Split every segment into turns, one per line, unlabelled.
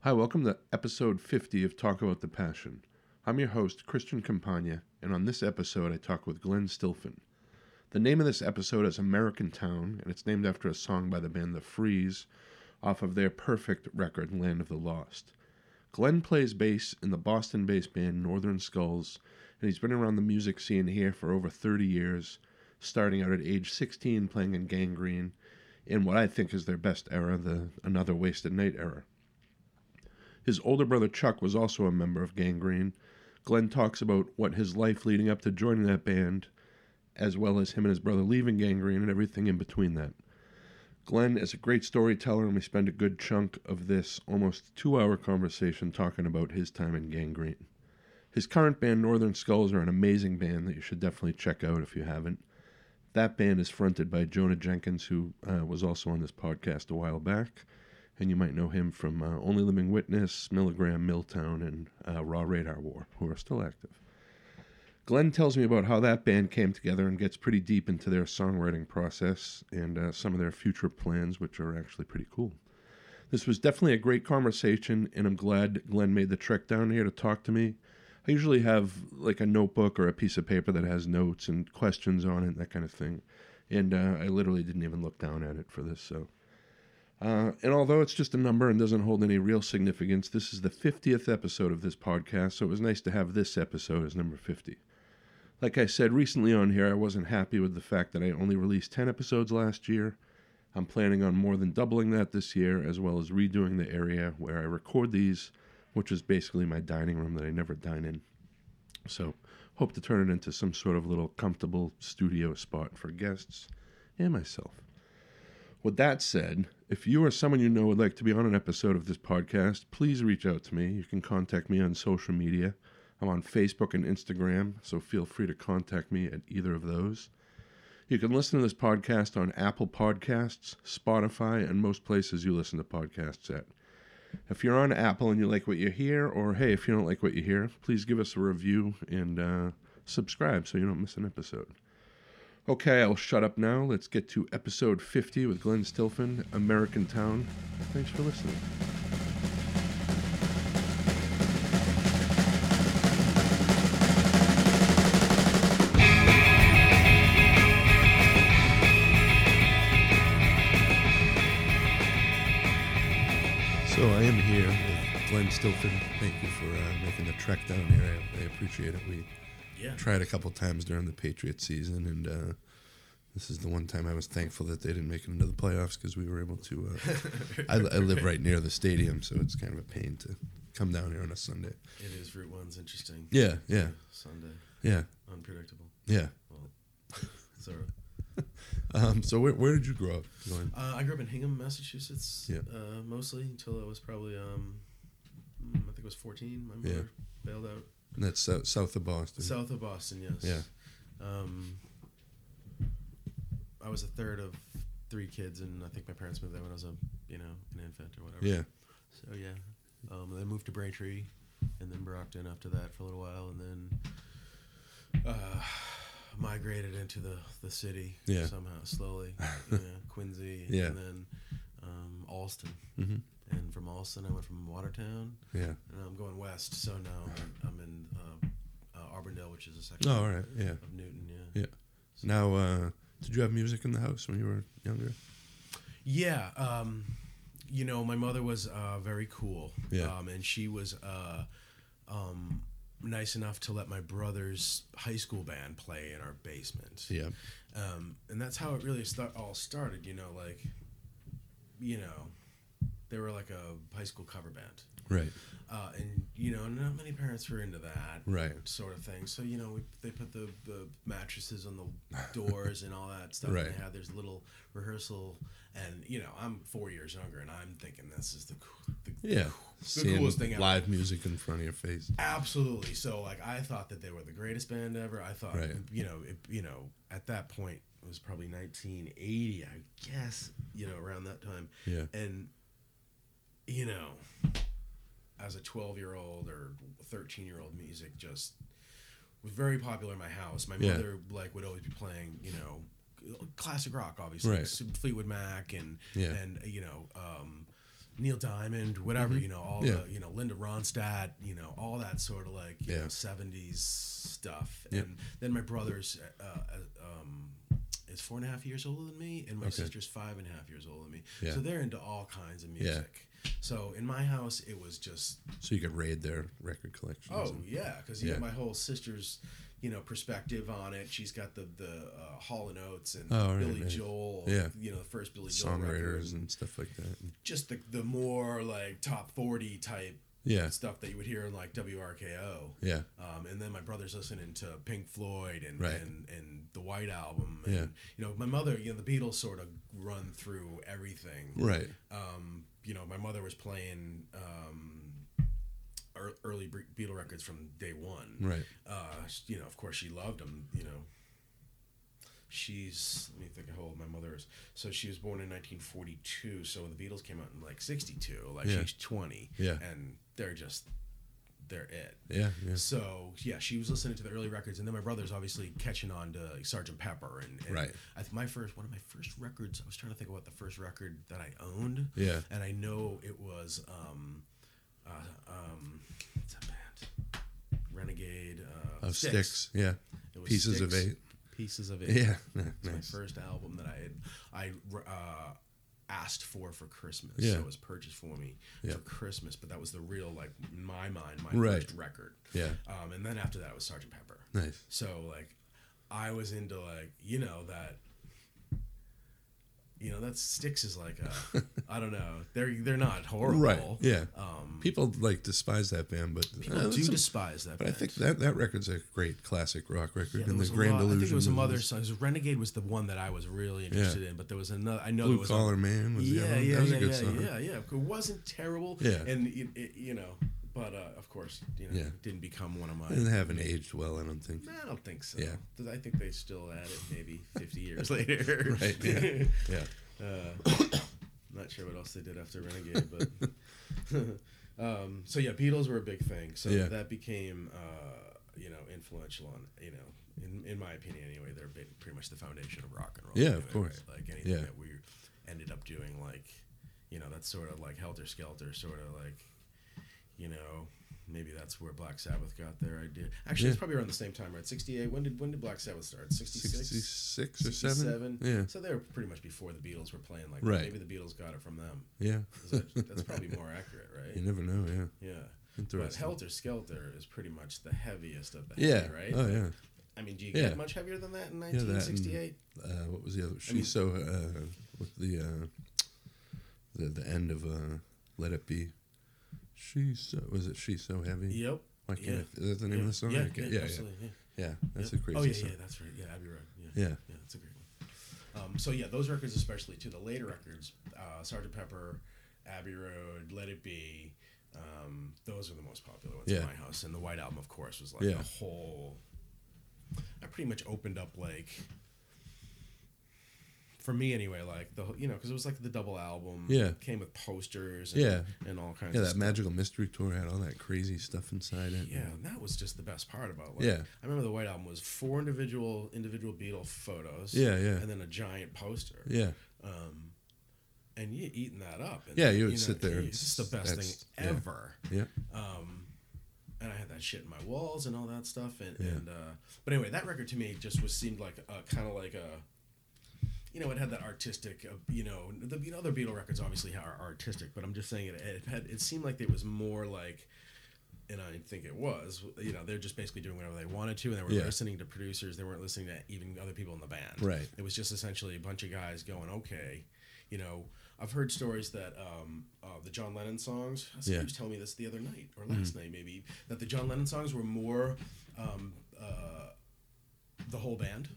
Hi, welcome to episode 50 of Talk About the Passion. I'm your host, Christian Campagna, and on this episode, I talk with Glenn Stilfen. The name of this episode is American Town, and it's named after a song by the band The Freeze off of their perfect record, Land of the Lost. Glenn plays bass in the Boston based band Northern Skulls, and he's been around the music scene here for over 30 years, starting out at age 16 playing in Gangrene in what I think is their best era, the Another Wasted Night era. His older brother Chuck was also a member of Gangrene. Glenn talks about what his life leading up to joining that band, as well as him and his brother leaving Gangrene and everything in between that. Glenn is a great storyteller, and we spend a good chunk of this almost two hour conversation talking about his time in Gangrene. His current band, Northern Skulls, are an amazing band that you should definitely check out if you haven't. That band is fronted by Jonah Jenkins, who uh, was also on this podcast a while back and you might know him from uh, Only Living Witness, Milligram, Milltown, and uh, Raw Radar War, who are still active. Glenn tells me about how that band came together and gets pretty deep into their songwriting process and uh, some of their future plans, which are actually pretty cool. This was definitely a great conversation, and I'm glad Glenn made the trek down here to talk to me. I usually have like a notebook or a piece of paper that has notes and questions on it, and that kind of thing. And uh, I literally didn't even look down at it for this, so uh, and although it's just a number and doesn't hold any real significance, this is the 50th episode of this podcast, so it was nice to have this episode as number 50. Like I said recently on here, I wasn't happy with the fact that I only released 10 episodes last year. I'm planning on more than doubling that this year, as well as redoing the area where I record these, which is basically my dining room that I never dine in. So, hope to turn it into some sort of little comfortable studio spot for guests and myself. With that said, if you or someone you know would like to be on an episode of this podcast, please reach out to me. You can contact me on social media. I'm on Facebook and Instagram, so feel free to contact me at either of those. You can listen to this podcast on Apple Podcasts, Spotify, and most places you listen to podcasts at. If you're on Apple and you like what you hear, or hey, if you don't like what you hear, please give us a review and uh, subscribe so you don't miss an episode. Okay, I'll shut up now. Let's get to episode 50 with Glenn Stilfen, American Town. Thanks for listening. So I am here with Glenn Stilfen. Thank you for uh, making the trek down here. I, I appreciate it. We
Yeah.
tried a couple times during the Patriots season, and uh, this is the one time I was thankful that they didn't make it into the playoffs because we were able to. Uh, I, I live right near the stadium, so it's kind of a pain to come down here on a Sunday.
It is Route One's interesting.
Yeah, yeah,
Sunday,
yeah,
unpredictable.
yeah.
So
Um, so where, where did you grow up? Glenn?
uh, I grew up in Hingham, Massachusetts,
Yeah.
uh, mostly until I was probably, um, mm, I think it was 14. My mother bailed out
And that's uh, south of Boston.
south of Boston. Yes.
Yeah.
Um, I was a third of three kids, and I think my parents moved there when I was a, you know, an infant or whatever.
yeah,
So yeah, um, then moved to Braintree, and then Brockton after that for a little while, and then uh, migrated into the the city
Yeah.
somehow slowly. you know, Quincy,
Yeah.
and then um, Alston,
Mhm.
and from Alston I went from Watertown,
yeah.
and I'm going west. So now I'm, I'm in uh, uh, Auburndale, which is a section
Oh, all right. Yeah.
of Newton. Yeah.
Now, uh, did you have music in the house when you were younger?
Yeah, um, you know, my mother was uh, very cool.
Yeah.
Um, and she was uh, um, nice enough to let my brother's high school band play in our basement.
Yeah.
Um, and that's how it really sta- all started, you know, like, you know, they were like a high school cover band.
Right.
Uh, and, you know, not many parents were into that
Right.
sort of thing. So you know, we, they put the, the mattresses on the doors and all that stuff.
Right.
And they had this little rehearsal, and you know, I'm four years younger, and I'm thinking this is the, coo- the
Yeah. Seeing
coolest thing ever.
Live music in front of your face.
absolutely. So like, I thought that they were the greatest band ever. I thought,
Right.
you know, it, you know, at that point it was probably 1980, I guess. You know, around that time,
Yeah.
and you know as a 12 year old or 13 year old music just was very popular in my house my
Yeah.
mother like would always be playing you know classic rock obviously
Right.
S- fleetwood mac and
Yeah.
and you know um Neil Diamond, whatever, you know, all
Mm-hmm. Yeah.
the, you know, Linda Ronstadt, you know, all that sort of like, you
Yeah.
know, 70s stuff.
Yeah.
And then my brother's uh, uh, um, is four and a half years older than me, and my
Okay.
sister's five and a half years older than me.
Yeah.
So they're into all kinds of music. So in my house, it was just
So you could raid their record collection.
Oh yeah, because you
Yeah.
know my whole sister's, you know, perspective on it. She's got the the uh, Hall and Oates and
Oh, right,
Billy
right.
Joel.
Yeah.
you know the first Billy Joel record.
songwriters and stuff like that.
Just the the more like top forty type
Yeah,
stuff that you would hear in like WRKO.
yeah,
Um, and then my brother's listening to Pink Floyd and
Right.
and, and the White Album. And,
Yeah.
You know, my mother, you know, the Beatles sort of run through everything
right.
um, you know, my mother was playing um, ear- early Bre- Beatle records from day one.
Right.
Uh, sh- you know, of course, she loved them. You know, she's let me think how old my mother is. So she was born in 1942. So when the Beatles came out in like '62, like
Yeah.
she's 20.
Yeah.
and they're just they're it.
Yeah, yeah.
So yeah, she was listening to the early records, and then my brother's obviously catching on to Sergeant Pepper, and, and
Right.
I think my first one of my first records. I was trying to think about the first record that I owned.
Yeah.
and I know it was um, uh, um, it's a band, Renegade uh,
Of sticks. Yeah. Oh,
It was
Pieces of
Styx.
eight.
Pieces of Eight.
Yeah.
It's
nice.
my first album that I had I uh, asked for for Christmas.
Yeah.
So it was purchased for me
Yeah.
for Christmas, but that was the real like in my mind my
Right.
first record.
Yeah.
Um, and then after that it was Sergeant Pepper.
Nice.
So like I was into like you know that you know that Styx is like a I don't know they're they're not horrible
Right. Yeah.
um
People like despise that band, but
people
uh,
do
some-
despise that
But I
band.
think that that record's a great classic rock record,
Yeah, there
and the
was a
Grand
lot-
Illusion.
I think it was some
was-
other songs. Renegade was the one that I was really interested in, but there was another. I know there
Blue
was
Collar Man
A,
was the
yeah,
other one.
yeah,
that was
yeah,
a good
yeah,
song.
yeah, yeah. It wasn't terrible.
Yeah.
and it, it, you know, but uh, of course, you know,
Yeah.
it didn't become one of my.
And they haven't aged well, I don't think.
Nah, I don't think so.
Yeah.
'Cause I think they still at it maybe 50 years later.
Right, yeah. Yeah.
uh, not sure what else they did after Renegade, but um, so yeah, Beatles were a big thing. So
Yeah.
that became uh, you know influential on you know in, in my opinion anyway. They're ba- pretty much the foundation of rock and roll.
Yeah, of
anyway,
course.
right? Like anything
Yeah.
that we ended up doing, like you know, that's sort of like helter skelter, sort of like you know. Maybe that's where Black Sabbath got their idea. Actually,
Yeah.
it's probably around the same time, right? Sixty-eight. When did when did Black Sabbath start? Sixty-six.
66 or 7?
67.
Yeah.
So they were pretty much before the Beatles were playing like
Right.
maybe the Beatles got it from them.
Yeah.
'Cause that- That's probably more accurate,
You
right?
never know, yeah.
Yeah. But
Interesting.
Helter Skelter is pretty much the heaviest of the heavy,
yeah.
right?
Oh, yeah.
I mean, do you
Yeah.
get much heavier than that in
and-
1968?
Uh, what was the other? She's
mean-
so uh, with the uh, the the end of uh, Let It Be. She's so was it? She's so heavy.
Yep.
Why can't
yeah.
I- is that the name of the song?
Yeah,
I
yeah,
can't- yeah, yeah,
absolutely, yeah.
yeah. That's
Yep.
a crazy
Oh, yeah,
song.
yeah, that's right. Yeah, Abbey Road. Yeah.
Yeah.
Yeah, that's a great one. Um, so, yeah, those records, especially, too, the later records, uh, Sgt. Pepper, Abbey Road, Let It Be, um, those are the most popular ones
Yeah.
in my house. And the White Album, of course, was like
Yeah.
a whole. I pretty much opened up, like, for me anyway, like, the whole- you know, because it was like the double album.
Yeah.
Came with posters and,
Yeah.
and all kinds
Yeah,
of
that
stuff.
magical mystery tour had all that crazy stuff inside it.
Yeah, and that was just the best part about like
Yeah.
I remember the White Album was four individual individual Beatle photos.
Yeah, yeah.
And then a giant poster.
yeah,
Um, and you eating that up. And
Yeah, you would sit there and
It's just the best thing
that's- yeah.
ever.
yeah.
Um, and I had that shit in my walls and all that stuff. And,
Yeah.
and uh, but anyway, that record to me just was seemed like a kind of like a. You know, it had that artistic. Uh, you know, the you know, other Beatle records obviously are artistic, but I'm just saying it. It had. It seemed like it was more like, and I think it was. You know, they're just basically doing whatever they wanted to, and they were
Yeah.
listening to producers. They weren't listening to even other people in the band.
Right.
It was just essentially a bunch of guys going, okay, you know, I've heard stories that um, uh, the John Lennon songs. Somebody
Yeah. Mm-hmm.
was telling me this the other night or last night, maybe that the John Lennon songs were more um, uh, the whole band.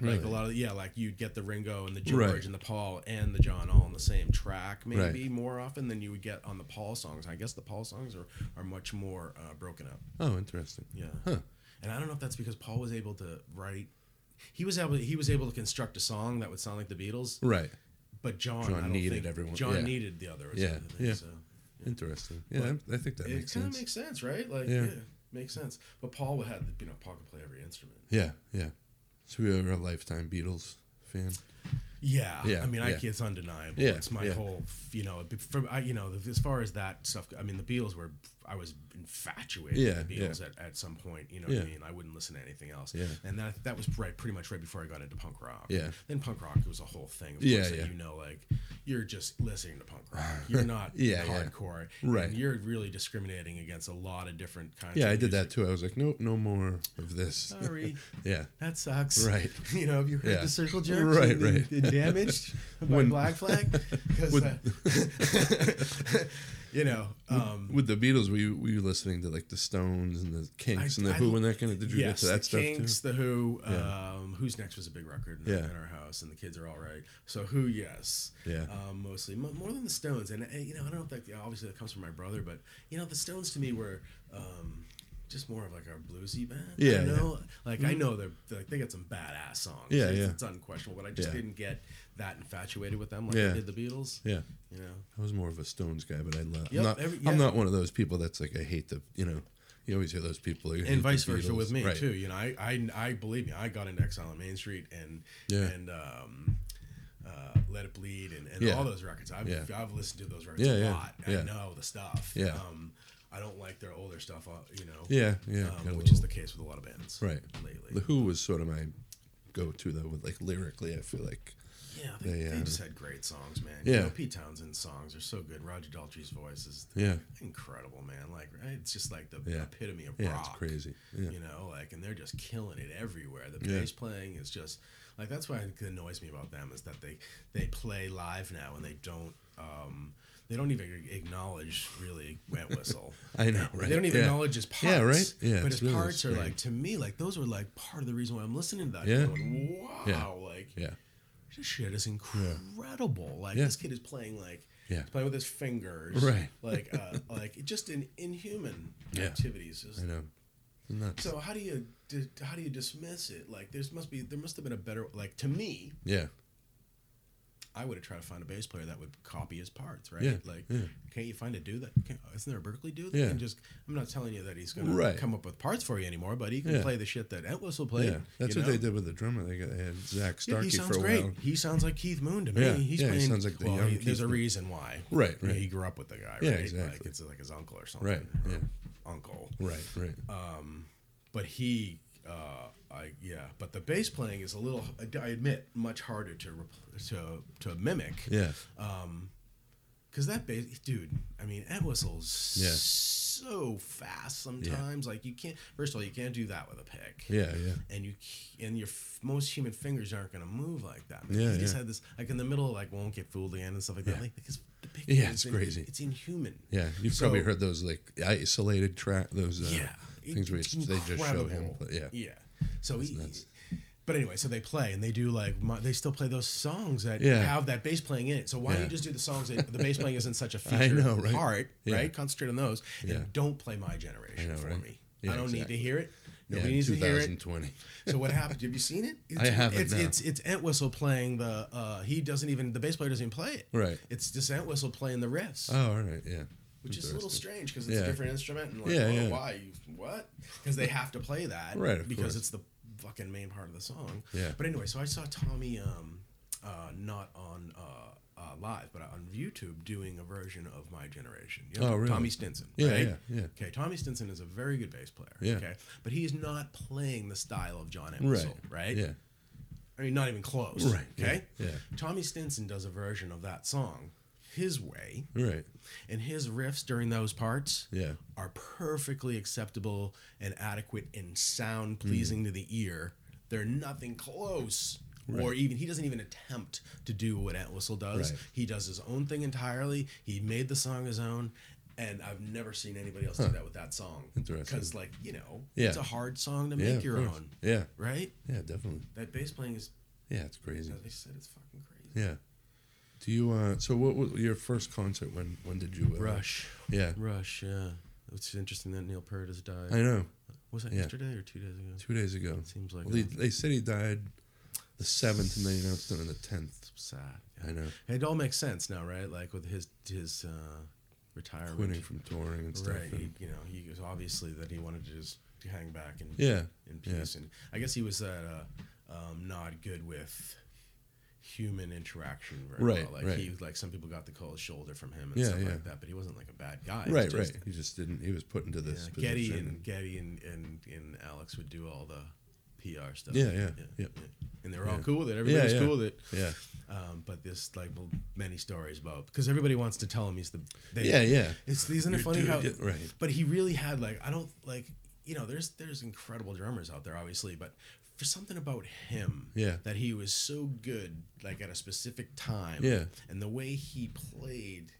Like a
Really?
lot of yeah, like you'd get the Ringo and the George
Right.
and the Paul and the John all on the same track, maybe
Right.
more often than you would get on the Paul songs. I guess the Paul songs are are much more uh, broken up.
Oh, interesting.
Yeah.
Huh.
And I don't know if that's because Paul was able to write. He was able. He was able to construct a song that would sound like the Beatles,
Right.
but John,
John
I don't
needed
think,
everyone-
John
yeah.
needed the others.
Yeah,
I think,
yeah.
So.
Interesting. Yeah, I, I think that
It
makes
kind of
sense.
makes sense, right? Like,
Yeah.
yeah. makes sense. But Paul had, you know, Paul could play every instrument.
yeah, yeah. So we are a lifetime Beatles fan.
Yeah,
Yeah,
I mean, I,
yeah.
it's undeniable.
Yeah,
it's my
yeah.
whole, you know, b- from I, you know, as far as that stuff. I mean, the Beatles were, I was infatuated
Yeah,
with the
yeah.
Beatles at, at some point. You know
Yeah.
what I mean? I wouldn't listen to anything else.
Yeah.
And that that was right, pretty much right before I got into punk rock.
Yeah.
Then punk rock was a whole thing. Of
Yeah,
course, and
yeah.
You know, like you're just listening to punk rock. You're not
Yeah, yeah.
hardcore.
Right.
And you're really discriminating against a lot of different kinds.
Yeah,
of
I did that
music.
too. I was like, nope, no more of this.
Sorry.
yeah.
That sucks.
Right.
You know, have you heard
Yeah.
the circle jerks?
Right,
and, and-
right.
and damaged by
When-
Black Flag? 'Cause, uh, you know, um,
With the Beatles, were you, were you listening to like the Stones and the Kinks
I-
and the
I-
Who and that kind of? Did you
yes,
get to that
the
stuff
Kinks,
too?
the Who, um, Who's Next was a big record in,
Yeah.
in our house, and the kids are all right. So Who, yes,
Yeah.
um, mostly Mo- more than the Stones, and uh, you know, I don't know if that obviously that comes from my brother, but you know, the Stones to me were. Um, just more of like our bluesy band, I
Yeah, yeah.
know? Like I know they're like they got some badass songs.
Yeah,
it's,
yeah.
It's unquestionable, but I just
Yeah.
didn't get that infatuated with them like
Yeah.
I did the Beatles.
Yeah.
You know.
I was more of a Stones guy, but I love.
Yep,
I'm, not,
every- yeah.
I'm not one of those people that's like I hate the. You know, you always hear those people. like, I hate
and
the
vice versa
Beatles.
with me
Right.
too. You know, I, I I believe me. I got into Exile on Main Street and
Yeah.
and um, uh, Let It Bleed and, and
Yeah.
all those records. I've
Yeah.
I've listened to those records
Yeah,
a
yeah,
lot.
yeah.
I know the stuff.
Yeah.
Um, I don't like their older stuff. uh, You know.
Yeah, yeah.
Um,
got a
which
little-
is the case with a lot of bands.
Right.
Lately.
The Who was sort of my go-to though, with like lyrically, I feel like.
yeah. They,
they,
they
uh,
just had great songs, man.
yeah.
You know, Pete Townsend's songs are so good. Roger Daltrey's voice is
Yeah,
incredible, man. Like right? it's just like the
Yeah.
epitome of
yeah,
rock.
it's crazy. Yeah,
you know like and they're just killing it everywhere the
Yeah.
bass playing is just like that's what annoys me about them is that they they play live now and they don't um they don't even acknowledge really wet whistle
I know, right?
They don't even
yeah.
acknowledge his parts.
Yeah, right? Yeah,
But
it's
his
really
parts are
strange.
like to me, like those were like part of the reason why I'm listening to that.
Yeah.
Going, wow,
Yeah.
like
Yeah,
this shit is incredible. Like
Yeah.
this kid is playing like
Yeah.
he's playing with his fingers.
Right.
Like uh like just in inhuman
Yeah.
activities. It's
I know. Nuts.
so how do you di- how do you dismiss it? Like there's must be there must have been a better like to me.
Yeah,
I would have tried to find a bass player that would copy his parts, right?
Yeah,
like,
yeah.
can't you find a dude that? Can't, isn't there a Berkeley dude that
Yeah.
can just? I'm not telling you that he's going
Right.
to come up with parts for you anymore, but he can
Yeah.
play the shit that Entwistle played.
yeah. That's
you
what
know?
they did with the drummer. They, got, they had Zach
Yeah,
Starkey
he sounds
for a
great.
while.
He sounds like Keith Moon to me.
Yeah,
He's
yeah, he
playing,
sounds like the
well,
young
he- There's
Keith
a
Moon.
reason why.
Right,
You know,
right.
He grew up with the guy. Right?
Yeah, exactly.
Like it's like his uncle or something.
Right,
or
yeah.
Uncle.
Right, right.
Um, but he uh I, yeah but the bass playing is a little i admit much harder to rep- to to mimic
yeah,
because that bass dude i mean that whistle's
Yeah.
so fast sometimes like you can't first of all you can't do that with a pick
yeah, yeah.
and you c- and your f- most human fingers aren't going to move like that. Man.
Yeah,
he just
yeah.
had this like in the middle, like won't get fooled again and stuff like
Yeah.
that. Like because the pick
Yeah,
is
it's crazy.
It's inhuman.
Yeah, you've
So-
probably heard those like isolated track those uh,
yeah
things where
it's
it's- they just show him.
incredible.
play- Yeah,
yeah so he,
nuts.
but anyway so they play and they do like my, they still play those songs that
Yeah.
have that bass playing in it so why don't
Yeah.
you just do the songs that the bass playing isn't such a
I
feature
know, right?
part
Yeah.
right concentrate on those
Yeah.
and don't play my generation
I know,
for
right?
me
Yeah,
I don't
exactly.
need to hear it
yeah.
nobody needs to hear it
2020.
so what happened? Have you seen it? It's,
haven't,
It's,
no.
it's it's Entwistle playing the. Uh, he doesn't even the bass player doesn't even play it.
Right.
It's just Entwistle playing the riffs
Oh, all right, yeah.
which is a little
Interesting.
strange because it's
Yeah.
a different instrument and like
Yeah,
well,
yeah.
why you what because they have to play that
Right, of
because
course.
it's the fucking main part of the song
Yeah.
but anyway so i saw tommy um uh not on uh, uh live but on youtube doing a version of my generation you know,
Oh, really?
tommy stinson
Yeah,
right?
yeah, yeah.
okay tommy stinson is a very good bass player
Yeah.
okay but he's not playing the style of john Entwistle, right
Yeah.
I mean, not even close.
Right,
Okay.
yeah, yeah.
Tommy Stinson does a version of that song his way,
Right.
and his riffs during those parts
Yeah.
are perfectly acceptable and adequate and
Mm.
sound pleasing to the ear. They're nothing close. Or even he doesn't even attempt to do what Entwistle does.
Right.
He does his own thing entirely. He made the song his own, and I've never seen anybody else do that with that song.
Interesting.
Because like you know,
Yeah.
it's a hard song to
Yeah.
make
of
your
course.
own,
Yeah.
right?
Yeah, definitely.
That bass playing is
Yeah, it's crazy.
they said it's fucking crazy.
Yeah. Do you uh so what was your first concert when when did you uh,
Rush.
Yeah.
Rush, yeah. It's interesting that Neil Peart has died.
I know.
Was that
yeah.
yesterday or two days ago?
2 days ago.
Seems like
Well, they,
a-
they said he died the 7th and they announced it on the 10th.
Sad.
I know.
It all makes sense now, right? Like with his his uh, retirement.
Quitting from touring and stuff.
right.
and-
he- you know, he was obviously that he wanted to just hang back and
yeah.
in
Yeah.
peace. And I guess he was that uh, um, not good with. human interaction very
Right,
well. Like
right.
he was like some people got the cold shoulder from him and
Yeah,
stuff
yeah.
like that, but he wasn't like a bad guy. It was
Right,
just,
right. He just didn't. He was put into
Yeah,
this
Getty
position.
and Getty and, and and Alex would do all the PR stuff.
Yeah, yeah, yeah.
And they were all
Yeah.
cool with it. Everybody was
yeah.
cool with it.
yeah,
Um, but this like well, many stories about because everybody wants to tell him he's the they,
yeah, yeah.
It's isn't it
Your
funny
dude
how
did- right.
But he really had like I don't like you know there's there's incredible drummers out there obviously, but for something about him
Yeah.
that he was so good like at a specific time
Yeah.
and the way he played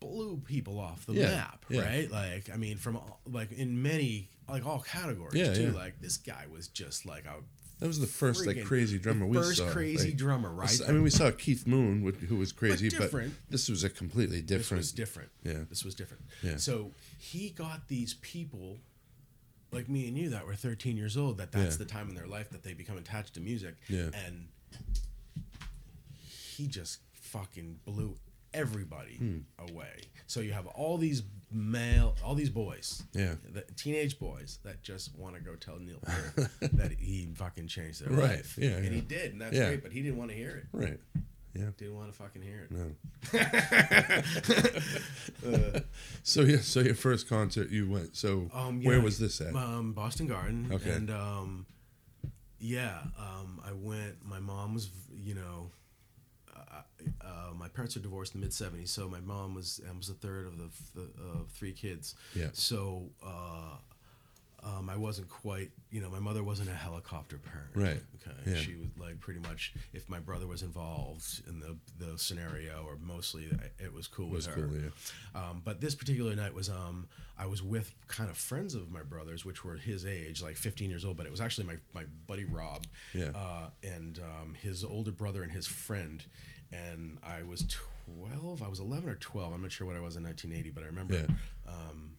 blew people off the
Yeah,
map
yeah.
right like i mean from all, like in many like all categories
Yeah,
too
yeah.
like this guy was just like a
That was the first
friggin'
like crazy drummer
the
we
first
saw.
crazy
like,
drummer right
I mean, we saw Keith Moon, wh- who was crazy, but,
different.
this was a completely
This
different.
was different.
Yeah.
This was different.
Yeah.
So he got these people like me and you that were 13 years old that that's
Yeah.
the time in their life that they become attached to music.
Yeah.
And he just fucking blew everybody
Hmm.
away. So you have all these male, all these boys,
Yeah.
the teenage boys that just want to go tell Neil Peart that he fucking changed their
Right.
life.
Yeah, yeah.
And he did, and that's
Yeah.
great, but he didn't want to hear it.
right. Yeah.
Didn't want to fucking hear it.
No. so yeah, so your first concert you went. So
Um,
where
yeah,
was this at?
Um, Boston Garden.
Okay.
And um, yeah, um, I went. My mom was, you know, uh, uh, my parents are divorced in the mid '70s, so my mom was um, was the third of the, f- the of three kids.
Yeah.
So. Uh, um, I wasn't quite, you know, my mother wasn't a helicopter parent.
Right.
Okay.
Yeah.
She was like pretty much, if my brother was involved in the, the scenario, or mostly, I- it was cool
was
with her.
cool. Yeah.
Um, but this particular night was um, I was with kind of friends of my brother's, which were his age, like 15 years old. But it was actually my, my buddy Rob,
Yeah.
uh, and um, his older brother and his friend. And I was 12. I was 11 or 12. I'm not sure what I was in 1980, but I remember.
Yeah.
Um,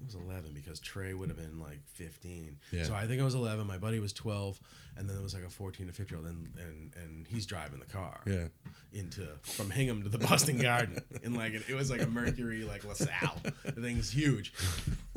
I think it was 11 because Trey would have been like 15.
Yeah.
So I think I was 11. My buddy was 12, and then there was like a 14 to 15 year old, and and and he's driving the car
Yeah.
into from Hingham to the Boston Garden, and like it, it was like a Mercury like LaSalle. The thing's huge,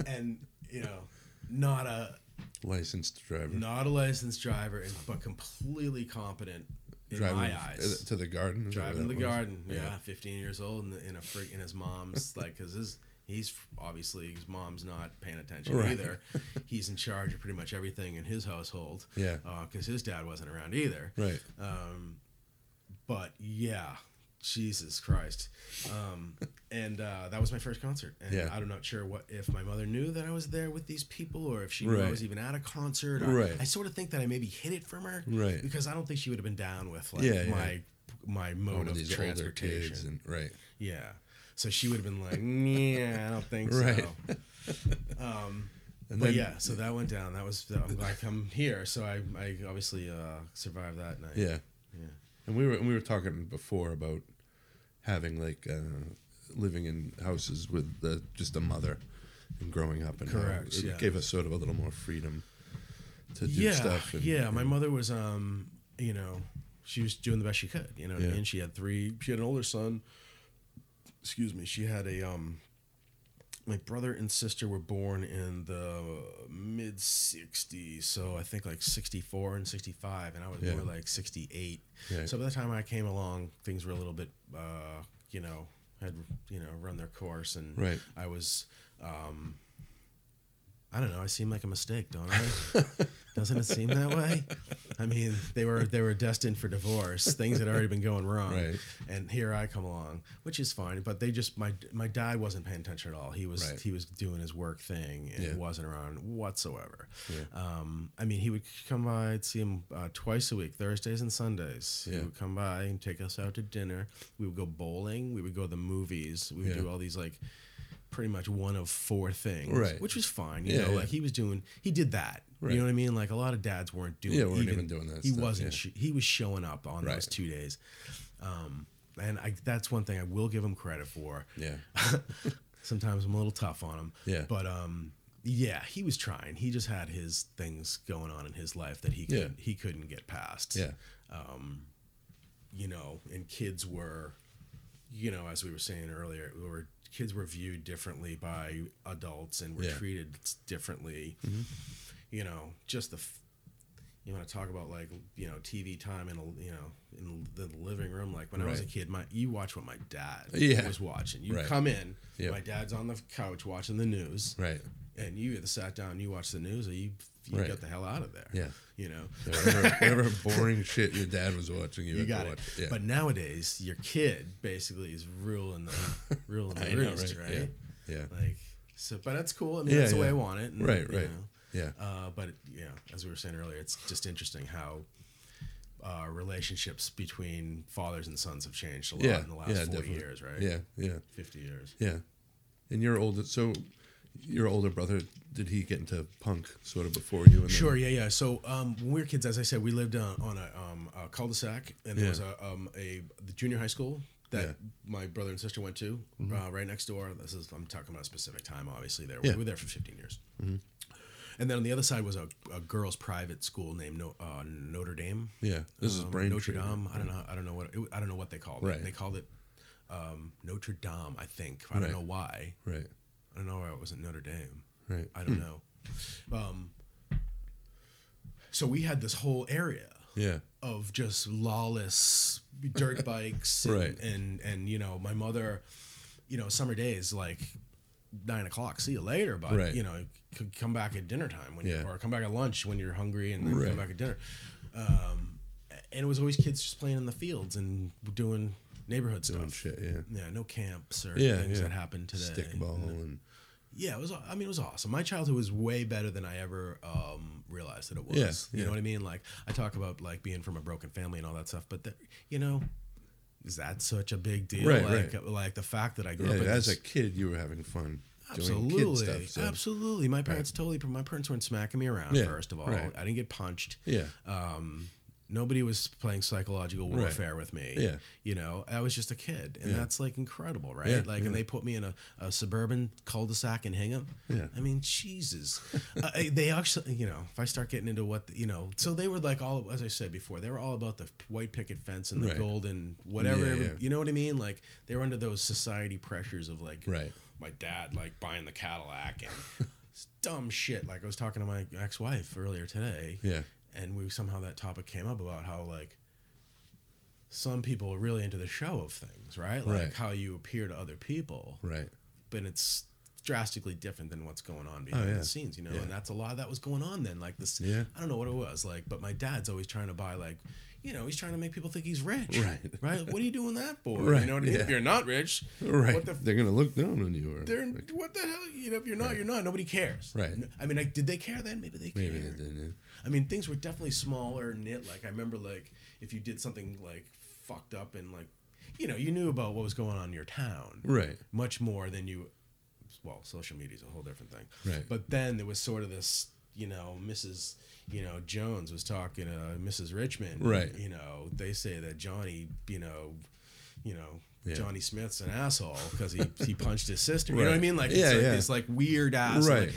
and you know, not a
Licensed driver.
not a licensed driver, and- but completely competent in
driving uh,
my eyes.
to the garden. is that
Driving
what
the
that was?
garden, yeah, 15 years old, and in a freak, and his mom's like, because his he's obviously his mom's not paying attention
Right.
either. He's in charge of pretty much everything in his household.
Yeah.
because his dad wasn't around either.
Right.
Um, but yeah, Jesus Christ. Um, and uh, that was my first concert. And
Yeah.
I'm not sure what if my mother knew that I was there with these people, or if she knew I
Right.
was even at a concert. Or
Right.
I sort of think that I maybe hid it from her,
Right.
Because I don't think she would have been down with like
Yeah, yeah.
my my mode
One of
of
these older kids
transportation.
and right.
yeah. So she would have been like, "Yeah, I don't think
Right.
so."
And
but
then
yeah, so that went down. That was that, like I'm here, so I, I obviously uh, survived that night.
yeah.
yeah.
And we were and we were talking before about having like uh, living in houses with uh, just a mother and growing up and how
Correct,
it
yeah.
gave us sort of a little more freedom to do
yeah,
stuff. And,
yeah, my mother was, um, you know, she was doing the best she could. You know, what I
Yeah.
mean? she had three. She had an older son. Excuse me. She had a. Um, my brother and sister were born in the mid '60s, so I think like '64 and '65, and I was
Yeah.
more like '68.
Right.
So by the time I came along, things were a little bit, uh, you know, had you know run their course, and
Right.
I was. Um, I don't know. I seem like a mistake, don't I? Doesn't it seem that way? I mean, they were they were destined for divorce. Things had already been going wrong,
Right.
and here I come along, which is fine. But they just my my dad wasn't paying attention at all. He was
Right.
he was doing his work thing and
Yeah.
wasn't around whatsoever.
Yeah.
Um, I mean, he would come by. I'd see him uh, twice a week, Thursdays and Sundays. He
Yeah.
would come by and take us out to dinner. We would go bowling. We would go to the movies. We would
Yeah.
do all these like pretty much one of four things,
Right.
which was fine. You
Yeah,
know,
yeah.
like he was doing, he did that.
Right.
You know what I mean? Like a lot of dads weren't doing.
Yeah, weren't even doing that
He
stuff,
wasn't.
yeah.
Sh- he was showing up on
Right.
those two days, um, and I, that's one thing I will give him credit for.
Yeah.
Sometimes I'm a little tough on him.
Yeah.
But um, yeah, he was trying. He just had his things going on in his life that he
Yeah.
couldn't, he couldn't get past
Yeah.
you know, and kids were, you know, as we were saying earlier, we were kids were viewed differently by adults and were
Yeah. Mm-hmm.
treated s- differently. You know, just the, f- you want to talk about like you know TV time in a, you know in the living room. Like when I was a
Right.
kid, my you watch what my dad
Yeah.
was watching. You
Right.
come in,
Yep.
my dad's on the couch watching the news,
Right.
and you either sat down, you watched the news, or you you
Right.
got the hell out of there.
Yeah.
you know.
So Whatever, whatever boring shit your dad was watching, you,
You
had
got
to
it.
watch. Yeah.
But nowadays, your kid basically is ruling the ruling the
I know,
roost,
right?
right?
Yeah. Yeah.
Like so, but that's cool. I mean,
Yeah,
that's the way
yeah.
I want it. and,
Right,
you
right.
know.
yeah.
Uh, but you know, as we were saying earlier, it's just interesting how uh, relationships between fathers and sons have changed a lot
Yeah,
in the last
yeah,
40
definitely.
years, right?
Yeah. Yeah.
50 years.
Yeah. And your older, so your older brother, did he get into punk sort of before you? And then-
Sure, yeah, yeah. So um, when we were kids, as I said, we lived uh, on a, um, a cul-de-sac, and there
Yeah.
was a, um, a the junior high school that
Yeah. Mm-hmm.
my brother and sister went to, uh, right next door. This is I'm talking about a specific time, obviously. There,
Yeah. Mm-hmm.
we were there for 15 years, and then on the other side was a, a girls' private school named no, uh, Notre Dame.
Yeah. This is
um,
brain
Notre Dame. I don't know. I don't know what it, I don't know what they called
Right.
it. They called it um, Notre Dame. I think. I
Right.
don't know why.
Right.
I don't know why it wasn't Notre Dame.
Right.
I don't know. Um, so we had this whole area
Yeah.
of just lawless dirt bikes, and,
Right.
and and you know, my mother, you know, summer days like nine o'clock. See you later, but
Right.
you know, could come back at dinner time when
Yeah.
you, or come back at lunch when you're hungry, and then
Right.
come back at dinner. Um, and it was always kids just playing in the fields and doing neighborhood stuff.
Doing Oh, shit. Yeah.
Yeah, no camps or
Yeah,
things
yeah.
that happened today.
Stickball and
Yeah, it was. I mean, it was awesome. My childhood was way better than I ever um, realized that it was.
Yeah,
you
yeah.
know what I mean? Like I talk about like being from a broken family and all that stuff, but the, you know, is that such a big deal?
Right,
like,
right.
like the fact that I grew
yeah.
up in
As
this,
a kid, you were having fun doing
absolutely,
kid stuff. So.
absolutely. My parents totally. My parents weren't smacking me around.
Yeah,
first of all,
right.
I didn't get punched.
Yeah.
Um, nobody was playing psychological
Right.
warfare with me.
Yeah.
You know, I was just a kid, and
Yeah.
that's like incredible, right?
Yeah,
like,
yeah.
and they put me in a, a suburban cul-de-sac in Hingham.
Yeah.
I mean, Jesus. uh, I- they actually, you know, if I start getting into what the- you know, so they were like all as I said before, they were all about the white picket fence and the
Right.
golden whatever.
Yeah, yeah.
You know what I mean? Like they were under those society pressures of like
Right.
my dad like buying the Cadillac and dumb shit. Like I was talking to my ex-wife earlier today.
Yeah.
And we somehow that topic came up about how like some people are really into the show of things, right? Like
Right.
how you appear to other people.
Right.
But it's drastically different than what's going on behind
Oh, yeah.
the scenes, you know.
Yeah.
And that's a lot of that was going on then. Like this
Yeah.
I don't know what it was, like, but my dad's always trying to buy like you know, he's trying to make people think he's rich.
Right.
Right? What are you doing that for?
Right,
You know what I mean?
yeah.
If you're not rich,
Right.
what the
They're gonna look down on you. Or
they're what the hell? You know, if you're not, you're not. Nobody cares.
Right.
N- I mean, like, did they care then? Maybe they
maybe they
cared.
didn't.
I mean, things were definitely smaller knit. Like I remember, like if you did something like fucked up and like, you know, you knew about what was going on in your town
Right.
much more than you. Well, social media's a whole different thing.
Right.
But then there was sort of this, you know, Mrs. You know, Jones was talking to Mrs. Richmond.
Right.
You know, they say that Johnny, you know, you know.
Yeah.
Johnny Smith's an asshole because he, he punched his sister. You know what I
Right.
mean? Like
Yeah,
it's like
yeah.
this like weird ass like,
Right.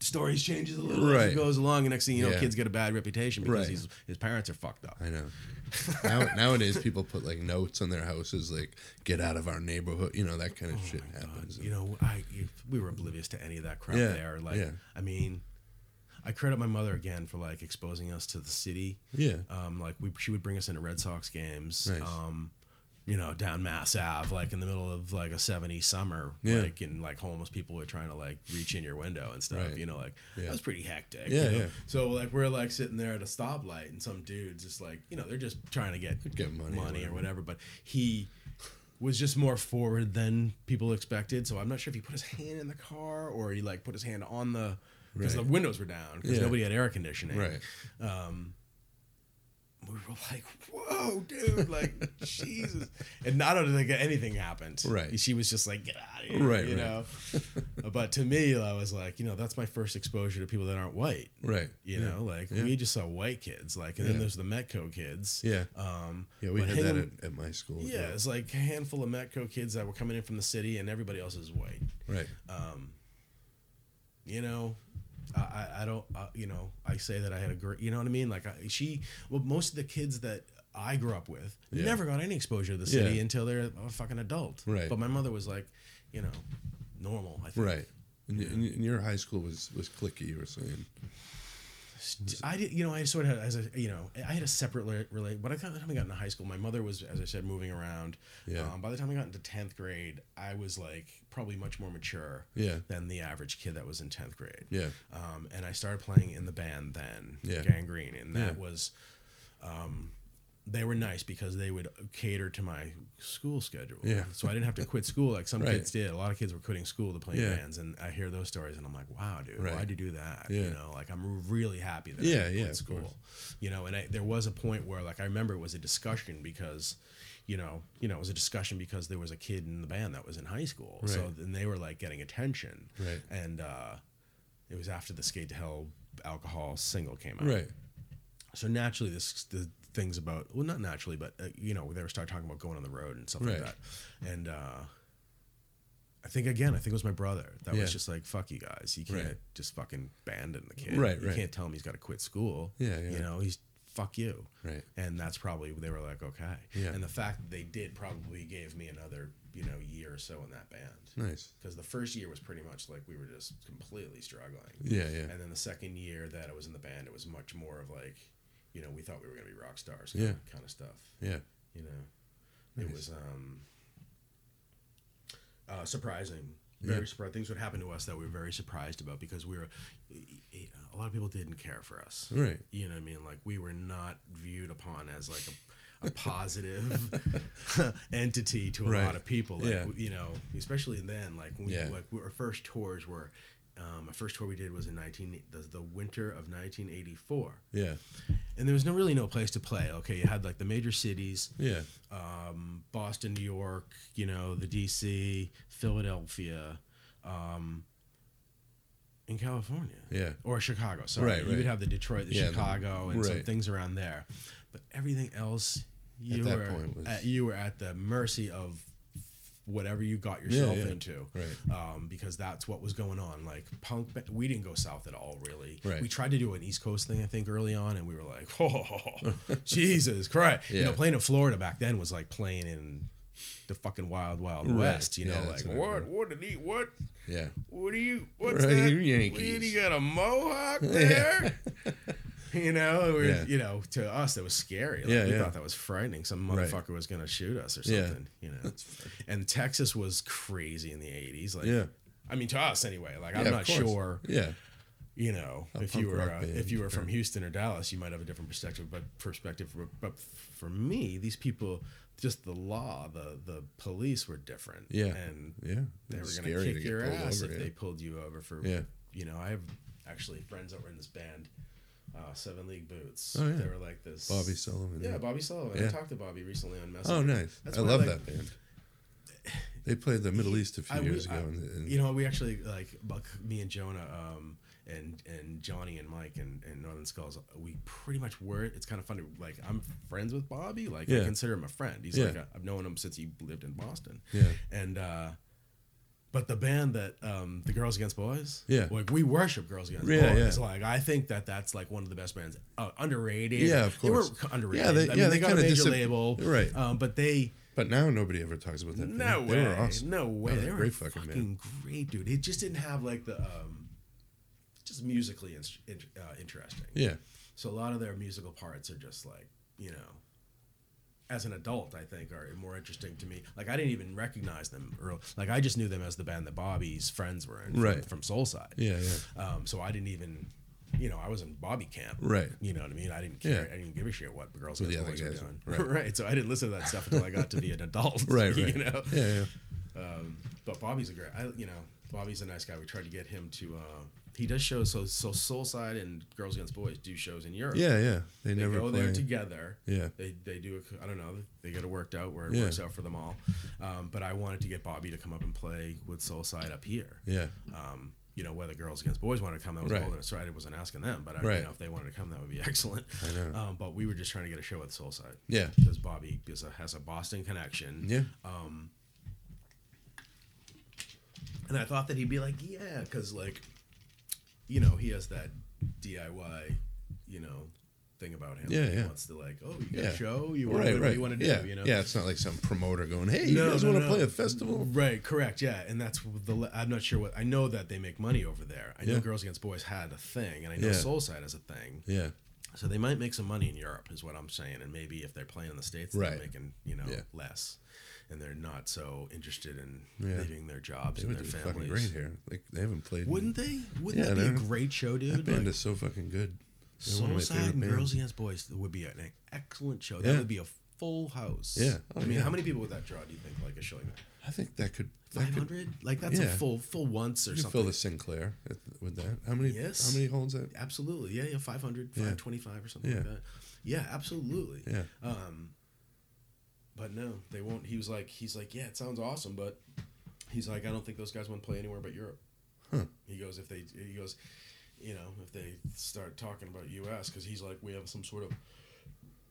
stories changes a little as
Right.
it goes along. And next thing you know,
Yeah.
kids get a bad reputation because
Right.
he's, his parents are fucked up.
I know. now, nowadays, people put like notes on their houses, like "Get out of our neighborhood," you know that kind
Oh
of shit happens.
You know, I you, we were oblivious to any of that crap
Yeah,
there. Like,
yeah.
I mean, I credit my mother again for like exposing us to the city.
yeah,
Um, like we, she would bring us into Red Sox games.
Nice.
Um, you know, down Mass Ave, like in the middle of like a 70 summer,
Yeah.
like and like homeless people were trying to like reach in your window and stuff.
Right.
You know, like
Yeah.
that was pretty hectic.
Yeah,
you know?
yeah.
So like we're like sitting there at a stoplight and some dudes just like you know they're just trying to get
Get money or
or whatever. But he was just more forward than people expected. So I'm not sure if he put his hand in the car or he like put his hand on the because
Right.
the windows were down because
Yeah.
nobody had air conditioning
right.
we were like, "Whoa, dude! Like, Jesus!" And I don't think anything happened.
Right.
She was just like, "Get out of here!"
Right,
You
right.
know. but to me, I was like, you know, that's my first exposure to people that aren't white.
Right.
You
yeah.
know, like
Yeah.
we just saw white kids, like, and
Yeah.
then there's the Metco kids.
Yeah.
Um.
Yeah, we
but
had
Hingham-
that at, at my school. as
yeah, it's like a handful of Metco kids that were coming in from the city, and everybody else is white.
well. Right.
Uh, Um, You know, I, I, I don't. Uh, you know, I say that I had a great. You know what I mean? Like I, she. Well, most of the kids that I grew up with
Yeah.
never got any exposure to the city
Yeah.
until they're a fucking adult.
Right.
But my mother was like, you know, normal. I think.
Right. And, y- and y- and your high school was was clicky. You were saying.
St- I did, you know, I sort of had, as a, you know, I had a separate rela- relate. But I got, by the time I got into high school, my mother was, as I said, moving around.
Yeah.
Um, by the time I got into tenth grade, I was like probably much more mature.
Yeah.
Than the average kid that was in tenth grade.
Yeah.
Um, and I started playing in the band then,
Yeah.
Gangrene, and that
Yeah.
was, um, they were nice because they would cater to my school schedule.
Yeah.
So I didn't have to quit school like some
Right.
kids did. A lot of kids were quitting school to play in
Yeah.
bands, and I hear those stories, and I'm like, wow, dude,
Right.
why'd you do that? You
Yeah.
know, like I'm really happy that I
Yeah,
didn't
yeah,
quit
of
school.
course.
You know, and I, there was a point where like I remember it was a discussion because, you know, you know, it was a discussion because there was a kid in the band that was in high school. So
Right.
then they were like getting attention.
Right.
And uh it was after the Skate to Hell alcohol single came out.
Right.
So naturally this the things about well not naturally but uh, you know they were start talking about going on the road and stuff like
Right.
that. And uh I think again, I think it was my brother that
Yeah.
was just like, "Fuck you guys, you can't
Right.
just fucking abandon the kid.
Right,
you
right.
can't tell him he's got to quit school.
Yeah, yeah.
you know, he's fuck you.
Right.
and that's probably they were like, okay.
Yeah.
and the fact that they did probably gave me another you know year or so in that band
Nice.
because the first year was pretty much like we were just completely struggling.
Yeah, yeah.
And then the second year that I was in the band, it was much more of like, you know, we thought we were gonna be rock stars,
Yeah.
kind of stuff.
Yeah.
You know, it
Nice.
was um, uh, surprising.
Yeah.
Very surprised things would happen to us that we were very surprised about because we were a lot of people didn't care for us.
Right.
You know what I mean? Like we were not viewed upon as like a, a positive entity to a
Right.
lot of people. Like,
Yeah.
You know, especially then, like when we,
Yeah.
like our first tours were. Um, our first tour we did was in 19 the, the winter of 1984
Yeah.
and there was no really no place to play okay you had like the major cities
Yeah.
um, Boston, New York, you know, the DC, Philadelphia, um, in California.
Yeah.
Or Chicago, sorry.
Right,
you
right.
would have the Detroit, the
Yeah, the-
Chicago, and some
right.
things around there. But everything else, you,
that
were,
point was-
at, you were at the mercy of whatever you got yourself
yeah.
into
Right.
um, because that's what was going on. Like punk, ba- we didn't go south at all, really.
Right.
We tried to do an East Coast thing, I think, early on, and we were like, "Oh, Jesus Christ!" You know,
Yeah.
playing in Florida back then was like playing in the fucking wild, wild
Right.
west. You know,
Yeah,
like
that's what I
what, what did he, what,
Yeah.
what do you, what's
Right,
that?
you Yankees.
What, you got a mohawk there? you know, it was-
Yeah.
you know, to us that was scary. Like,
Yeah,
we
yeah.
thought that was frightening. Some
Right.
motherfucker was gonna shoot us or
Yeah.
something. You know, and Texas was crazy in the eighties. Like,
Yeah.
I mean, to us anyway. Like,
Yeah,
I'm
of
not
course.
sure.
Yeah.
You know, if
punk
you were
rock
uh,
band,
if you were from
sure.
Houston or Dallas, you might have a different perspective. But perspective, but- but for me, these people, just the law, the the police were different.
Yeah.
and
Yeah.
they were
It's
going to
to
kick
get
your
pulled
ass
over,
if
yeah.
they pulled you over for
Yeah.
you know i have actually friends that were in this band uh, seven league boots
Oh, yeah.
they were like this
Bobby Sullivan.
yeah bobby sullivan
Yeah.
i talked to bobby recently on messenger
Oh, nice.
That's
I
why,
love
like,
that band. They played the Middle East a few
I w-
years
I-
ago. and, and,
you know we actually like Buck, me and jonah um, and and johnny and mike and, and northern skulls we pretty much were it's kind of funny like i'm friends with bobby like
Yeah.
i consider him a friend he's
Yeah.
like a, i've known him since he lived in boston
Yeah.
and uh but the band that um the girls against boys
Yeah.
like we worship girls against
Yeah,
boys
yeah.
like i think that that's like one of the best bands uh, underrated
Yeah, of
they were
course.
c- underrated
Yeah, they-
I mean,
yeah,
they,
they
got a
kinda
major
disap-
label
Right.
um, but they
but now nobody ever talks about that.
no
band.
way.
They were awesome.
No way.
they're
they
a
were
great
fucking,
fucking band.
great, dude. It just didn't have like the um, just musically in, in, uh, interesting.
Yeah.
So a lot of their musical parts are just like you know, as an adult, I think are more interesting to me. Like I didn't even recognize them, or like I just knew them as the band that Bobby's friends were in, from-
Right.
from, Soulside.
Yeah. Yeah.
Um, so I didn't even, you know, I was in Bobby camp.
Right.
You know what I mean? I didn't care.
Yeah.
I didn't give a shit what the girls
What
and
the
the
other
boys were
guys
doing.
were-
Right. So I didn't listen to that stuff until I got to be an adult.
Right.
You
Right.
know.
Yeah. Yeah.
Um, but Bobby's a great. I, you know, Bobby's a nice guy. We tried to get him to. Uh, he does shows. So so Soulside and Girls Against Boys do shows in Europe.
Yeah. Yeah. They,
They
never
go
play.
there together.
Yeah.
They, they do, a- I don't know, they get it worked out where it
Yeah.
works out for them all. Um, but I wanted to get Bobby to come up and play with Soulside up here
Yeah.
um, you know, whether girls against boys wanted to come, that was
Right.
right. all that's right. I wasn't asking them, but I,
Right.
you know, if they wanted to come, that would be excellent.
I know.
Um, but we were just trying to get a show at Soulside.
Yeah.
Because Bobby is a, has a Boston connection.
Yeah.
And I thought that he'd be like, yeah, because, like, you know, he has that DIY, you know, thing about him.
Yeah,
He
yeah.
wants to like, oh, you got
Yeah.
a show, you want
Right,
what
right.
you want to
yeah.
do, you know?
Yeah, it's not like some promoter going, hey,
No,
you guys
no,
want to
no.
play a festival?
Right, correct, yeah, and that's the. le- I'm not sure what I know that they make money over there. I know
Yeah.
Girls Against Boys had a thing, and I know
Yeah.
Soulside has a thing,
Yeah.
so they might make some money in Europe, is what I'm saying. And maybe if they're playing in the states,
Right.
they're making you know
Yeah.
less, and they're not so interested in
Yeah.
leaving their jobs
They
and
would
their
do
families.
fucking great here. Like, they haven't played. in-
Wouldn't they? Wouldn't
Yeah,
that be a
they're-
great show, dude?
That band
Like,
is so fucking good. They're one of my
Soulside
favorite
and
bands.
Girls Against Boys would be an excellent show. That
Yeah.
would be a full house.
Yeah. Oh,
I mean,
yeah.
how many people would that draw? Do you think like a show like that?
I think that could. That
Five
could
hundred? Like that's a
yeah.
full full once or
you could fill
something.
the Sinclair at- with that. How many?
Yes.
How many holes that?
Absolutely. Yeah, yeah. 500,
Yeah.
525 or something like
Yeah.
that. Yeah, absolutely.
Yeah.
Um, but no, they won't. He was like, he's like, yeah, it sounds awesome, but he's like, I don't think those guys want to play anywhere but Europe.
Huh.
He goes, if they, he goes, you know, if they start talking about U.S. because he's like, we have some sort of.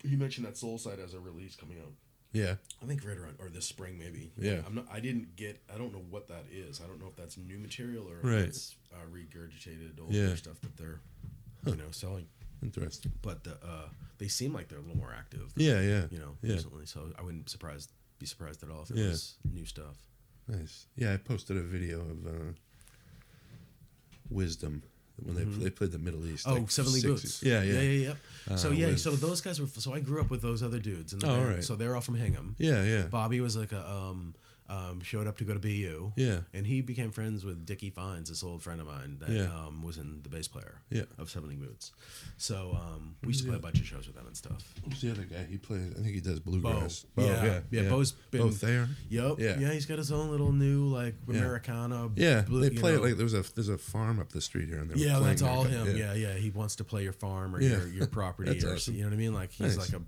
He mentioned that Soul Side has a release coming out.
Yeah.
I think right around or this spring maybe.
Yeah.
I'm not. I didn't get. I don't know what that is. I don't know if that's new material or
Right.
if it's uh, regurgitated older
Yeah.
stuff that they're, you know, selling.
Interesting.
But the, uh, they seem like they're a little more active.
Yeah. Yeah.
You know,
Yeah.
recently. So I wouldn't surprised be surprised at all if it
Yeah.
was new stuff.
Nice. Yeah, I posted a video of uh, Wisdom when they they played the Middle East.
Oh,
like
Seven League
60s.
Boots.
Yeah.
yeah,
Yeah. Yeah.
yeah. yeah. So
Uh,
yeah,
with-
so those guys were. So I grew up with those other dudes, and the
Oh,
band.
alright.
so they're all from Hingham.
Yeah. Yeah.
Bobby was like a um, um, showed up to go to BU.
Yeah.
And he became friends with Dickie Fines, this old friend of mine that
Yeah.
um, was in the bass player
Yeah.
of Seven League Boots. So um, we used to play a bunch of shows with them and stuff.
Who's the other guy? He plays. I think he does bluegrass.
Bo, yeah, yeah, Bo's been-
Bo Thayer.
Yep.
Yeah.
Yeah. he's got his own little new like
Yeah.
Americana.
Yeah,
blue-
they
you
play
know.
it like there's a there's a farm up the street here, and they're
Yeah,
playing
that's
that
all
guy.
him. Yeah. yeah, He wants to play your farm or
Yeah.
your, your property
That's
or
awesome.
you know what I mean? Like he's
Nice.
like a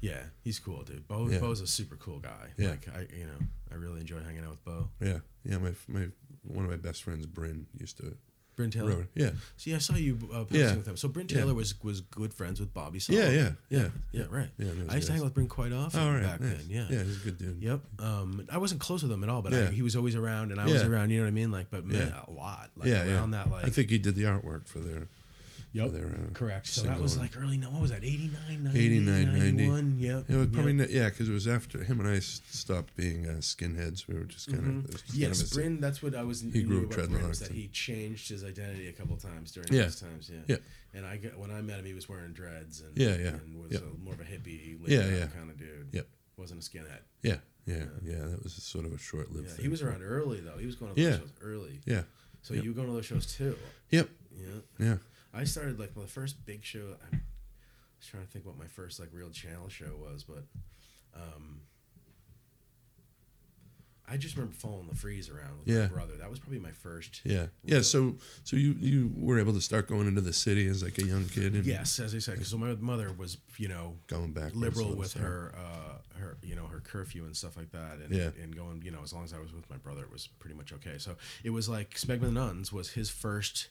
yeah, he's cool, dude. Bo
Yeah.
Bo's a super cool guy.
Yeah.
Like I you know, I really enjoy hanging out with Bo.
yeah, yeah. My my one of my best friends, Bryn, used to
Bryn Taylor.
road. Yeah,
So yeah, I saw you uh, posting
Yeah.
with him. So Bryn
Yeah.
Taylor was was good friends with Bobby. Sala.
yeah, yeah, yeah.
yeah, right.
Yeah, those
I used to
guys.
hang out with Bryn quite often
all right,
back
nice.
then. Yeah.
yeah, he's a good dude.
Yep. Um, I wasn't close with him at all, but I,
Yeah.
he was always around, and I was
Yeah.
around. You know what I mean? Like, but man,
Yeah.
a lot. Like,
yeah, yeah.
around that, like,
I think he did the artwork for their
yep,
for their uh,
correct. So that
single
was
and-
like early. No, what was that? 89, 90,
89, 90.
91. Yep.
It was probably
yep.
not, yeah, because it was after him and I s- stopped being uh, skinheads. We were just kind of
Mm-hmm. Yes, Bryn. That's what I was.
grew
He knew
up
about Bryn was
dreadlocks
that
and-
he changed his identity a couple times during
Yeah.
those times. Yeah.
Yeah.
And I got, when I met him, he was wearing dreads and
Yeah, yeah,
and was
yeah.
a, more of a hippie,
Yeah,
yeah,
yeah.
kind of dude.
Yep.
Wasn't a skinhead.
yeah, yeah, yeah. That was sort of a short-lived
Yeah.
thing.
He was around early though. He was going to those
Yeah.
shows early.
Yeah.
So
Yep.
you were going to those shows too.
Yep.
Yeah.
Yeah.
I started like my first big show. I was trying to think what my first like real channel show was, but um, I just remember falling in the freeze around with my
Yeah.
brother. That was probably my first.
Yeah. Yeah. So so you you were able to start going into the city as like a young kid and
Yes, as I said, because my mother was you know
going back
liberal with her uh, her you know her curfew and stuff like that, and
Yeah.
and going you know as long as I was with my brother, it was pretty much okay. So it was like Smegma Nuns was his first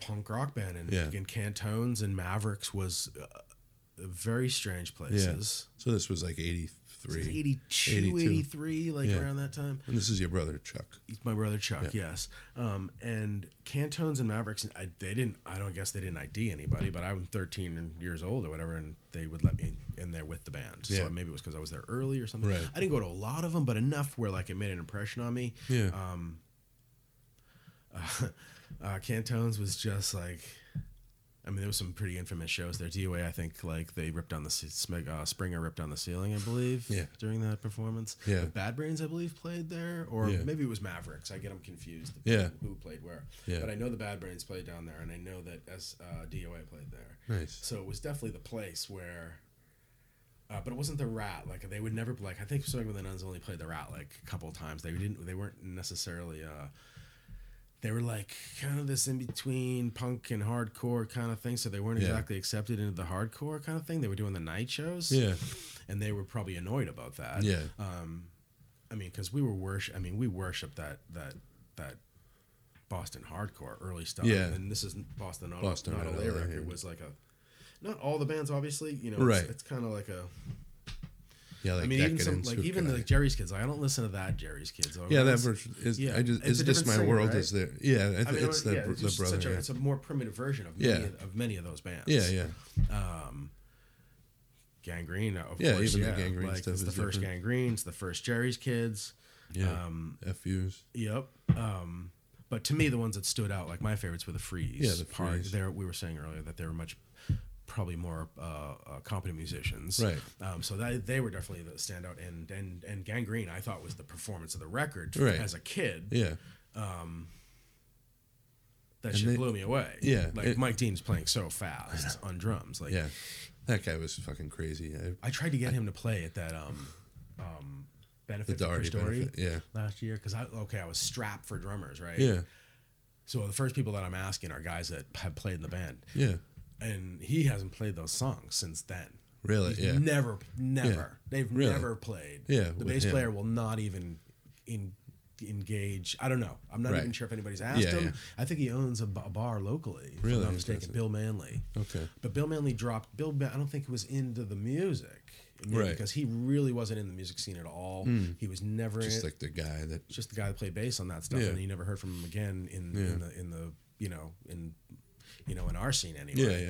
punk rock band, and
Yeah.
and Cantones and Mavericks was. Uh, very strange
Yeah.
places.
So this was like eighty
This is
three.
82,
82.
83, like
Yeah.
around that time.
And this is your brother Chuck.
He's my brother Chuck, yes. Um, and Cantones and Mavericks, I, they didn't. I don't guess they didn't ID anybody, but I'm 13 years old or whatever, and they would let me in there with the band.
Yeah.
So maybe it was because I was there early or something.
Right.
I didn't go to a lot of them, but enough where like it made an impression on me.
Yeah.
Um, uh, Cantones was just like, I mean, there was some pretty infamous shows there. DOA, I think, like they ripped on the ce- Smeg, uh, Springer ripped on the ceiling, I believe,
Yeah.
during that performance.
Yeah.
But Bad Brains, I believe, played there, or
Yeah.
maybe it was Mavericks. I get them confused.
Yeah.
who played where?
Yeah.
But I know the Bad Brains played down there, and I know that as uh, DOA played there.
Nice.
So it was definitely the place where. Uh, but it wasn't the rat. Like they would never like. I think Swing with the Nuns only played the rat like a couple of times. They didn't. They weren't necessarily. uh They were like kind of this in between punk and hardcore kind of thing. So they weren't
Yeah.
exactly accepted into the hardcore kind of thing. They were doing the night shows.
Yeah.
And they were probably annoyed about that.
Yeah.
Um, I mean, because we were worship. I mean, we worship that that that Boston hardcore early stuff.
Yeah.
And this is Boston. Auto,
Boston
not a
Auto,
lay
yeah.
record was like a not all the bands obviously you know
Right.
it's, it's kind of like a
Yeah, like
I mean, even
Decadence,
some like
who
even
could I-
like Jerry's Kids. I don't listen to that Jerry's Kids. I
yeah, that
listen-
version is.
yeah,
I just,
it's
is
a
this
different
my
singer,
world?
right?
Is there? Yeah, it,
I mean,
it's the,
yeah,
br-
it's
the
just
brother.
Such a,
yeah.
It's a more primitive version of many,
Yeah.
of many of those bands.
yeah, yeah,
Gangrene, of
Yeah,
course.
even the
yeah.
Gangrene
like,
stuff
It's
is
the first
different.
Gangrene. It's the first Jerry's Kids.
yeah.
um,
FUs.
Yep. Um, but to me, the ones that stood out, like my favorites, were the Freeze.
Yeah, the
part.
Freeze.
There, we were saying earlier that they were much, probably more uh, uh, competent musicians.
Right.
Um, so that they were definitely the standout. And and and Gangrene, I thought was the performance of the record
Right.
as a kid.
Yeah,
That shit
they-
blew me away.
Yeah,
Like
it-
Mike Dean's playing so fast on drums. Like
yeah. That guy was fucking crazy. I,
I tried to get him to play at that um, um, benefit
The
for
Doherty
Story
benefit, yeah.
last year because I okay I was strapped for drummers right
yeah,
so the first people that I'm asking are guys that have played in the band
yeah.
and he hasn't played those songs since then
Really?
He's
Yeah.
never never they've
Really?
never played
Yeah,
the
with
bass
him.
player will not even in engage I don't know I'm not
Right.
even sure if anybody's asked
Yeah,
him
yeah.
I think he owns a, b- a bar locally if I'm
Really?
not mistaken
Interesting.
Bill Manley
Okay.
but Bill Manley dropped Bill. Ma- I don't think he was into the music, maybe,
Right. Hmm.
Because he really wasn't in the music scene at all. He was never
Just
in,
like the guy that.
just the guy that played bass on that stuff,
Yeah.
and you never heard from him again in, in the in the you know in you know in our scene
Yeah,
anyway.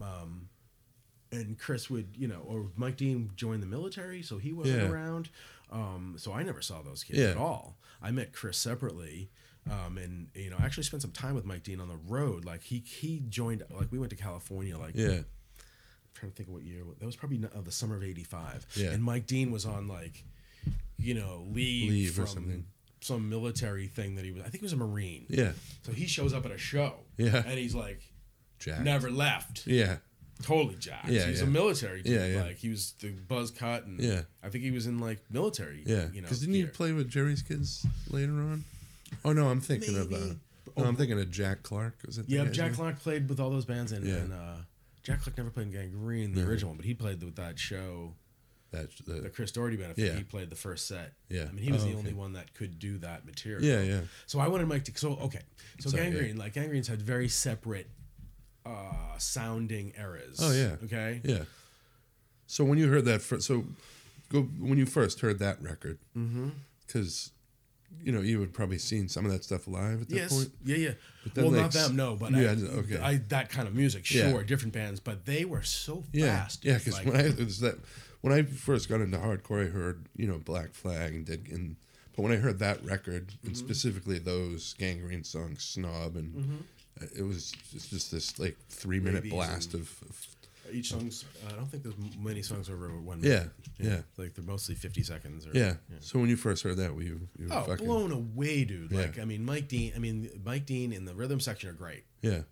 yeah.
And Chris would you know, or Mike Dean joined the military, so he wasn't
Yeah.
around. Um, so I never saw those kids
Yeah.
at all. I met Chris separately. Um, and you know, I actually spent some time with Mike Dean on the road. Like he he joined, like we went to California, like
Yeah.
trying to think of what year that was probably not- uh, the summer of 85
Yeah.
and mike dean was on like you know leave,
Leave or
from
something.
some military thing that he was i think he was a marine
Yeah.
so he shows up at a show
Yeah.
and he's like
Jack.
never left
Yeah.
totally jacked
Yeah,
he's
yeah.
a military dude.
Yeah, yeah.
like he was the buzz cut and
Yeah.
i think he was in like military
Yeah.
you know
Because didn't you
gear.
play with Jerry's kids later on? Oh no, I'm thinking of. Uh,
Maybe. Oh,
no, I'm thinking of Jack Clark. Was it? the
yeah
guy's
jack
name?
Clark played with all those bands and,
Yeah.
and uh jack Clark never played in gangrene the original one, but he played with that show
That, the-
the Chris Doherty benefit.
Yeah.
He played the first set.
Yeah.
I mean, he was
Oh,
the
okay.
only one that could do that material.
yeah, yeah,
So I wanted Mike to. So okay. So
Sorry,
Gangrene, like Gangrene's had very separate uh sounding eras.
Oh, yeah.
Okay.
yeah. So when you heard that, fir- so go when you first heard that record,
Mm-hmm.
because you know you had probably seen some of that stuff live at that
Yes.
point.
Yeah. Yeah.
then,
well,
like,
not them. No, but
you
I,
had- okay.
I that kind of music. Sure,
Yeah.
different bands, but they were so
Yeah,
fast.
yeah. Because
like,
when I it was that when I first got into hardcore, I heard you know Black Flag and did and but when I heard that record
Mm-hmm.
and specifically those Gangrene songs, Snob and uh, it was just, just this like three minute
Mm-hmm. Rabies
blast of, of
each song's, I don't think there's many songs over one.
Yeah,
minute.
yeah.
Like they're mostly fifty seconds. Or,
yeah. So when you first heard that, were you, you were
Oh,
fucking
blown away, dude!
Yeah.
Like, I mean, Mike Dean. I mean, Mike Dean and the rhythm section are great.
yeah,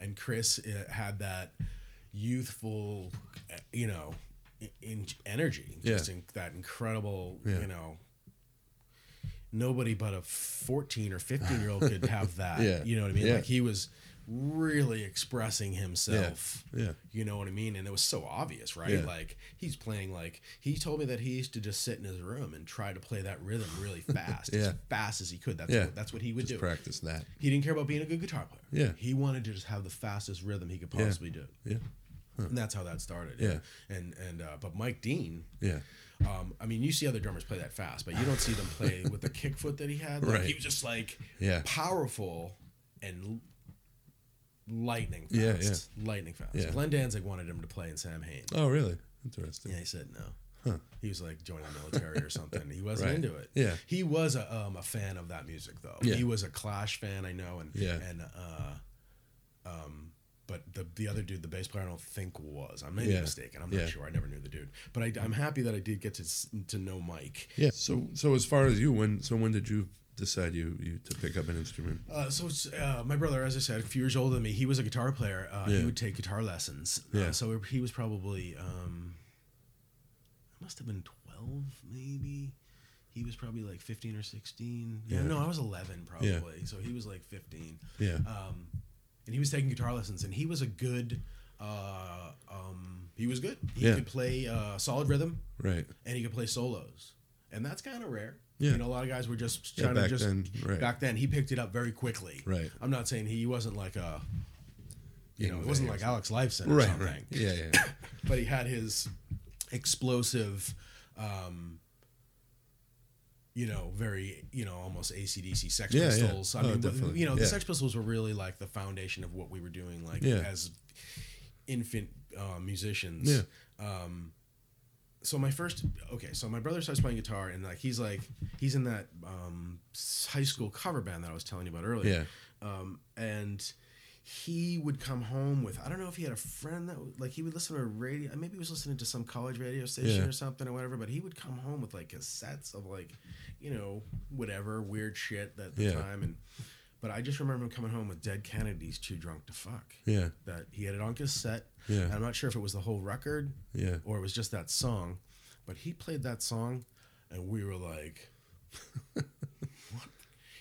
and Chris uh, had that youthful, uh, you know, e, in, energy,
Yeah.
just in, that incredible,
Yeah.
you know. Nobody but a fourteen or fifteen year old could have that.
Yeah.
You know what I mean?
Yeah.
Like he was really expressing himself.
Yeah.
You know what I mean? And it was so obvious, right?
Yeah.
Like he's playing like he told me that he used to just sit in his room and try to play that rhythm really fast, as
Yeah.
fast as he could. That's
Yeah.
what, that's what he would
just
do.
practice that.
He didn't care about being a good guitar player.
Yeah.
He wanted to just have the fastest rhythm he could possibly do.
Yeah,
And that's how that started.
Yeah.
And and uh, but Mike Dean,
yeah,
um, I mean, you see other drummers play that fast, but you don't see them play with the kick foot that he had. Like,
Right.
He was just like
Yeah.
powerful and l- lightning fast.
Yeah,
Lightning fast.
Yeah.
Glenn Danzig wanted him to play in Sam Hain.
Oh, really? Interesting.
Yeah, he said no. He was like joining the military or something. He wasn't
Right.
into it.
Yeah.
he was a um, a fan of that music though.
Yeah.
He was a Clash fan, I know, and
Yeah.
and uh, um, but the the other dude, the bass player, I don't think was. I may be
Yeah.
mistaken. I'm not
Yeah.
sure. I never knew the dude, but I, I'm happy that I did get to s- to know Mike.
Yeah. So so as far as you, when so when did you decide you you to pick up an instrument?
Uh, so it's, uh, my brother, as I said, a few years older than me, he was a guitar player. Uh, He
Yeah.
would take guitar lessons.
Yeah.
Uh, so he was probably, um, I must have been 12, maybe. He was probably like 15 or 16. Yeah.
Yeah.
No, I was 11 probably.
Yeah.
So he was like 15.
Yeah.
Um, and he was taking guitar lessons and he was a good, uh, um, he was good. He
Yeah.
could play uh, solid rhythm
Right.
and he could play solos, and that's kind of rare.
Yeah.
You know, a lot of guys were just
Yeah,
trying to
back
just
then, right.
back then. He picked it up very quickly.
Right.
I'm not saying he wasn't like a, you know, it
Ingve
wasn't
or
like Alex Lifeson or
Right.
something,
Right. Yeah. Yeah.
but he had his explosive, um, you know, very, you know, almost ACDC Sex
Yeah, yeah.
Pistols. I
Oh,
mean,
definitely.
you know, the
Yeah.
Sex Pistols were really like the foundation of what we were doing, like
Yeah.
as infant uh, musicians.
Yeah.
Um, so my first, okay, so my brother starts playing guitar, and like he's like he's in that um, s- high school cover band that I was telling you about earlier
Yeah.
um, and he would come home with I don't know if he had a friend that would- like he would listen to a radio maybe he was listening to some college radio station
Yeah.
or something or whatever but he would come home with like cassettes of like you know whatever weird shit at the
Yeah.
time and but I just remember him coming home with Dead Kennedys Too Drunk to Fuck
Yeah.
that he had it on cassette
Yeah.
And I'm not sure if it was the whole record
Yeah.
or it was just that song but he played that song and we were like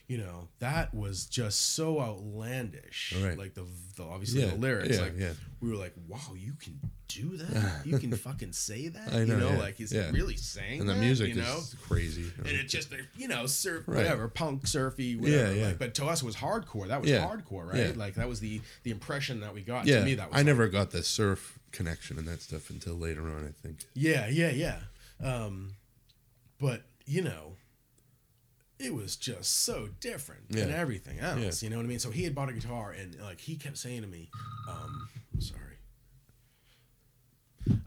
you know that was just so outlandish
Right.
like the, the obviously
Yeah,
the lyrics
yeah,
like
yeah.
we were like wow you can do that you can fucking say that
I
you
know,
know
yeah,
like he's
yeah.
really saying
And the
that,
music
you know
is crazy.
and it just you know surf
Right.
whatever punk surfy whatever
yeah.
Like, but to us it was hardcore that was
Yeah.
hardcore right
Yeah.
like that was the the impression that we got
yeah.
to me that was
I never got the surf connection and that stuff until later on, I think.
Yeah, yeah, yeah. Um, but you know, it was just so different than
Yeah.
everything else. You know what I mean? So he had bought a guitar, and like he kept saying to me, um, "Sorry."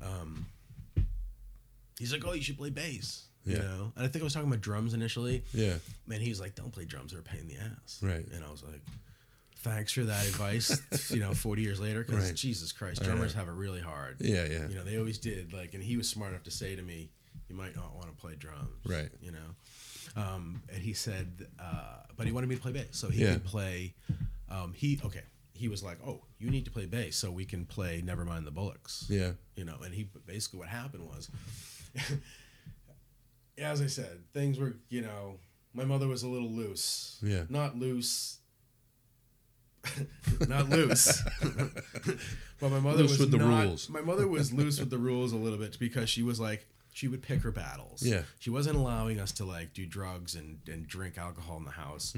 Um, he's like, "Oh, you should play bass." You
Yeah.
know, and I think I was talking about drums initially.
Yeah.
Man, he was like, "Don't play drums; they're a pain in the ass."
Right.
And I was like, "Thanks for that advice." you know, forty years later, because
Right.
Jesus Christ,
I
drummers
know.
have it really hard
Yeah. Yeah.
you know they always did like and he was smart enough to say to me you might not want to play drums
Right.
you know um, and he said uh, but he wanted me to play bass so he
Yeah.
could play um, he okay he was like oh you need to play bass so we can play nevermind the bullocks
Yeah.
you know and he basically what happened was as i said things were you know my mother was a little loose
Yeah.
not loose not loose but my mother
Loose
was
with the
not-
rules.
my mother was loose with the rules a little bit because she was like she would pick her battles
Yeah.
she wasn't allowing us to like do drugs and and drink alcohol in the house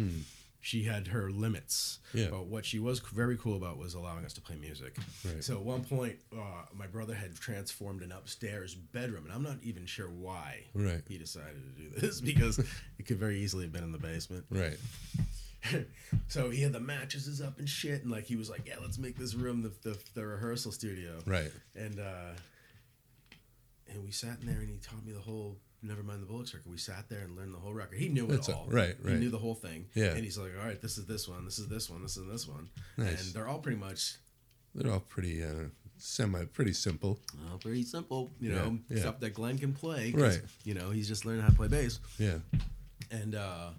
she had her limits
Hmm. Yeah.
but what she was very cool about was allowing us to play music
Right.
so at one point uh, my brother had transformed an upstairs bedroom and i'm not even sure why
Right.
he decided to do this because it could very easily have been in the basement
Right.
so he had the mattresses up and shit, and like he was like, "Yeah, let's make this room the the, the rehearsal studio."
Right.
And uh, and we sat in there, and he taught me the whole. Never mind the Bullock Circuit. We sat there and learned the whole record. He knew it
That's a-
all.
right,
He
right.
knew the whole thing.
Yeah.
And he's like, "All right, this is this one. This is this one. This is this one."
Nice.
And they're all pretty much
They're all pretty uh, semi, pretty simple.
well, pretty simple, you know,
Yeah, yeah.
stuff that Glenn can play. 'cause,
Right.
You know, he's just learning how to play bass.
Yeah.
and uh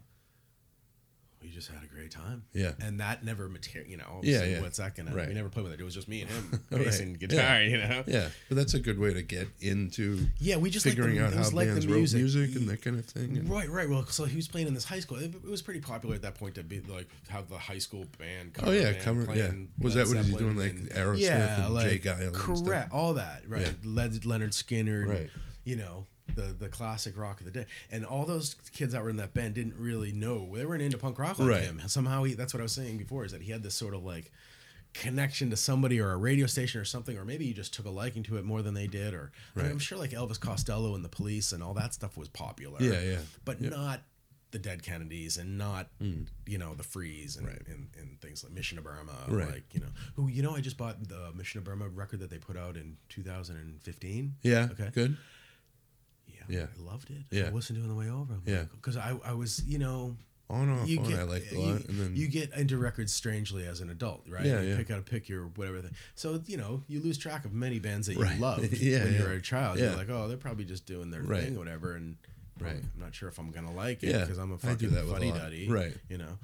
we just had a great time.
Yeah.
And that never material, you know.
Yeah,
obviously,
yeah.
What's that gonna?
Right.
We never played with it. It was just me and him,
Right.
bass and guitar.
Yeah.
You know.
Yeah. But that's a good way to get into
Yeah, we just liked
figuring
the,
out
it was
how
like
bands
the music. Mm-hmm.
wrote music and that kind of thing. and-
Right, right. Well, so he was playing in this high school. It, it was pretty popular at that point to be like have the high school band. Cover
Oh yeah,
band
cover. Yeah,
playing
was
Led
that what he's
Zeppelin
doing? Like
and-
Aerosmith
yeah,
and
like,
Jay Giles. and stuff?
Correct, all that, right?
Yeah.
Led, Leonard Skinner,
Right.
You know the the classic rock of the day, and all those kids that were in that band didn't really know they weren't into punk rock like
Right.
him. Somehow he that's what I was saying before is that he had this sort of like connection to somebody or a radio station or something, or maybe he just took a liking to it more than they did. Or I mean,
Right.
I'm sure like Elvis Costello and the Police and all that stuff was popular.
Yeah, yeah. Hmm.
but not. The Dead Kennedys and not, you know, the Freeze and, and, and things like Mission to Burma,
Right.
like you know who you know i just bought the mission of burma record that they put out in 2015
Yeah.
okay
Good.
yeah,
Yeah.
i loved it
Yeah.
i listened to it on the way over
Yeah.
because I, I was you know
On off
you
on.
get
Hmm, oh, I liked a
you,
lot. and then
you get into records strangely as an adult right
Yeah,
you
yeah.
pick out a pick your whatever thing. so you know you lose track of many bands that you
Right.
loved
Yeah,
when you
yeah.
were a child
Yeah.
you're like oh they're probably just doing their
Right.
thing or whatever and
Right.
I'm not sure if I'm gonna like it
Yeah,
because I'm
I
a
do
fucking
that with a lot.
fuddy duddy,
Right.
You know,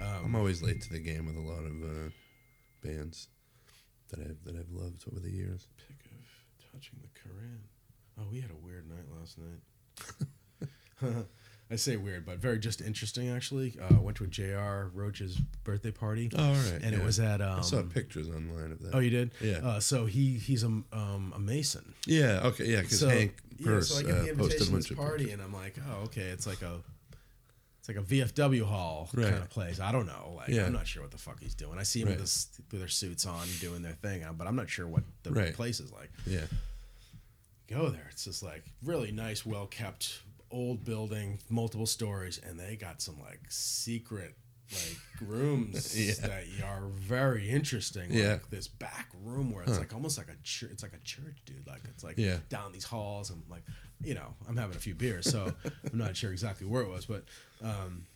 Um,
I'm always late to the game with a lot of uh, bands that I've that I've loved over the years.
pick of touching the Koran. Oh, we had a weird night last night. I say weird, but very just interesting actually. Uh, went to a J.R. Roach's birthday party.
Oh, all right,
and it
yeah.
was at. Um,
I saw pictures online of that.
oh, you did?
Yeah.
Uh, so he he's a um, a Mason.
yeah. Okay. Yeah. Because
So
Hank
yeah,
Purse
so I get the
uh, posted a
invitation to
bunch
this
of
party,
pictures.
and I'm like, oh, okay, it's like a. It's like a VFW hall kind
Right.
of place. I don't know. Like
Yeah.
I'm not sure what the fuck he's doing. I see him
Right.
with, his, with their suits on doing their thing, uh, but I'm not sure what the
Right.
place is like.
Yeah.
go there. It's just like really nice, well kept old building, multiple stories, and they got some like secret like rooms
Yeah.
that are very interesting. Like
Yeah.
this back room where it's like almost like a church. It's like a church, dude. Like it's like
Yeah.
down these halls and like you know I'm having a few beers, so I'm not sure exactly where it was, but um,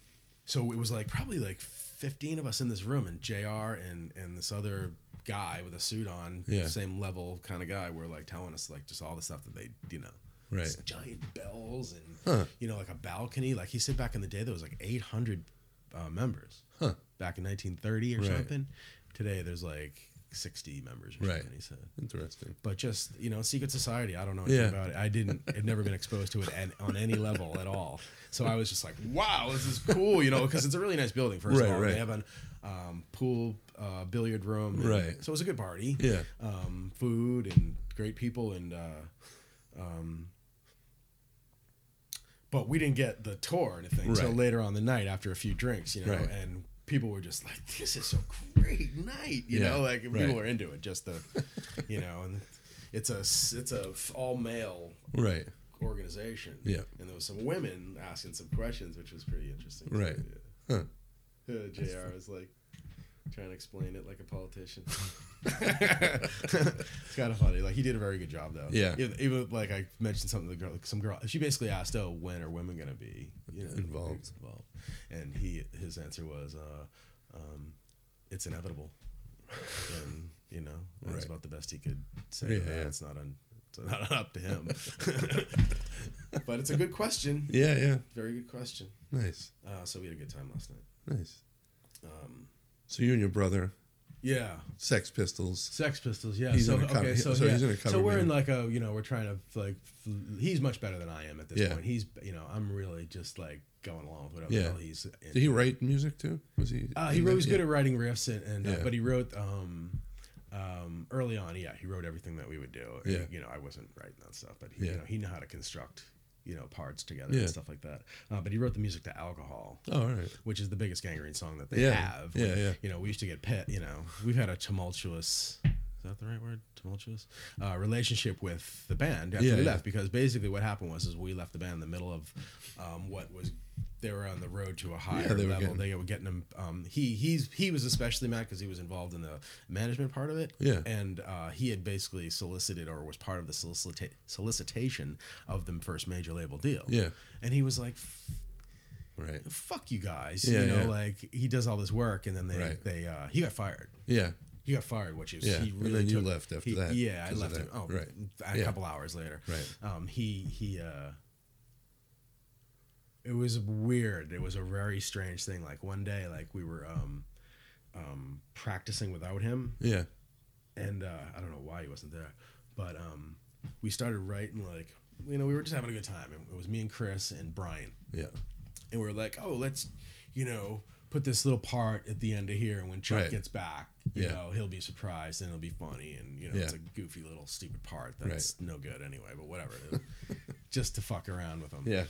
so it was like probably like 15 of us in this room and jr and and this other guy with a suit on
Yeah.
same level kind of guy were like telling us like just all the stuff that they you know
Right.
these giant bells and
Huh.
you know like a balcony like he said back in the day there was like 800 uh, members
Huh.
back in 1930 or
Right.
something today there's like 60 members or
Right.
something he said
Interesting.
but just you know secret society i don't know anything
Yeah.
about it i didn't had never been exposed to it at, on any level at all so i was just like wow this is cool you know because it's a really nice building first
Right,
of all
right.
they have an um, pool uh, billiard room and-
Right.
so it was a good party
Yeah.
um, food and great people and uh, um, but we didn't get the tour or anything until
Right.
later on the night after a few drinks you know
Right.
and people were just like this is a great night you
Yeah,
know like
right.
people were into it just the you know and it's a s- it's a all male
Right.
organization
Yeah.
and there was some women asking some questions which was pretty interesting too,
Right.
yeah.
Huh.
Uh, jr was like trying to explain it like a politician it's kind of funny like he did a very good job though
Yeah.
even, even, like i mentioned something to the girl like some girl she basically asked oh when are women going to be you know,
Involved.
involved and he his answer was uh um it's inevitable and you know that's
Right.
about the best he could say
Yeah,
to that.
yeah.
it's not un, it's not up to him but it's a good question
Yeah. Yeah.
very good question
Nice.
uh, so we had a good time last night
Nice.
um
So you and your brother,
yeah
Sex Pistols.
Sex Pistols, yeah.
He's
so
in a cover-
okay, so,
so
yeah.
he's in a cover
so we're in
band.
like a you know we're trying to like f- he's much better than I am at this
Yeah.
point. He's you know I'm really just like going along with whatever
Yeah.
the hell he's. In.
Did he write music too? Was he?
Uh, he
in
wrote,
that?
was
Yeah.
good at writing riffs, and, and uh,
Yeah.
but he wrote um, um, early on. Yeah, he wrote everything that we would do. And,
Yeah.
you know, I wasn't writing that stuff, but he,
Yeah.
you know, he knew how to construct you know parts together
Yeah.
and stuff like that. Uh, but he wrote the music to "Alcohol,"
Oh, all right.
which is the biggest gangrene song that they
Yeah.
have.
Yeah,
Like,
yeah.
You know, we used to get pet. You know, we've had a tumultuous. Is that the right word? Tumultuous uh, relationship with the band after
Yeah,
we
yeah.
left because basically what happened was is we left the band in the middle of um, what was they were on the road to a higher
they were
level.
getting-
they were getting him. Um, he he's he was especially mad because he was involved in the management part of it.
Yeah.
and uh, he had basically solicited or was part of the solicita- solicitation of the first major label deal.
Yeah.
and he was like,
Right.
fuck you guys.
Yeah,
you know,
yeah.
like he does all this work and then they
Right.
they uh, he got fired.
Yeah.
He got fired, which is
Yeah,
he
and
really
then you
took-
left after
he-
that
Yeah, I
because of
left
that.
him. Oh,
Right.
A
Yeah.
couple hours later.
Right.
Um, he he. Uh, it was weird. It was a very strange thing. Like one day, like we were um, um, practicing without him,
Yeah.
and uh, I don't know why he wasn't there, but um, we started writing like you know we were just having a good time. It was me and Chris and Brian
Yeah.
and we're like, oh, let's, you know, put this little part at the end of here, and when Chuck
Right.
gets back, you
Yeah.
know, he'll be surprised and it'll be funny, and you know, it's a
Yeah.
goofy little stupid part that's no good anyway, but whatever, it is. just to fuck around with him.
Yeah.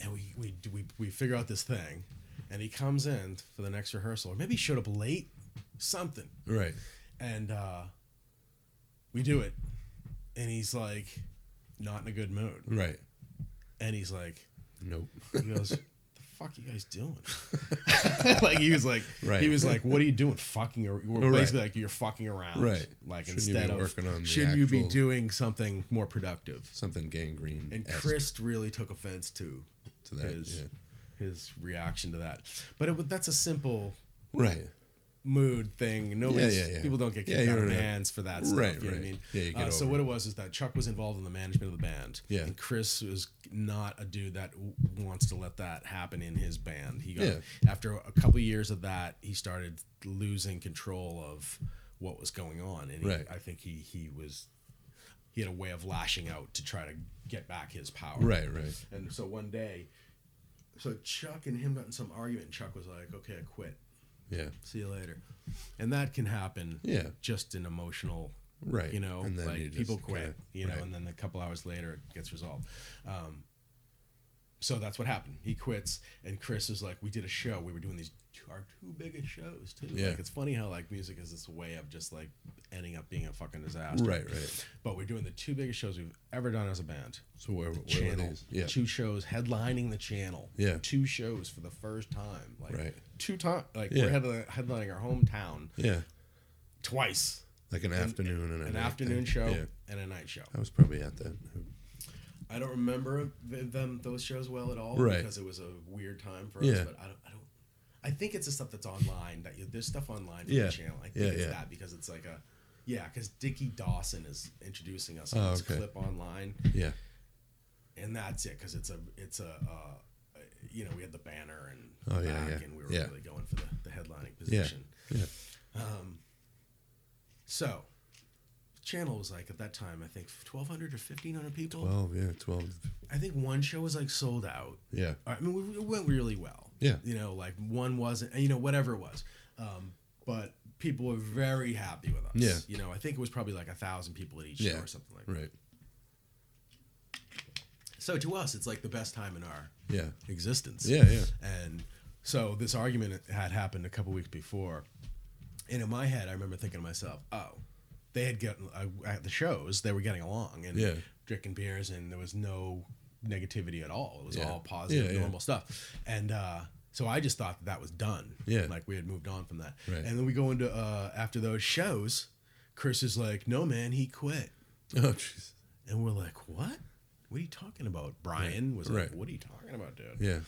And we we do- we we figure out this thing, and he comes in for the next rehearsal, or maybe he showed up late, something,
Right.
and uh, we do it, and he's like, not in a good mood,
Right.
and he's like.
Nope.
He goes, "The fuck you guys doing?" like he was like,
Right.
he was like, "What are you doing? Fucking? Ar- we're
Right.
basically like you're fucking around,
Right.
Like
Shouldn't you
instead
be
of
working on the
should you be
actual-
doing something more productive?"
Something gangrene.
And Chris really took offense to
to that.
his
yeah.
his reaction to that, but it, wa- that's a simple
Right.
mood thing. Nobody's
yeah, yeah.
people don't get kicked
Yeah,
out
you're
of
right.
bands for that stuff.
Right,
you know what I
right.
mean?
Yeah, you get
uh, so
over
what
it.
it was is that Chuck was involved in the management of the band.
Yeah.
And Chris was not a dude that w- wants to let that happen in his band. He got
Yeah.
after a couple years of that, he started losing control of what was going on, and he,
Right.
I think he he was he had a way of lashing out to try to get back his power.
Right. Right.
And so one day, so Chuck and him got in some argument. And Chuck was like, "Okay, I quit."
Yeah.
see you later and that can happen
Yeah.
just an emotional
Right.
you know
And then
like
you just
people quit
kinda-
you know
right.
and then a couple hours later it gets resolved um, so that's what happened he quits and chris is like we did a show we were doing these two, our two big really good shows too.
Yeah.
Like it's funny how like music is this way of just like ending up being a fucking disaster.
Right, right.
But we're doing the two biggest shows we've ever done as a band.
So where, where were
Channel.
these? Yeah.
Two shows headlining the channel.
Yeah.
Two shows for the first time. Like
Right.
two times. like
Yeah.
we're headli- headlining our hometown
Yeah.
twice.
Like an afternoon and a
An
night
afternoon
thing.
show
Yeah.
and a night show.
I was probably at that.
I don't remember th- them those shows well at all
Right.
because it was a weird time for
Yeah.
us. But I don't, I don't. I think it's the stuff that's online that you, there's stuff online for
Yeah.
the channel. I think
Yeah,
it's
yeah.
that because it's like a yeah because Dickie Dawson is introducing us on
Oh,
this
okay.
clip online,
Yeah.
and that's it because it's a it's a uh, you know we had the banner and
Oh, yeah,
back
yeah.
and we were
Yeah.
really going for the, the headlining position. Um,
Yeah.
So channel was like at that time I think 1,200 or 1,500 people.
Twelve. Yeah. Twelve.
I think one show was like sold out.
Yeah.
I mean, we- it went really well.
Yeah.
You know, like one wasn't, you know, whatever it was. Um, but people were very happy with us.
Yeah.
You know, I think it was probably like a thousand people at each
Yeah.
show or something like that.
Right.
So to us, it's like the best time in our
Yeah.
existence.
Yeah, yeah.
And so this argument had happened a couple weeks before, and in my head, I remember thinking to myself, "Oh, they had gotten uh, at the shows, they were getting along and
Yeah.
drinking beers, and there was no negativity at all. It was
Yeah.
all positive,
Yeah, yeah.
normal stuff." And uh, so I just thought that, that was done.
Yeah.
like we had moved on from that.
Right.
And then we go into uh, after those shows, Chris is like, "No, man, he quit."
Oh, jeez.
And we're like, what? What are you talking about? Brian was like,
Right.
what are you talking about, dude?
Yeah.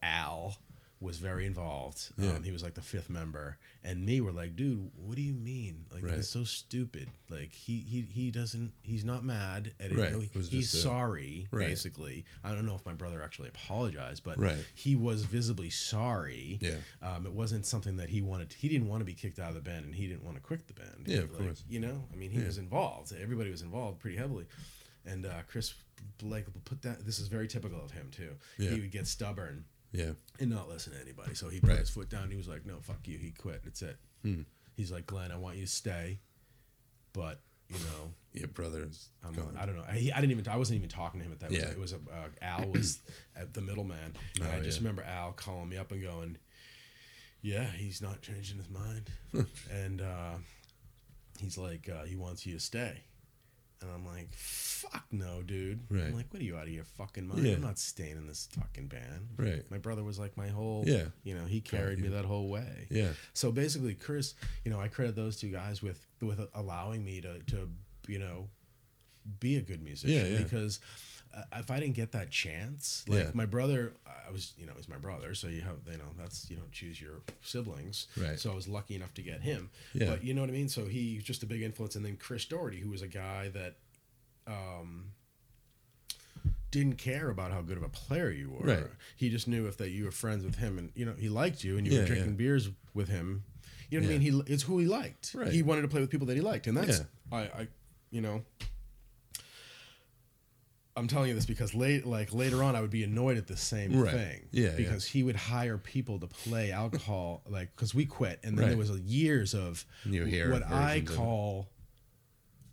Al was very involved.
Yeah.
Um, he was like the fifth member. And me were like, dude, what do you mean? Like,
Right.
that's so stupid. Like, he he, he doesn't, he's not mad at it.
Right.
No, he-
It was
he's
just a-
sorry,
Right.
basically. I don't know if my brother actually apologized, but
Right.
he was visibly sorry.
Yeah.
Um, it wasn't something that he wanted. He didn't want to be kicked out of the band and he didn't want to quit the band.
Yeah, of
Like,
course.
you know i mean he was involved everybody was involved pretty heavily and uh, chris like put that this is very typical of him too
Yeah.
he would get stubborn
Yeah.
and not listen to anybody so he put
Right. Hmm.
his foot down he was like no fuck you he quit that's it he's like glenn i want you to stay but you know
Your brother's
I'm,
gone.
I don't know. I, he- I didn't even. I wasn't even talking to him at that.
Yeah.
It was, it was, uh, Al was at the middleman. And
Oh,
I just
yeah.
remember Al calling me up and going, "Yeah, he's not changing his mind," and uh, he's like, uh, "He wants you to stay," and I'm like, "Fuck no, dude!"
Right.
I'm like, "What are you out of your fucking mind?
Yeah.
I'm not staying in this fucking band."
Right.
My brother was like my whole.
Yeah.
You know, he carried me
yeah.
that whole way.
Yeah.
So basically, Chris, you know, I credit those two guys with with allowing me to to you know be a good musician
Yeah, yeah.
because uh, if I didn't get that chance, like
Yeah.
my brother, I was you know he's my brother, so you have you know that's you don't choose your siblings,
Right.
So I was lucky enough to get him,
Yeah.
but you know what I mean. So he's just a big influence, and then Chris Doherty, who was a guy that. um didn't care about how good of a player you were.
Right.
He just knew if that you were friends with him and you know he liked you and you
Yeah,
were drinking
yeah.
beers with him. You know what I
Yeah.
mean? He it's who he liked.
Right.
He wanted to play with people that he liked, and that's
Yeah.
I, I you know. I'm telling you this because late, like later on, I would be annoyed at the same
Right.
thing.
Yeah, yeah.
Because he would hire people to play alcohol, like because we quit, and then
Right.
there was years of
You hear
what I
versions of it.
call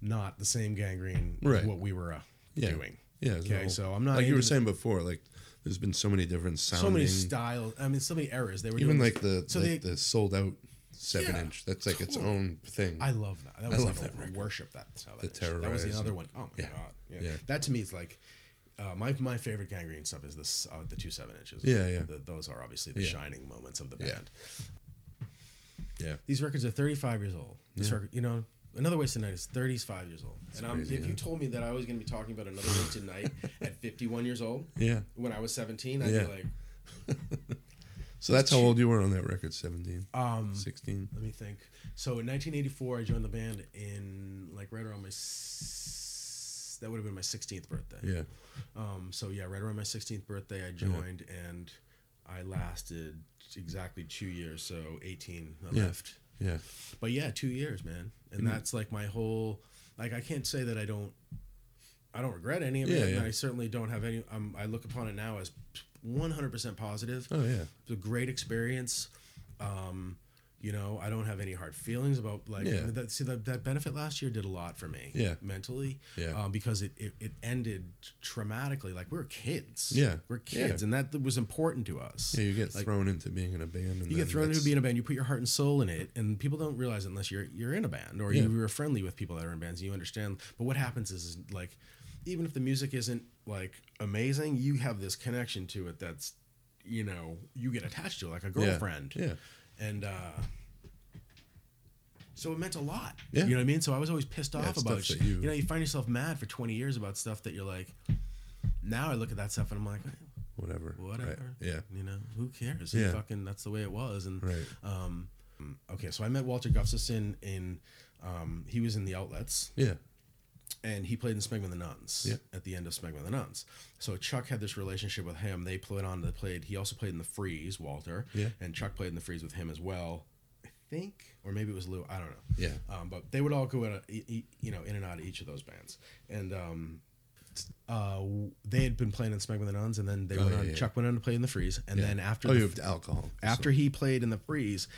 not the same gangrene
Right.
as what we were uh,
Yeah.
doing.
Yeah. there's a
Okay,
whole-
so I'm not
like you
into
were
the-
saying before. Like there's been so many different sounding.
so many styles. I mean, so many eras. They were
even
doing
like the
so
like
they-
the sold out seven
Yeah,
inch. That's like its
totally.
own thing.
I love that. That was
love
like
that
a-
record.
worship that. That's how that
The
is. That was the
Terrorize.
other one. Oh my
Yeah.
god. Yeah.
Yeah.
That to me is like uh, my my favorite gangrene stuff is this uh, the two seven inches.
Yeah, yeah.
The- those are obviously the
Yeah.
shining moments of the
Yeah.
band.
yeah.
These records are thirty five years old. This record, you know. Another Wasted Night is 35 years old. and I'm,
crazy,
if
yeah.
you told me that I was going to be talking about Another Wasted Night at 51 years old,
Yeah.
when I was 17, I'd
Yeah.
be like,
So that's how old you were on that record. 17,
um,
16.
let me think. So in 1984, I joined the band in like right around my s- that would have been my 16th birthday.
Yeah.
Um. So yeah, right around my 16th birthday, I joined, and I lasted exactly two years. So 18, I
Yeah. Mm-hmm.
left.
Yeah.
But yeah, two years, man, and that's like my whole. Like I can't say that I don't. I don't regret any of
Yeah,
it,
yeah.
and I certainly don't have any. Um, I look upon it now as 100% positive.
Oh yeah.
It's a great experience. Um, You know, I don't have any hard feelings about like
Yeah.
that. See, that, that benefit last year did a lot for me,
Yeah.
mentally,
Yeah.
um, because it, it it ended traumatically. Like we were kids,
Yeah.
we're
Yeah.
kids, and that was important to us.
Yeah, you get
Like,
thrown into being in a band. And
you
then
get thrown into
that's-
being a band. You put your heart and soul in it, and people don't realize it unless you're you're in a band or
Yeah.
you were friendly with people that are in bands. And you understand. But what happens is, is like, even if the music isn't like amazing, you have this connection to it that's, you know, you get attached to it, like a girlfriend.
Yeah.
And uh, so it meant a lot.
Yeah.
You know what I mean? So I was always pissed off
it's
about
stuff
it.
that
You,
you-
know, you find yourself mad for 20 years about stuff that you're like. Now I look at that stuff and I'm like,
Whatever.
whatever.
Right. Yeah.
You know, who cares?
Yeah.
Fucking that's the way it was. And
Right.
um okay, so I met Walter Gustafson in um he was in the outlets
Yeah.
and he played in Smegma and the Nuns
Yeah.
at the end of Smegma and the Nuns. So Chuck had this relationship with him. They played on they played he also played in the Freeze, Walter.
Yeah.
And Chuck played in the Freeze with him as well. I think. Or maybe it was Lou. I don't know.
Yeah.
Um, but they would all go in, a, e- e- you know, in and out of each of those bands, and um, uh, w- they had been playing in Smegma and the Nuns, and then they
Oh,
went
yeah,
on.
yeah.
Chuck went on to play in the Freeze, and then after
oh,
the
you
f-
have alcohol.
after he played in the Freeze,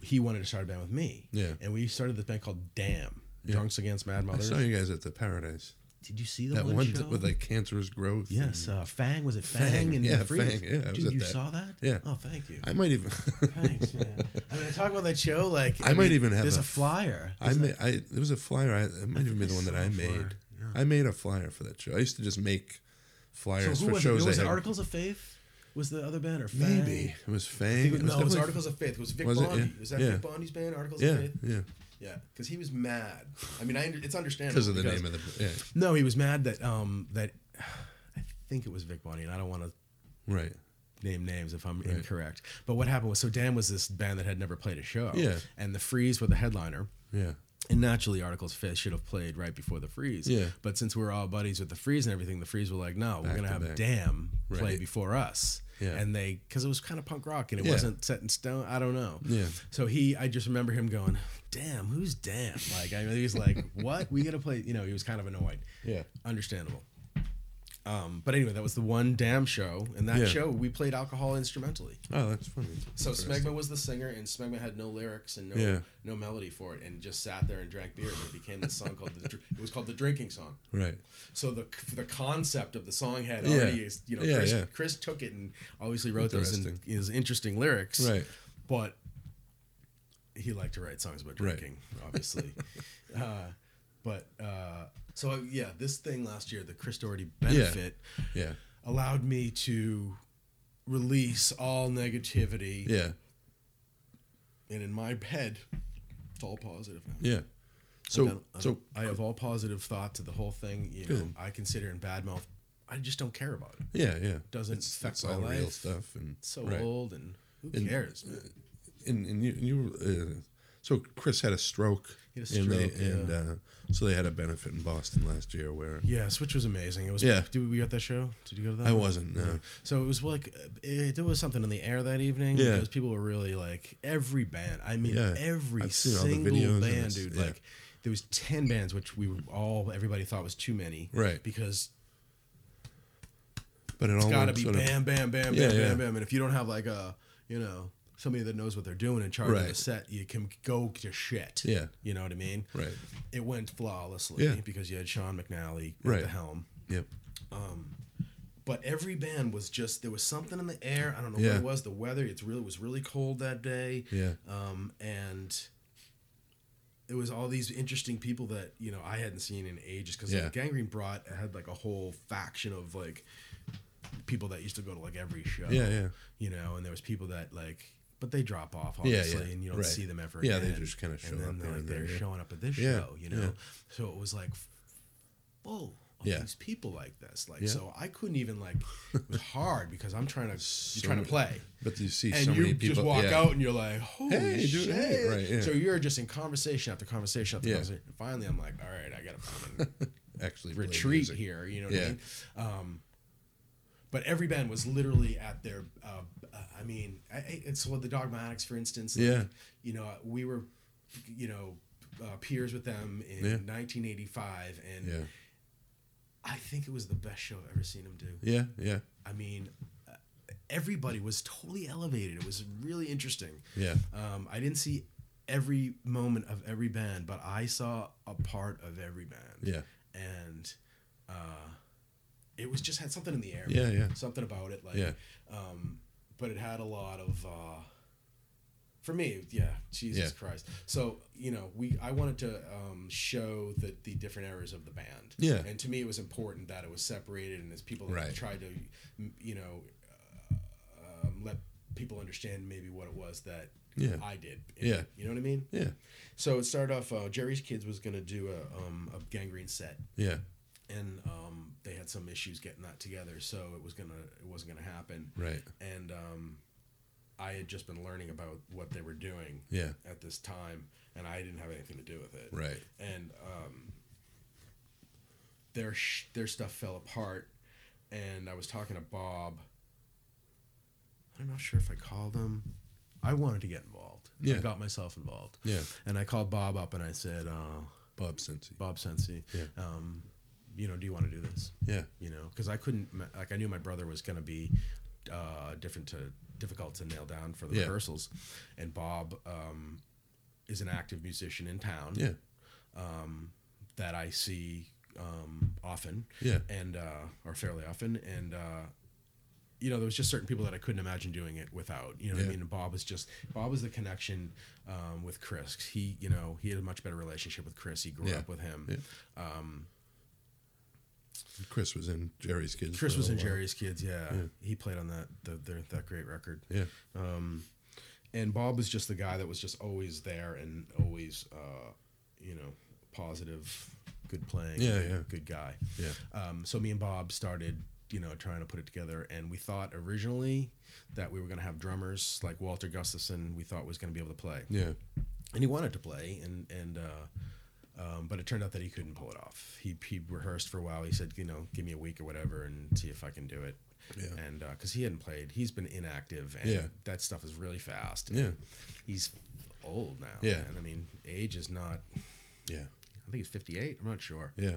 he wanted to start a band with me.
Yeah.
and we started this band called Damn Drunks Against Mad
So. I
Mothers.
saw you guys at the Paradise.
Did you see the
That
one,
one
show?
th- with like cancerous growth.
yes,
and-
uh, Fang was it Fang,
Fang,
in
yeah,
the Freeze?
Fang, yeah, I was
Dude,
at
you
that.
saw that?
Yeah.
Oh, thank you.
I might even.
Thanks, man. I mean, I talk about that show like
I might
mean,
even have
there's
a-
a, flyer.
I made. I there was a flyer. I, it might even be
I
the one that
saw
I
a
made.
flyer, yeah.
I made a flyer for that show. I used to just make
So
flyers
who
for
was it?
shows.
Was
I
it
had.
Articles of Faith? Was the other band or Fang?
Maybe it was
I
Fang.
think it was, no, it was
definitely-
Articles of Faith. It was Vic
Was it?
Bondi.
Yeah.
Was that
Yeah.
Vic Bondi's band, Articles
Yeah,
of Faith?
yeah.
Yeah, because he was mad. I mean, I under, it's understandable
Because of the name of the yeah.
No, he was mad that um that I think it was Vic Bondi, and I don't want to
Right.
name names if I'm incorrect. But what happened was, so Dan was this band that had never played a show.
Yeah.
and the Freeze were the headliner.
Yeah.
And naturally, Articles of Faith should have played right before the Freeze.
Yeah.
But since we were all buddies with the Freeze and everything, the Freeze were like, no, we're
Back
going to
to
have
back.
Damn play
Right.
before us.
Yeah.
And they, because it was kind of punk rock and it
Yeah.
wasn't set in stone. I don't know.
Yeah.
So he, I just remember him going, damn, who's damn? Like, I mean, he was like, what? We got to play. You know, he was kind of annoyed.
Yeah.
Understandable. Um, but anyway, that was the one damn show. And that
Yeah.
show, we played alcohol instrumentally.
Oh, that's funny.
So
Interesting.
Smegma was the singer, and Smegma had no lyrics and no
Yeah.
no melody for it, and just sat there and drank beer, and it became this song called the, Dr- it was called the drinking song.
Right.
So the the concept of the song had
Yeah.
already is you know
Yeah,
Chris,
yeah.
Chris took it and obviously wrote those in,
Interesting.
his interesting lyrics,
Right.
But he liked to write songs about
Right.
drinking, obviously. uh, but uh, so uh, yeah, this thing last year, the Chris Doherty benefit,
Yeah.
allowed me to release all negativity
Yeah.
and in my head, it's all positive now.
Yeah.
Like, I
So
don't- I
so
don't- I have all positive thought to the whole thing. You know,
Good.
I consider and badmouth. I just don't care about it.
yeah yeah.
Doesn't
It's,
affect
it's
my
all real
life.
stuff and
It's so
right.
old, and who
And-
cares? man?
and, and you, you uh, so Chris had a stroke.
He had a
and they,
stroke, yeah.
and uh, so they had a benefit in Boston last year where
Yes, which was amazing. It was.
Yeah.
Did we go to that show? Did you go to that?
I
one?
wasn't. uh, No.
So it was like uh, it, there was something in the air that evening.
Yeah.
Because people were really like every band. I mean,
Yeah.
every
I've seen all the
single
videos and
band,
it's-
dude.
yeah.
Like there was ten bands, which we were all everybody thought was too many.
Right.
Because
But it all
It's got to
went
be
sort of
bam, bam, bam,
Yeah,
bam,
yeah.
bam, bam. And if you don't have like a, you know, somebody that knows what they're doing in charge of the
Right.
set, you can go to shit.
Yeah.
You know what I mean?
right.
It went flawlessly
Yeah.
because you had Sean McNally at
Right.
the helm.
Yep.
But every band was just there was something in the air. I don't know
Yeah.
what it was. The weather. It's really it was really cold that day.
Yeah.
Um, and it was all these interesting people that you know I hadn't seen in ages because
Yeah.
like, Gangrene brought had like a whole faction of like people that used to go to like every show.
Yeah, yeah.
You know, and there was people that like, but they drop off obviously,
yeah,
and you don't
right.
see them ever.
Yeah, they
again.
just kinda show
and then
up
They're,
here
like,
and
they're
there, yeah.
showing up at this
Yeah,
show, you know.
yeah.
So it was like full of
Yeah.
these people like this. Like
Yeah.
so I couldn't even like it was hard because I'm trying to
So
you're trying
many-
to play.
But you see
And
so many
you
people.
just walk
yeah.
out and you're like, holy
Hey, dude,
shit.
hey, right, yeah.
So you're just in conversation after conversation after
Yeah.
conversation. And finally I'm like, all right, I gotta fucking
Actually, play
retreat
music.
here, you know what
Yeah.
I mean? Um but every band was literally at their. Uh, uh, I mean, I- I, it's what the Dogmatics, for instance. like,
Yeah.
You know, we were, you know, uh, peers with them in
Yeah.
1985, and
Yeah.
I think it was the best show I've ever seen him do.
Yeah. Yeah.
I mean, uh, everybody was totally elevated. It was really interesting.
Yeah.
Um, I didn't see every moment of every band, but I saw a part of every band.
Yeah.
And uh, it was just had something in the air.
Yeah, yeah.
Something about it, like.
Yeah.
Um, but it had a lot of. Uh, for me, yeah, Jesus
Yeah.
Christ. So you know, we I wanted to um, show the the different eras of the band.
Yeah.
And to me, it was important that it was separated, and as people
Right.
tried to, m- you know, uh, um, let people understand maybe what it was that
Yeah.
I did.
Yeah.
You know what I mean?
Yeah.
So it started off. Uh, Jerry's Kids was gonna do a um, a gangrene set
Yeah.
and um, they had some issues getting that together, so it was gonna it wasn't gonna happen.
Right.
And um, I had just been learning about what they were doing
Yeah.
at this time, and I didn't have anything to do with it.
Right.
And um, their sh- their stuff fell apart, and I was talking to Bob. I'm not sure if I called him. I wanted to get involved.
Yeah.
I got myself involved.
Yeah.
And I called Bob up and I said, uh,
Bob Sensi.
Bob Sensi,
Yeah.
um, you know, do you want to do this?
Yeah.
You know, because I couldn't, like, I knew my brother was going to be uh, different to difficult to nail down for the
Yeah.
rehearsals, and Bob um, is an active musician in town
Yeah.
that I see um, often,
Yeah.
and uh, or fairly often, and uh, you know there was just certain people that I couldn't imagine doing it without. You know, what I
Yeah.
mean, And Bob was just Bob was the connection um, with Chris. He, you know, he had a much better relationship with Chris. He grew
Yeah.
up with him.
Yeah. Chris was in Jerry's Kids.
Chris
for a
was in
while.
Jerry's Kids. Yeah. he played on that the, their that great record. Um,
Yeah.
and Bob was just the guy that was just always there and always, uh, you know, positive, good playing,
Yeah, yeah.
good guy.
Yeah.
Um, so me and Bob started, you know, trying to put it together, and we thought originally that we were going to have drummers like Walter Gustafson. We thought was going to be able to play,
Yeah.
and he wanted to play, and and. Uh, um, but it turned out that he couldn't pull it off. He, he rehearsed for a while. He said, you know, give me a week or whatever and see if I can do it.
Yeah.
And because he hadn't played, he's been inactive, and
Yeah.
that stuff is really fast.
Yeah.
He's old now.
Yeah.
And I mean, age is not.
Yeah.
I think he's 58. I'm not sure.
Yeah.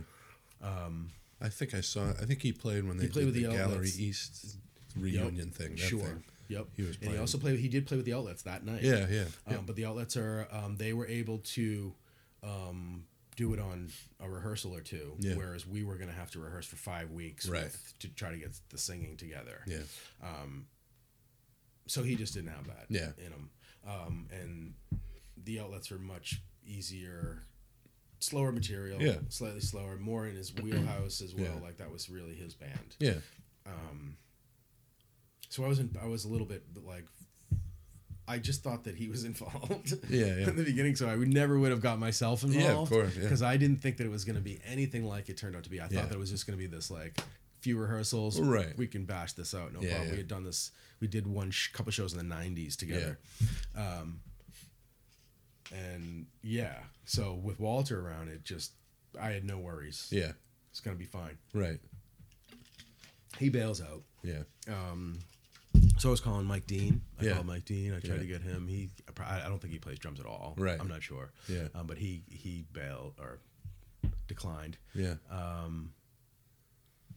Um, I think I saw. I think he played when they
played
did
with
the,
the
Gallery
Outlets.
East reunion
Yep.
thing. that
Sure.
thing.
Yep.
He was
And he
playing.
also played. He did play with the Outlets that night.
Yeah. Yeah.
Um, But the Outlets are. Um, they were able to. Um, do it on a rehearsal or two,
Yeah.
whereas we were going to have to rehearse for five weeks
Right.
with, to try to get the singing together.
yeah.
Um, so he just didn't have that
Yeah.
in him. Um, and the outlets are much easier, slower material,
Yeah.
slightly slower, more in his wheelhouse as well.
Yeah.
Like that was really his band.
Yeah.
Um, So I was in, I was a little bit like, I just thought that he was involved.
Yeah, yeah.
in the beginning, so I would never would have got myself involved.
course, yeah.
Because I didn't think that it was going to be anything like it turned out to be. I thought
Yeah.
that it was just going to be this like few rehearsals.
Right.
We can bash this out. No
Yeah,
problem.
yeah.
We had done this. We did one sh- couple shows in the '90s together. Um, and yeah, so with Walter around, it just I had no worries.
Yeah.
It's going to be fine.
Right.
He bails out.
Yeah.
So I was calling Mike Dean. I
Yeah.
called Mike Dean. I tried
Yeah.
to get him. He, I pro- I I don't think he plays drums at all.
Right.
I'm not sure.
Yeah.
Um, but he he bailed or declined,
Yeah.
Uh,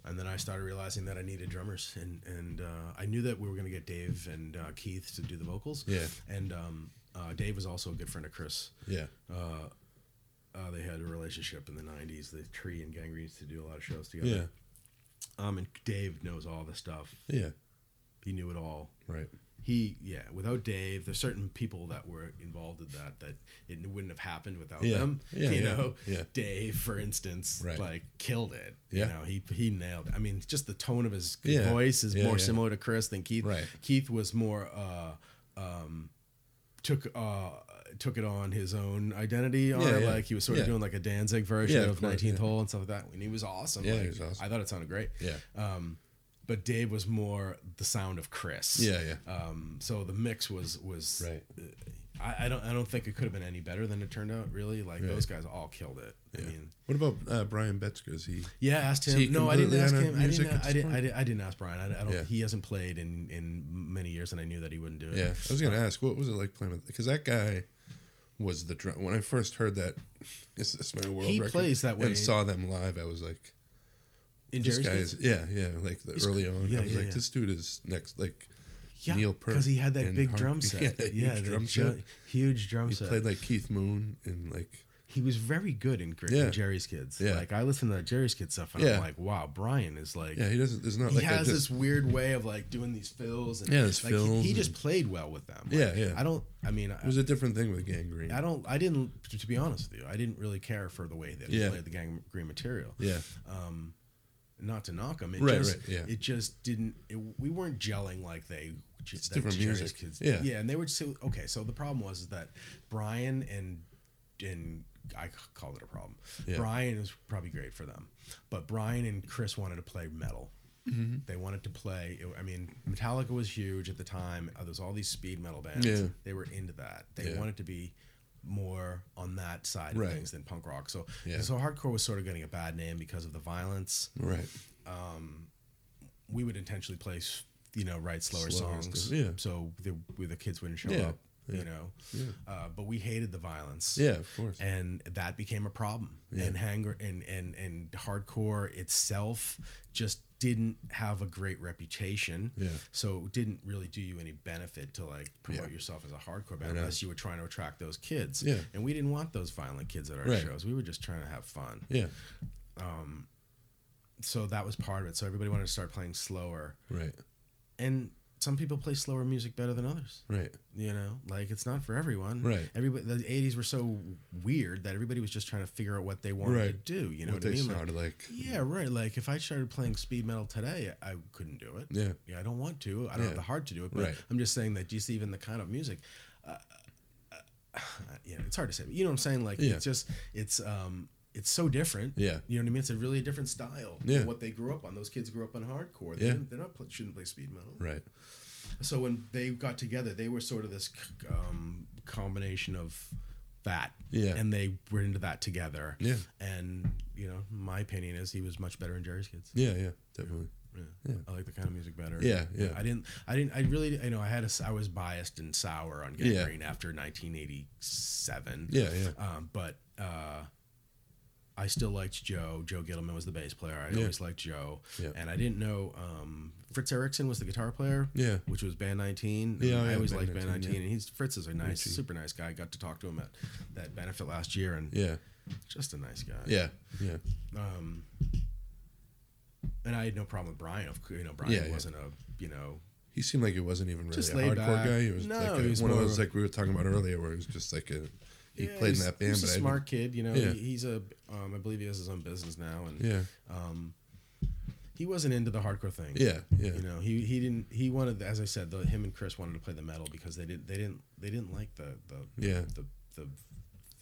and then I started realizing that I needed drummers, and and uh, I knew that we were gonna get Dave and uh, Keith to do the vocals.
Yeah.
And um, uh, Dave was also a good friend of Chris.
yeah.
Uh, they had a relationship in the '90s. The Tree and Gangrene used to do a lot of shows together.
Yeah.
Um, and Dave knows all the stuff.
Yeah.
He knew it all.
Right.
he yeah without dave there's certain people that were involved in that that it wouldn't have happened without
Yeah.
them
Yeah,
you
yeah,
know
yeah.
dave for instance
Right.
like killed it
Yeah.
you know he he nailed it. i mean just the tone of his
Yeah.
voice is
Yeah,
more
yeah.
similar to chris than keith
Right.
keith was more uh um took uh took it on his own identity on
Yeah,
it
yeah.
like he was sort of
Yeah.
doing like a danzig version
Yeah, of
of
course,
19th
yeah.
hole and stuff like that and he was awesome
Yeah, he
like,
was awesome.
i thought it sounded great
Yeah.
um but dave was more the sound of chris
Yeah. Yeah.
um, so the mix was was
Right.
I, I don't I don't think it could have been any better than it turned out. Really, like those guys all killed it. I mean,
What about uh, Brian Betzker? Is he?
yeah, I asked
Is he
him. No, I didn't
completely
ask
out of
him. I
music
didn't.
at
I
this
didn't,
point?
I didn't. I didn't ask Brian. I, I don't.
Yeah.
He hasn't played in in many years, and I knew that he wouldn't do it.
Yeah, I was gonna ask, what was it like playing with? Because that guy was the drum. When I first heard that, is this my world
He
record?
plays that way.
And saw them live, I was like,
in
this
Jerry's
guy
Kids?
is, yeah, yeah. Like the early on,
yeah,
I was
yeah,
like,
yeah.
this dude is next. Like
Yeah,
Neil Peart
because he had that
and
big
Har-
drum
yeah,
set.
that
yeah,
huge
the
drum
ju-
set.
Huge drum
He
set.
played like Keith Moon and like
he was very good in, Gr-
Yeah.
in Jerry's Kids.
Yeah.
Like I listen to that Jerry's Kids stuff and
Yeah.
I'm like, wow, Brian is like
yeah he doesn't there's not
he
like
has
a
this
dis-
weird way of like doing these fills and
Yeah, his
like, he-
fills
He, just
and-
played well with them. Like,
Yeah, yeah.
I don't I mean
it was a different thing with gangrene
I don't. I didn't. To to be honest with you, I didn't really care for the way that he
Yeah.
played the gang green material.
yeah
Um, not to knock him. It
Right,
just,
right, yeah.
It just didn't. It, we weren't gelling like they. It's
different music.
Kids,
Yeah.
Yeah, and they were just okay. So the problem was is that Brian and and I c- called it a problem.
Yeah.
Brian is probably great for them, but Brian and Chris wanted to play metal.
Mm-hmm.
They wanted to play. it- I mean, Metallica was huge at the time. Uh, There was all these speed metal bands.
Yeah.
They were into that. They
Yeah.
wanted to be more on that side
Right.
of things than punk rock. So,
Yeah.
so hardcore was sort of getting a bad name because of the violence.
right
We would intentionally play, s- you know, write slower
Slower
songs.
stuff, yeah.
So the, we- the kids wouldn't show
Yeah,
up, you know. Uh, but we hated the violence.
yeah of course
And that became a problem. And hanger and, and and hardcore itself just didn't have a great reputation.
Yeah.
So it didn't really do you any benefit to like promote
Yeah.
yourself as a hardcore band unless you were trying to attract those kids.
Yeah.
And we didn't want those violent kids at our
Right.
shows. We were just trying to have fun.
yeah
So that was part of it. So everybody wanted to start playing slower.
right
And some people play slower music better than others.
right
You know, like it's not for everyone.
Right.
Everybody, the '80s were so weird that everybody was just trying to figure out what they wanted
Right.
to do. You know
what
what I
they
mean? Like,
sounded like
yeah, right. Like if I started playing speed metal today, I couldn't do it.
Yeah.
Yeah, I don't want to. I don't
Yeah.
have the heart to do it. But
Right.
I'm just saying that just even the kind of music, uh, uh, you know, it's hard to say. But you know what I'm saying? Like
Yeah.
it's just it's um it's so different.
Yeah.
You know what I mean? It's a really different style. than
Yeah.
What they grew up on. Those kids grew up on hardcore. They
Yeah.
didn't- They're not pl- shouldn't play speed metal.
right
So when they got together, they were sort of this c- um, combination of that.
Yeah.
And they were into that together.
Yeah.
And, you know, my opinion is he was much better in Jerry's Kids.
yeah yeah definitely
Yeah.
Yeah.
I like the kind of music better.
Yeah, yeah.
I didn't, I didn't, I really, you know, I had a, s- I was biased and sour on
Yeah.
Gangrene after 1987.
yeah yeah
Um, but uh, I still liked Joe. Joe Gittleman was the bass player. I always liked Joe.
Yeah.
And I didn't know um, Fritz Erickson was the guitar player.
Yeah.
Which was Band 19.
Yeah,
I
yeah,
always
Band
liked Band
19,
19. And he's Fritz is a nice, super nice guy. I got to talk to him at that benefit last year, and
yeah
just a nice guy.
yeah yeah
Um, and I had no problem with Brian. Of cou- you know, Brian
Yeah, yeah.
wasn't a you know
he seemed like he wasn't even really
Just
a
laid
hardcore
back.
guy. He was
No,
like a,
he was
one of
more-
those like we were talking about earlier, where he was just like a he
Yeah,
played in
he's-
that band,
He's a
but I
smart kid, you know.
Yeah.
He, he's a, um, I believe he has his own business now, and
Yeah.
um, he wasn't into the hardcore thing.
Yeah, yeah.
You know, he he didn't. He wanted, as I said, the, him and Chris wanted to play the metal because they didn't they didn't they didn't like the the
Yeah.
the, the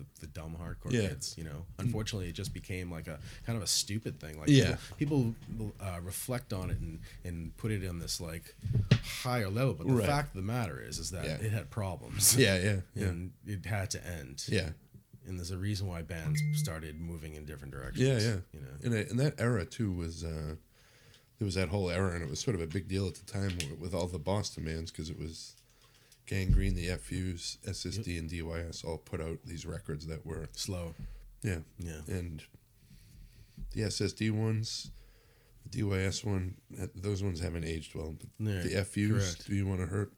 the, the dumb hardcore
Yeah.
kids, you know. Unfortunately, it just became like a kind of a stupid thing. Like
Yeah.
people, people uh, reflect on it and and put it on this like higher level. But the
Right.
fact of the matter is, is that
Yeah.
it had problems.
didn't, yeah, yeah, yeah,
and it had to end
yeah,
and there's a reason why bands started moving in different directions.
yeah, yeah.
You know,
And, I, and that era too was uh, there was that whole era, and it was sort of a big deal at the time with, with all the Boston bands because it was Gangrene, the FUs, SSD, and DYS all put out these records that were
slow.
yeah,
Yeah.
and the SSD ones. The DYS one, uh, those ones haven't aged well. But
Yeah,
the FUs,
correct.
do you want to hurt?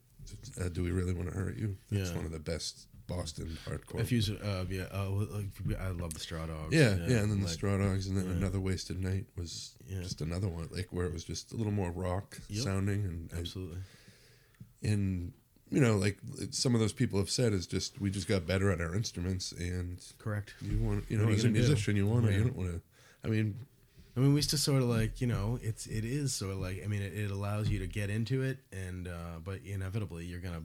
Uh, do we really want to hurt you? That's
Yeah.
one of the best Boston hardcore.
If you, s- uh, yeah, oh, uh, I love the Straw Dogs.
yeah, yeah, and then the
like,
Straw Dogs, and then another Wasted Night was
Yeah.
just another one, like where it was just a little more rock
Yep.
sounding, and
Absolutely.
and you know, like some of those people have said, is just we just got better at our instruments, and
Correct.
you want, you
What
know,
are you
as a
gonna do?
musician, you want to,
Yeah.
you don't want to. I mean,
I mean, we used to sort of like, you know, it's it is sort of like, I mean, it, it allows you to get into it, and uh, but inevitably you're gonna,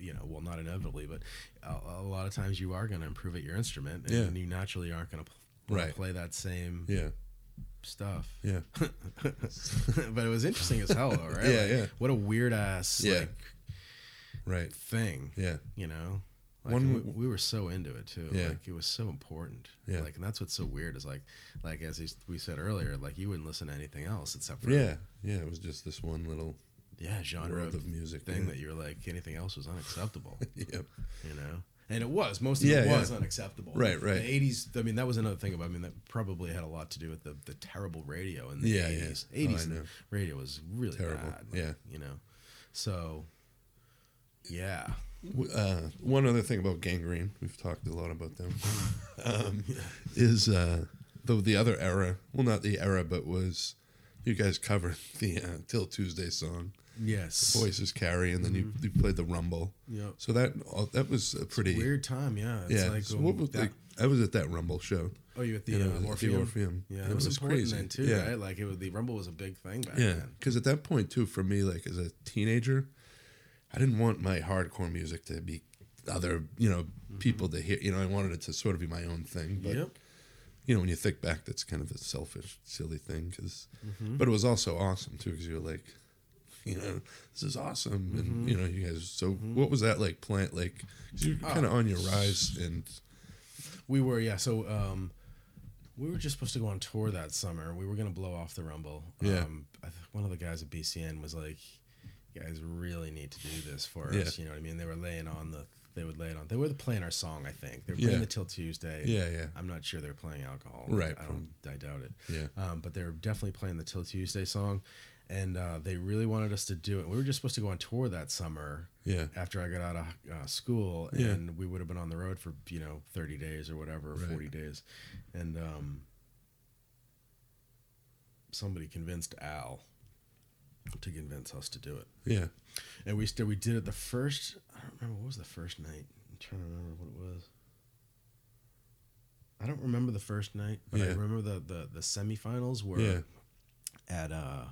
you know, well, not inevitably, but a, a lot of times you are gonna improve at your instrument, and
Yeah.
you naturally aren't gonna. Pl-
Right.
Play that same
yeah,
stuff.
yeah,
but it was interesting as hell, though, right?
Yeah,
Like,
yeah.
What a weird ass
Yeah.
like,
right,
thing.
yeah,
you know like
One-
we, we were so into it too
Yeah.
like it was so important
Yeah.
like and that's what's so weird is like like as he's- we said earlier like you wouldn't listen to anything else except for
yeah, yeah. It was just this one little
yeah genre
world
of
of music
thing
yeah.
that you were like anything else was unacceptable
Yep.
you know and it was most of
Yeah,
it
yeah.
was unacceptable
Right, right.
the 80s i mean that was another thing about i mean that probably had a lot to do with the, the terrible radio in the
Yeah, yeah.
80s
Oh, I
80s
know.
radio was really
Terrible,
bad
yeah.
you know so Yeah.
Uh, one other thing about gangrene, we've talked a lot about them, um, is uh, the, the other era, well, not the era, but was you guys covered the uh, Till Tuesday song,
Yes.
Voices Carry, and then
Mm-hmm.
you, you played the Rumble.
Yep.
So that all that was a pretty.
Weird time, yeah. It's
yeah.
Like
so
um,
what was
that-
like, I was at that Rumble show.
oh, you at the,
and I
uh,
was at the
Orpheum?
Orpheum.
Yeah,
And
it was, important
crazy.
then too,
yeah.
right? Like it was, the Rumble was a big thing back
Yeah,
then.
because at that point too, for me, like as a teenager, I didn't want my hardcore music to be other, you know, people to hear. You know, I wanted it to sort of be my own thing. But
yep.
you know, when you think back, that's kind of a selfish, silly thing. Because, but it was also awesome too, because you're like, you know, this is awesome, and you know, you guys. So, what was that like? Plant like 'cause you're kind of on your rise, and
We were, yeah. So um, we were just supposed to go on tour that summer. We were gonna blow off the Rumble.
Yeah.
Um, I th- one of the guys at BCN was like, "You guys really need to do this for
Yeah.
us." You know what I mean? They were laying on the. They would lay it on. They were playing our song, I think. They were playing
Yeah.
the Till Tuesday.
Yeah, yeah.
I'm not sure they were playing alcohol.
Right,
I don't. I doubt it.
Yeah.
Um, but they were definitely playing the Till Tuesday song, and uh, they really wanted us to do it. We were just supposed to go on tour that summer
yeah,
after I got out of uh, school,
Yeah.
and we would have been on the road for you know thirty days or whatever,
Right.
forty days, and um, somebody convinced Al to convince us to do it,
yeah,
and we still we did it the first. I don't remember what was the first night. I'm trying to remember what it was. I don't remember the first night, but I
Yeah.
remember the the the semifinals were
yeah.
at uh.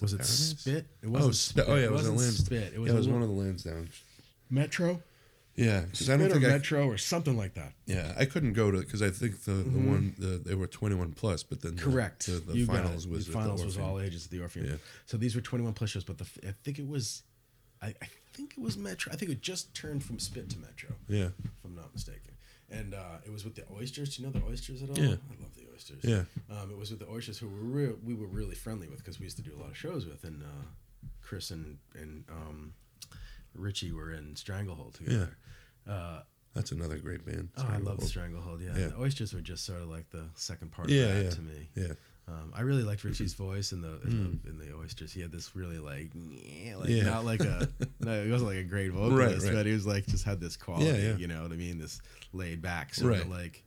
Was it
Paradise?
Spit? It wasn't
Spit. Oh, yeah, it was in
wasn't
Lansd-
Spit. It
Yeah,
was,
it was
in
one of the lands down.
Metro.
Yeah, because I don't
Spin or
think I,
Metro or something like that.
Yeah, I couldn't go to because I think the, the one the, they were twenty one plus, but then the-
Mm-hmm. Correct.
The, the
You got
finals
it.
was
the
at the
finals was
Orpheum.
all ages at the Orpheum.
Yeah.
So these were 21 plus shows, but the f- I think it was, I, I think it was Metro. I think it just turned from Spit to Metro,
Yeah,
if I'm not mistaken. And uh, it was with the oysters. Do you know the oysters at all?
Yeah.
I love the oysters.
Yeah.
Um, it was with the oysters who were real, we were really friendly with because we used to do a lot of shows with, and uh, Chris and and um, Richie were in Stranglehold together. Uh,
that's another great band.
Oh, I love
Stranglehold.
Stranglehold. Yeah.
Yeah.
the oysters were just sort of like the second part of
Yeah,
that
yeah,
to me.
yeah,
Um, I really liked Richie's
Mm-hmm.
voice in the in, the in the oysters. He had this really like, yeah, like
Mm. Yeah.
not like a no, he wasn't like a great vocalist,
right.
but he was like just had this quality.
yeah.
You know what I mean? This laid back sort
Right.
of like,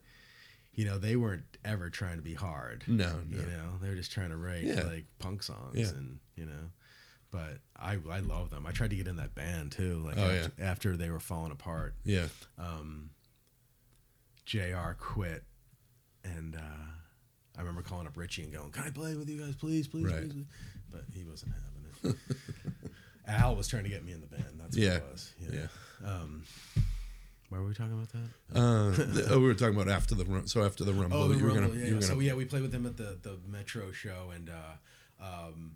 you know, they weren't ever trying to be hard.
No,
you
no.
know, they were just trying to write
Yeah.
like punk songs
Yeah.
and you know. But I I love them. I tried to get in that band too. Like
Oh,
after, after they were falling apart,
yeah,
um, JR quit. And uh, I remember calling up Richie and going, Can I play with you guys, please, please,
Right.
please? please?" But he wasn't having it. Al was trying to get me in the band. That's what
Yeah.
it was.
yeah.
Um, why were we talking about that?
Uh, th- oh, we were talking about after the rum, so after the rumble,
Oh, the
you were
Rumble.
gonna,
yeah,
you
yeah.
were gonna,
So yeah, we played with them at the the Metro show, and uh, um,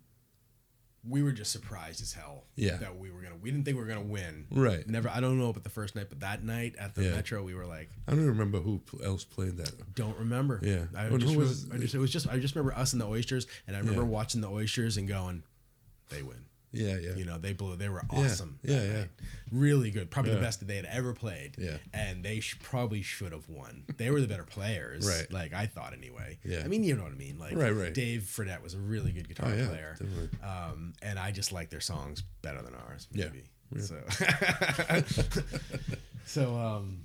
we were just surprised as hell.
Yeah.
that we were gonna. We didn't think we were gonna win.
Right.
Never. I don't know about the first night, but that night at the
Yeah.
Metro, we were like,
I don't even remember who pl- else played that.
Don't remember.
Yeah.
I
Well,
just,
who
remember,
was-
I just it was just I just remember us and the oysters, and I remember
Yeah.
watching the oysters and going, they win.
Yeah, yeah,
You know, they blew. They were
Yeah,
awesome. that
yeah, yeah.
night. Really good. Probably
Yeah.
the best that they had ever played.
Yeah.
And they sh- probably should have won. They were the better players.
Right.
Like I thought anyway.
Yeah.
I mean, you know what I mean. Like
Right, right.
Dave Fredette was a really good guitar
Oh, yeah,
player.
definitely.
Um, and I just like their songs better than ours.
Yeah.
Maybe. So. so um,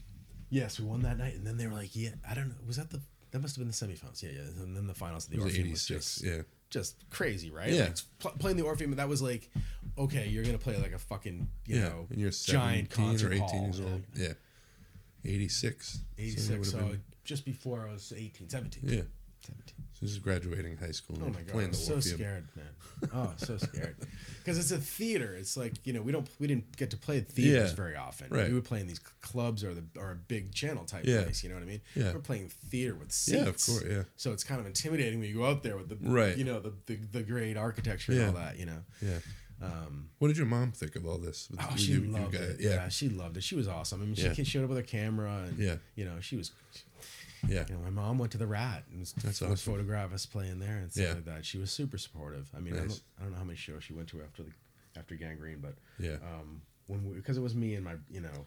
yes, we won that night, and then they were like, yeah, I don't know, was that the that must have been the semifinals. Yeah, yeah, and then the finals. of The
It was
Orpheum was
'86.
just
Yeah,
just crazy, right?
Yeah.
Like, it's pl- playing the Orpheum, that was like, okay, you're gonna play like a fucking you
yeah.
know
and you're
giant
17
concert
or eighteen
hall.
years old. Yeah, eighty six.
Eighty six, so, just before I was 18, 17.
yeah,
17.
so this is graduating high school.
Oh
and
my god,
playing
I'm
the
so
Orpheum.
scared, man. Oh, so scared. Because it's a theater. It's like you know we don't we didn't get to play at theaters
Yeah,
very often.
right.
We would play in these cl- clubs or the or a big channel type
Yeah.
place. You know what I mean?
Yeah.
We're playing theater with seats.
Yeah, of course, yeah.
So it's kind of intimidating when you go out there with the
Right.
You know the the, the great architecture and
Yeah.
all that. You know.
Yeah.
Um,
What did your mom think of all this?
oh,
You-
she
you
loved
guys-
it. Yeah.
Yeah,
she loved it. She was awesome. I mean, she
Yeah.
ca- showed up with her camera and
Yeah.
you know she was
yeah,
you know, my mom went to the Rat and was,
That's
was
awesome.
photograph us playing there and stuff
Yeah.
like that. She was super supportive. I mean, I,
Nice.
don't, I don't know how many shows she went to after the after Gangrene, but
yeah,
um, when because it was me and my you know,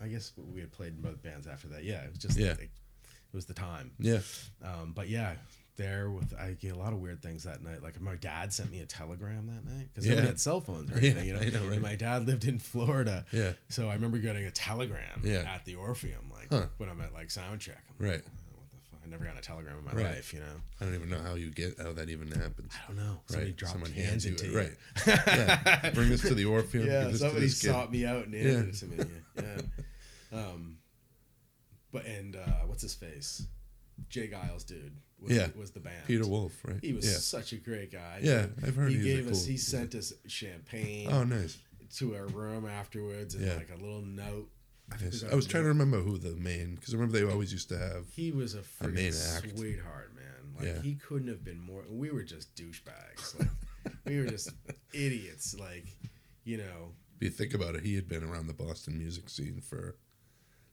I guess we had played in both bands after that. Yeah, it was just
Yeah.
like, it was the time.
yeah.
Um, but yeah, there with I get a lot of weird things that night. Like my dad sent me a telegram that night because nobody
Yeah.
had cell phones or
Yeah,
anything.
I
you know,
know, right?
And my dad lived in Florida.
Yeah.
So I remember getting a telegram
Yeah.
at the Orpheum, like
Huh.
when I'm at like sound check. I'm like, "Oh,
Right.
what the fuck? I never got a telegram in my
Right.
life, you know.
I don't even know how you get how that even happens.
I don't know. Somebody
right.
dropped
Someone
hands
hands you
into
it.
you.
Right. yeah. Bring this to the Orpheum.
Yeah,
give this to
somebody
this kid.
sought me out and handed
Yeah.
it to me. Yeah. um, but and uh, what's his face? Jay Giles, dude. Was,
Yeah.
was the band.
Peter Wolf, right?
He was
Yeah.
such a great guy.
Yeah,
dude.
I've heard
he
he's a
gave us.
cool-
He sent us champagne
Oh, nice.
to our room afterwards, and
Yeah.
like a little note.
Yes.
forgot
I was
his
trying to
name.
remember who the main because I remember they always used to have.
He was a
A main
freaking
act.
sweetheart, man. Like
Yeah.
he couldn't have been more. We were just douchebags. Like we were just idiots. Like you know,
If you think about it, he had been around the Boston music scene for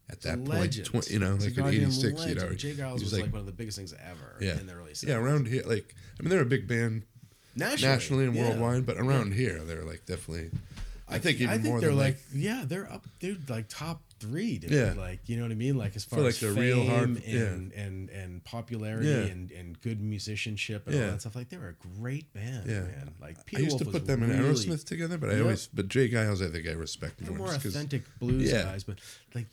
at
a
that point,
legend.
tw- you know,
He's a
like in
goddamn
'86, he'd
legend.
already.
Jay
he
Giles was like, one of the biggest things ever
yeah,
in the early 70s.
yeah, around here, like I mean, they're a big band
nationally,
nationally and
yeah.
worldwide, but around here, they're like definitely. I think even more
they're
than
like, yeah, they're up, dude, like top three, dude.
Yeah.
Like you know what I mean? Like as far
like,
as
the
fame
real hard-
and,
yeah.
and and popularity
Yeah.
and and good musicianship and all
Yeah.
that stuff. Like they were a great band,
Yeah.
man. Like
I
Peter
used
Wolf
to
was
put them in
really
Aerosmith together, but I
Yeah.
always but Jay Giles, I think I respect
the
more
more
just 'cause-
authentic blues
Yeah.
guys, but like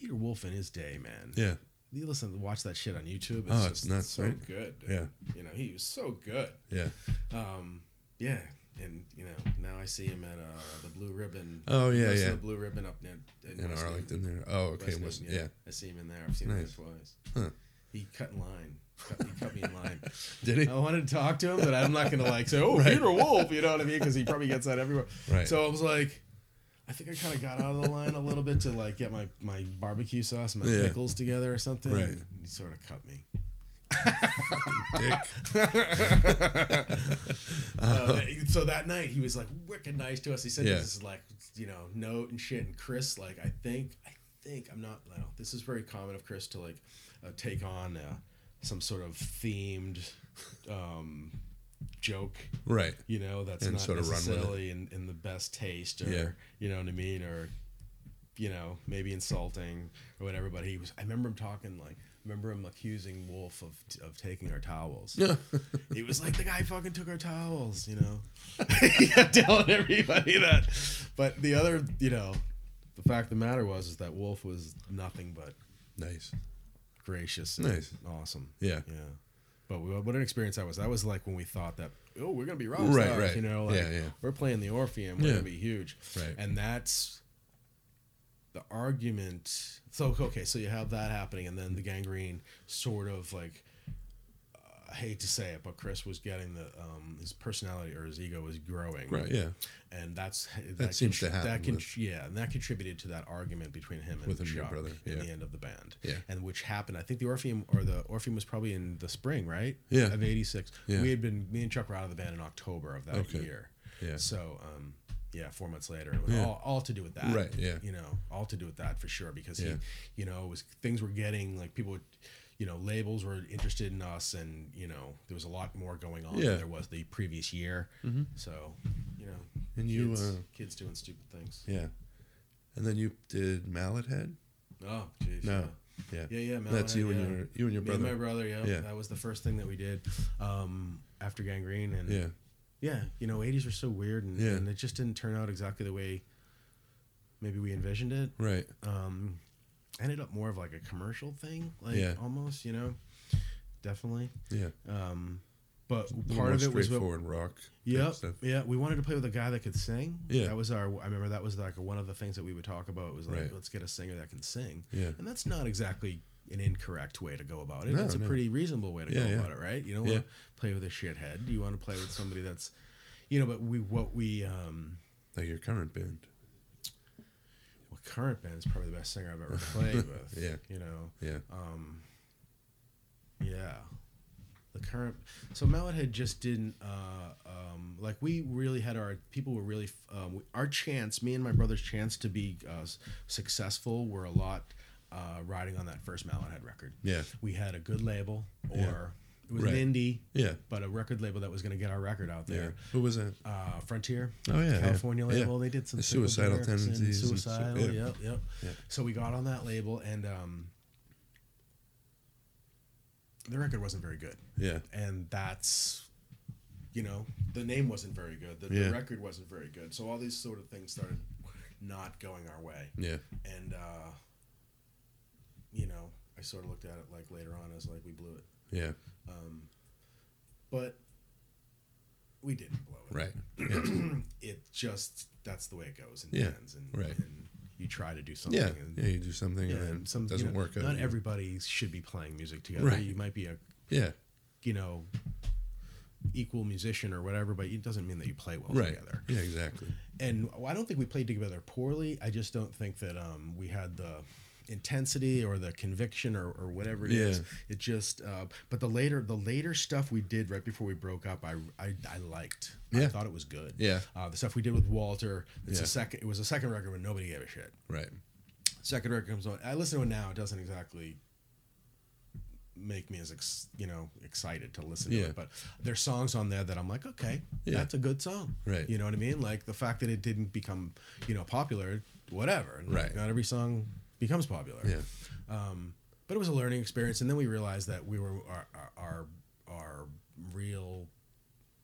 Peter Wolf in his day, man.
Yeah,
You listen, watch that shit on YouTube. It's
Oh, it's
just
nuts,
so
right?
good. dude.
Yeah.
you know he was so good.
yeah.
Um, yeah, and you know now I see him at uh, the Blue Ribbon.
Oh, yeah,
Most of
yeah.
The Blue Ribbon up in, in,
In
West Newton.
Arlington, there. Oh, okay,
West
was
Newton,
yeah.
I see him in there. I've seen him
Nice.
there twice.
Huh.
He cut in line. Cut, he cut me in line.
Did he?
I wanted to talk to him, but I'm not gonna like say, "Oh,
Right.
Peter Wolf," you know what I mean? Because he probably gets that everywhere.
Right.
So I was like, I think I kind of got out of the line a little bit to like get my my barbecue sauce and my
Yeah.
pickles together or something.
Right.
and He sort of cut me. Oh.
Dick.
Uh, that- so that night he was like wicked nice to us. He said
Yeah.
this is like you know note and shit. And Chris like I think I think I'm not. No, this is very common of Chris to like uh, take on uh, some sort of themed um, joke.
right.
You know that's
And
not
sort of run with it.
necessarily in, in the best taste, or
Yeah.
you know what I mean, or you know maybe insulting or whatever. But he was. I remember him talking like. Remember him accusing Wolf of, of taking our towels.
Yeah.
He was like, the guy fucking took our towels, you know. Yeah, telling everybody that. But the other, you know, the fact of the matter was is that Wolf was nothing but
nice.
gracious and
Nice.
awesome.
Yeah.
Yeah. But we, what an experience that was. That was like when we thought that, oh, we're going to be rock
Right,
stars,
right.
you know. Like,
Yeah, yeah.
We're playing the Orpheum. We're
Yeah.
going to be huge.
Right.
And that's the argument. So, okay, so you have that happening, and then the gangrene sort of like, I hate to say it, but Chris was getting the um, his personality or his ego was growing,
Right. Yeah.
and that's that,
seems to happen
That can,
with-
yeah, and that contributed to that argument between him and
With him and your
Chuck
brother,
in
yeah.
the end of the band,
Yeah.
and which happened. I think the Orpheum or the Orpheum was probably in the spring, right?
Yeah.
of '86.
Yeah.
We had been me and Chuck were out of the band in October of that
Okay.
year.
Yeah.
So, um, yeah, four months later, it was
Yeah.
all, all to do with that,
Right, yeah.
you know, all to do with that for sure because
Yeah.
he, you know, it was things were getting like people. Would, you know, labels were interested in us, and you know there was a lot more going on
Yeah. Mm-hmm.
than there was the previous year. So, you know,
And you,
kids,
uh,
kids doing stupid things.
yeah. And then you did Mallet Head.
Oh, jeez.
No.
yeah.
Yeah.
Yeah, yeah, man.
That's you
yeah.
and your you and your
Me and
brother.
my brother. Yeah.
Yeah.
that was the first thing that we did um, after Gangrene, and
yeah.
yeah, you know, '80s were so weird, and,
Yeah.
and it just didn't turn out exactly the way maybe we envisioned it.
Right.
Um, ended up more of like a commercial thing, like
Yeah.
almost, you know, definitely.
Yeah.
Um, but
A little
part
more
of it was what,
straightforward rock. type
Yep.
stuff.
Yeah, we wanted to play with a guy that could sing.
Yeah.
That was our. I remember that was like one of the things that we would talk about was like,
Right.
let's get a singer that can sing.
Yeah.
And that's not exactly an incorrect way to go about it.
No,
that's a
no.
pretty reasonable way to
Yeah,
go
yeah.
about it, right? You don't
Yeah.
want to play with a shithead. You want to play with somebody that's, you know. But we what we um
Like your current band.
what current band is probably the best singer I've ever played with.
Yeah.
You know.
Yeah.
Um. Yeah. The current so Melonhead just didn't uh, um, like we really had our people were really um, we, our chance me and my brother's chance to be uh, s- successful were a lot uh, riding on that first Melonhead record.
Yeah.
we had a good label or
Yeah.
it was
Right.
an indie,
Yeah.
but a record label that was going to get our record out
Yeah.
there.
Who was that?
Uh, Frontier,
Oh, yeah, yeah.
California
Yeah.
label. They did some
The
stuff with
Suicidal
Erickson,
Tendencies and stuff,
Suicidal,
yeah.
yep, yep.
Yeah.
So we got on that label and. Um, the record wasn't very good,
Yeah.
and that's you know the name wasn't very good, the,
Yeah.
the record wasn't very good, so all these sort of things started not going our way,
Yeah.
and uh, you know I sort of looked at it like later on as like we blew it,
Yeah.
um, but we didn't blow it.
Right. Yeah.
it just that's the way it goes in
Yeah,
bands, and,
right.
and you try to do something.
yeah.
and,
Yeah. You do something
yeah,
and then
and some
something doesn't
you know,
work out.
Not everybody should be playing music together.
Right.
You might be a
Yeah.
you know equal musician or whatever, but it doesn't mean that you play well
Right.
together.
Yeah. Exactly.
And well, I don't think we played together poorly. I just don't think that um, we had the intensity or the conviction or, or whatever it
Yeah.
is. It just uh, but the later the later stuff we did right before we broke up, I I, I liked. I
Yeah.
thought it was good.
Yeah.
Uh, the stuff we did with Walter, it's
Yeah.
a second. It was a second record when nobody gave a shit.
Right.
Second record comes on. I listen to it now. It doesn't exactly make me as ex, you know excited to listen to
Yeah.
it. But there's songs on there that I'm like, okay,
Yeah.
that's a good song.
Right.
You know what I mean? Like the fact that it didn't become you know popular, whatever. And like,
Right.
Not every song becomes popular.
Yeah.
Um, but it was a learning experience, and then we realized that we were our our our, our real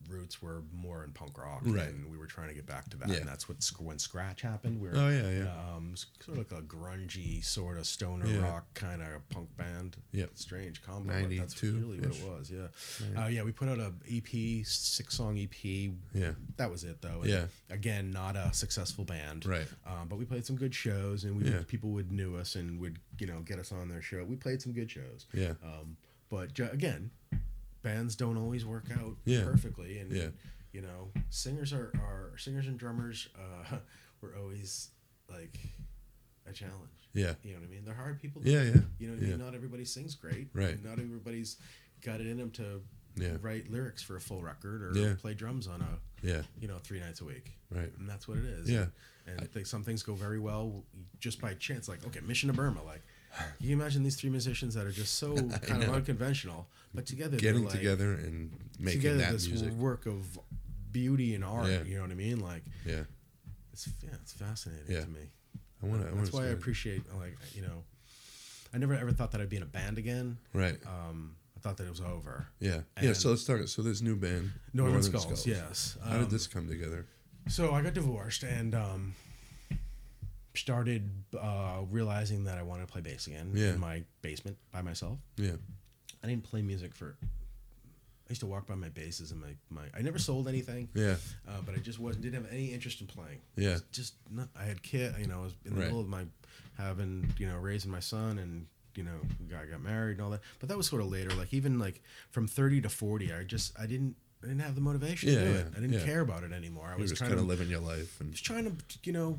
roots were more in punk rock,
Right.
And we were trying to get back to that,
Yeah.
and that's what sc- when Scratch happened. We were,
Oh, yeah, yeah.
um, s- sort of like a grungy sort of stoner
Yeah.
rock kind of punk band.
Yep.
strange combo. but that's really what
92-ish.
it was. Yeah, uh, yeah. We put out a EP, six song EP.
Yeah.
that was it though. And
Yeah.
again, not a successful band.
Right.
Um, but we played some good shows, and we would-
Yeah.
people would knew us and would you know get us on their show. We played some good shows.
Yeah.
Um, but ju- again, bands don't always work out
Yeah.
perfectly, and
Yeah.
you know, singers are, are singers and drummers uh, were always like a challenge.
Yeah.
You know what I mean? They're hard people.
Yeah. Yeah.
You know, what I
yeah.
mean? not everybody sings great.
Right.
Not everybody's got it in them to
Yeah.
write lyrics for a full record or
Yeah.
play drums on a
Yeah.
you know three nights a week
Right.
and that's what it is.
Yeah.
and I think some things go very well just by chance. Like okay, Mission to Burma. Like, can you imagine these three musicians that are just so kind of
know.
unconventional, but together they're
Getting
like,
together and making
together
that
this
music.
work of beauty and art.
Yeah.
You know what I mean? Like,
Yeah.
it's yeah, it's fascinating
Yeah.
to me.
I want to. I wanna
That's why I
start-
appreciate like you know, I never ever thought that I'd be in a band again.
Right.
Um, I thought that it was over.
Yeah. Yeah.
and-
So let's talk. So this new band,
Northern, Skulls, yes.
How
Um,
did this come together?
So I got divorced and um, started uh, realizing that I wanted to play bass again
Yeah.
in my basement by myself.
Yeah.
I didn't play music for. I used to walk by my basses and my, my I never sold anything,
Yeah.
uh, but I just wasn't didn't have any interest in playing.
Yeah.
Just- just not. I had kid, you know, I was in the
Right.
middle of my having you know raising my son and you know I got married and all that. But that was sort of later. Like even like from thirty to forty, I just I didn't I didn't have the motivation
Yeah,
to do
yeah,
it. I didn't
yeah.
care about it anymore. I
You're
was
just
trying
kind
to
of living your life, and
just trying to you know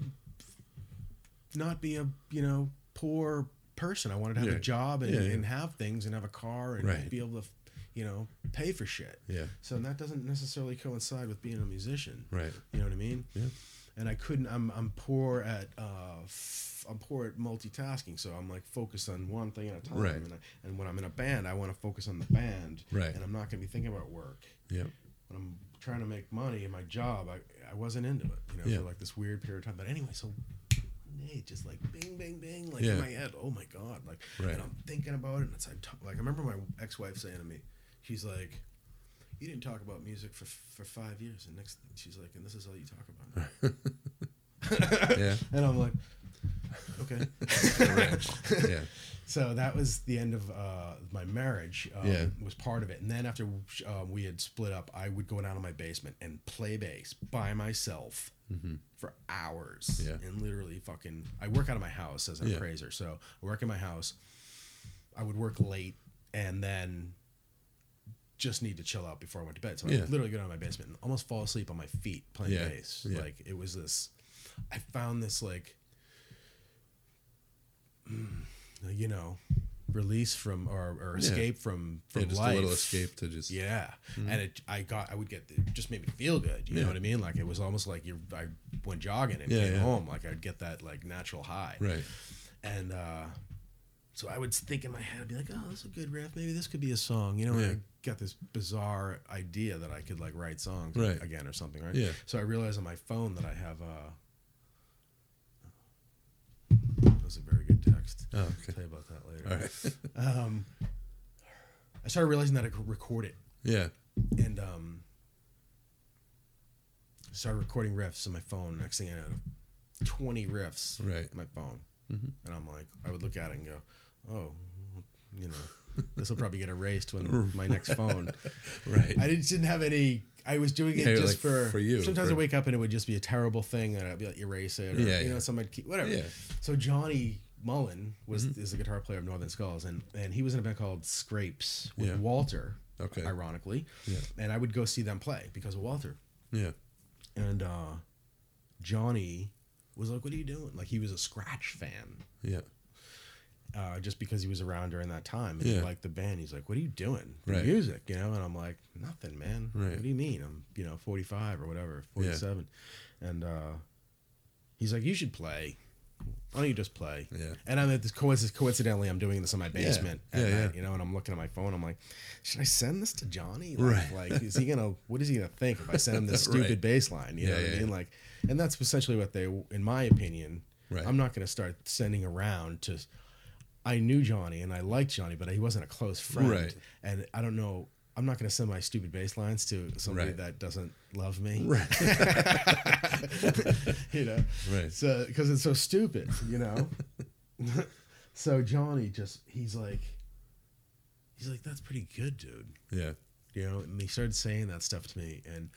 not be a you know poor person i wanted to have
Yeah.
a job and,
Yeah, yeah.
and have things and have a car and
Right.
be able to you know pay for shit
yeah.
so that doesn't necessarily coincide with being a musician
Right.
you know what i mean
Yeah.
and i couldn't i'm i'm poor at uh f- i'm poor at multitasking so i'm like focused on one thing at a time
Right.
and, I, and when i'm in a band i want to focus on the band
Right.
and i'm not going to be thinking about work
Yeah.
when I'm trying to make money in my job, I, I wasn't into it, you know,
Yeah.
for like this weird period of time. But anyway, so hey, just like bing, bing, bing, like
Yeah.
in my head, oh my god, like,
Right.
and I'm thinking about it, and it's like, t- like I remember my ex-wife saying to me, she's like, you didn't talk about music for for five years, and next she's like, and this is all you talk about. now."
Yeah.
and I'm like, okay.
yeah.
So that was the end of uh, my marriage. Um,
Yeah.
Was part of it, and then after um, we had split up, I would go down to my basement and play bass by myself for hours.
Mm-hmm. Yeah.
And literally, fucking, I work out of my house as an
Yeah.
appraiser, so I work in my house. I would work late, and then just need to chill out before I went to bed. So I
Yeah.
literally go down to my basement and almost fall asleep on my feet playing
Yeah.
bass.
Yeah.
Like it was this. I found this like you know, release from or, or escape from from
yeah just
life.
a little escape to just.
Yeah, and it, I got I would get it just made me feel good. You
Yeah.
know what I mean? Like it was almost like you I went jogging and
Yeah,
came
yeah.
home. Like I'd get that like natural high.
Right.
And uh, so I would think in my head, I'd be like, oh, that's a good riff. Maybe this could be a song. You know,
Yeah.
and I got this bizarre idea that I could like write songs
Right.
again or something, right?
Yeah.
So I realized on my phone that I have. Uh, that was a very good text.
Oh,
I'll
okay.
tell you about that later.
All right.
Um, I started realizing that I could record it
Yeah.
and um started recording riffs on my phone. Next thing I know, 20 riffs
Right.
on my phone.
Mhm.
And I'm like, I would look at it and go, oh, you know, this will probably get erased when my next phone.
Right.
I didn't, didn't have any. I was doing it
Yeah, you're
just
like,
for
for you,
Sometimes
for-
I wake up and it would just be a terrible thing, and I'd be like, erase it, or
Yeah,
you know,
yeah.
some I'd keep whatever.
Yeah. Mm-hmm.
So Johnny Mullen was is the guitar player of Northern Skulls, and and he was in a band called Scrapes with
Yeah.
Walter,
Okay.
ironically,
Yeah.
and I would go see them play because of Walter,
Yeah.
and uh, Johnny was like, "What are you doing?" Like he was a scratch fan
Yeah.
uh, just because he was around during that time and
Yeah.
he liked the band. He's like, "What are you doing? for
Right.
Music, you know?" And I'm like, "Nothing, man.
Right.
What do you mean? I'm you know 45 or whatever, 47." And uh, he's like, "You should play. Why don't you just play?"
Yeah.
And I'm at this coincidence. Coincidentally, I'm doing this in my
Yeah.
basement. At
Yeah,
night,
yeah.
You know, and I'm looking at my phone. I'm like, "Should I send this to Johnny? Like,
Right.
like, is he gonna? What is he gonna think if I send him this
Right.
stupid bass line? You know
Yeah,
what
yeah,
I mean?
yeah.
Like, and that's essentially what they, in my opinion,
Right.
I'm not going to start sending around to. I knew Johnny and I liked Johnny, but he wasn't a close friend.
Right.
And I don't know. I'm not going to send my stupid bass lines to somebody
Right.
that doesn't love me.
Right.
you know.
Right.
So because it's so stupid, you know. so Johnny just he's like, he's like, that's pretty good, dude
Yeah.
you know and he started saying that stuff to me and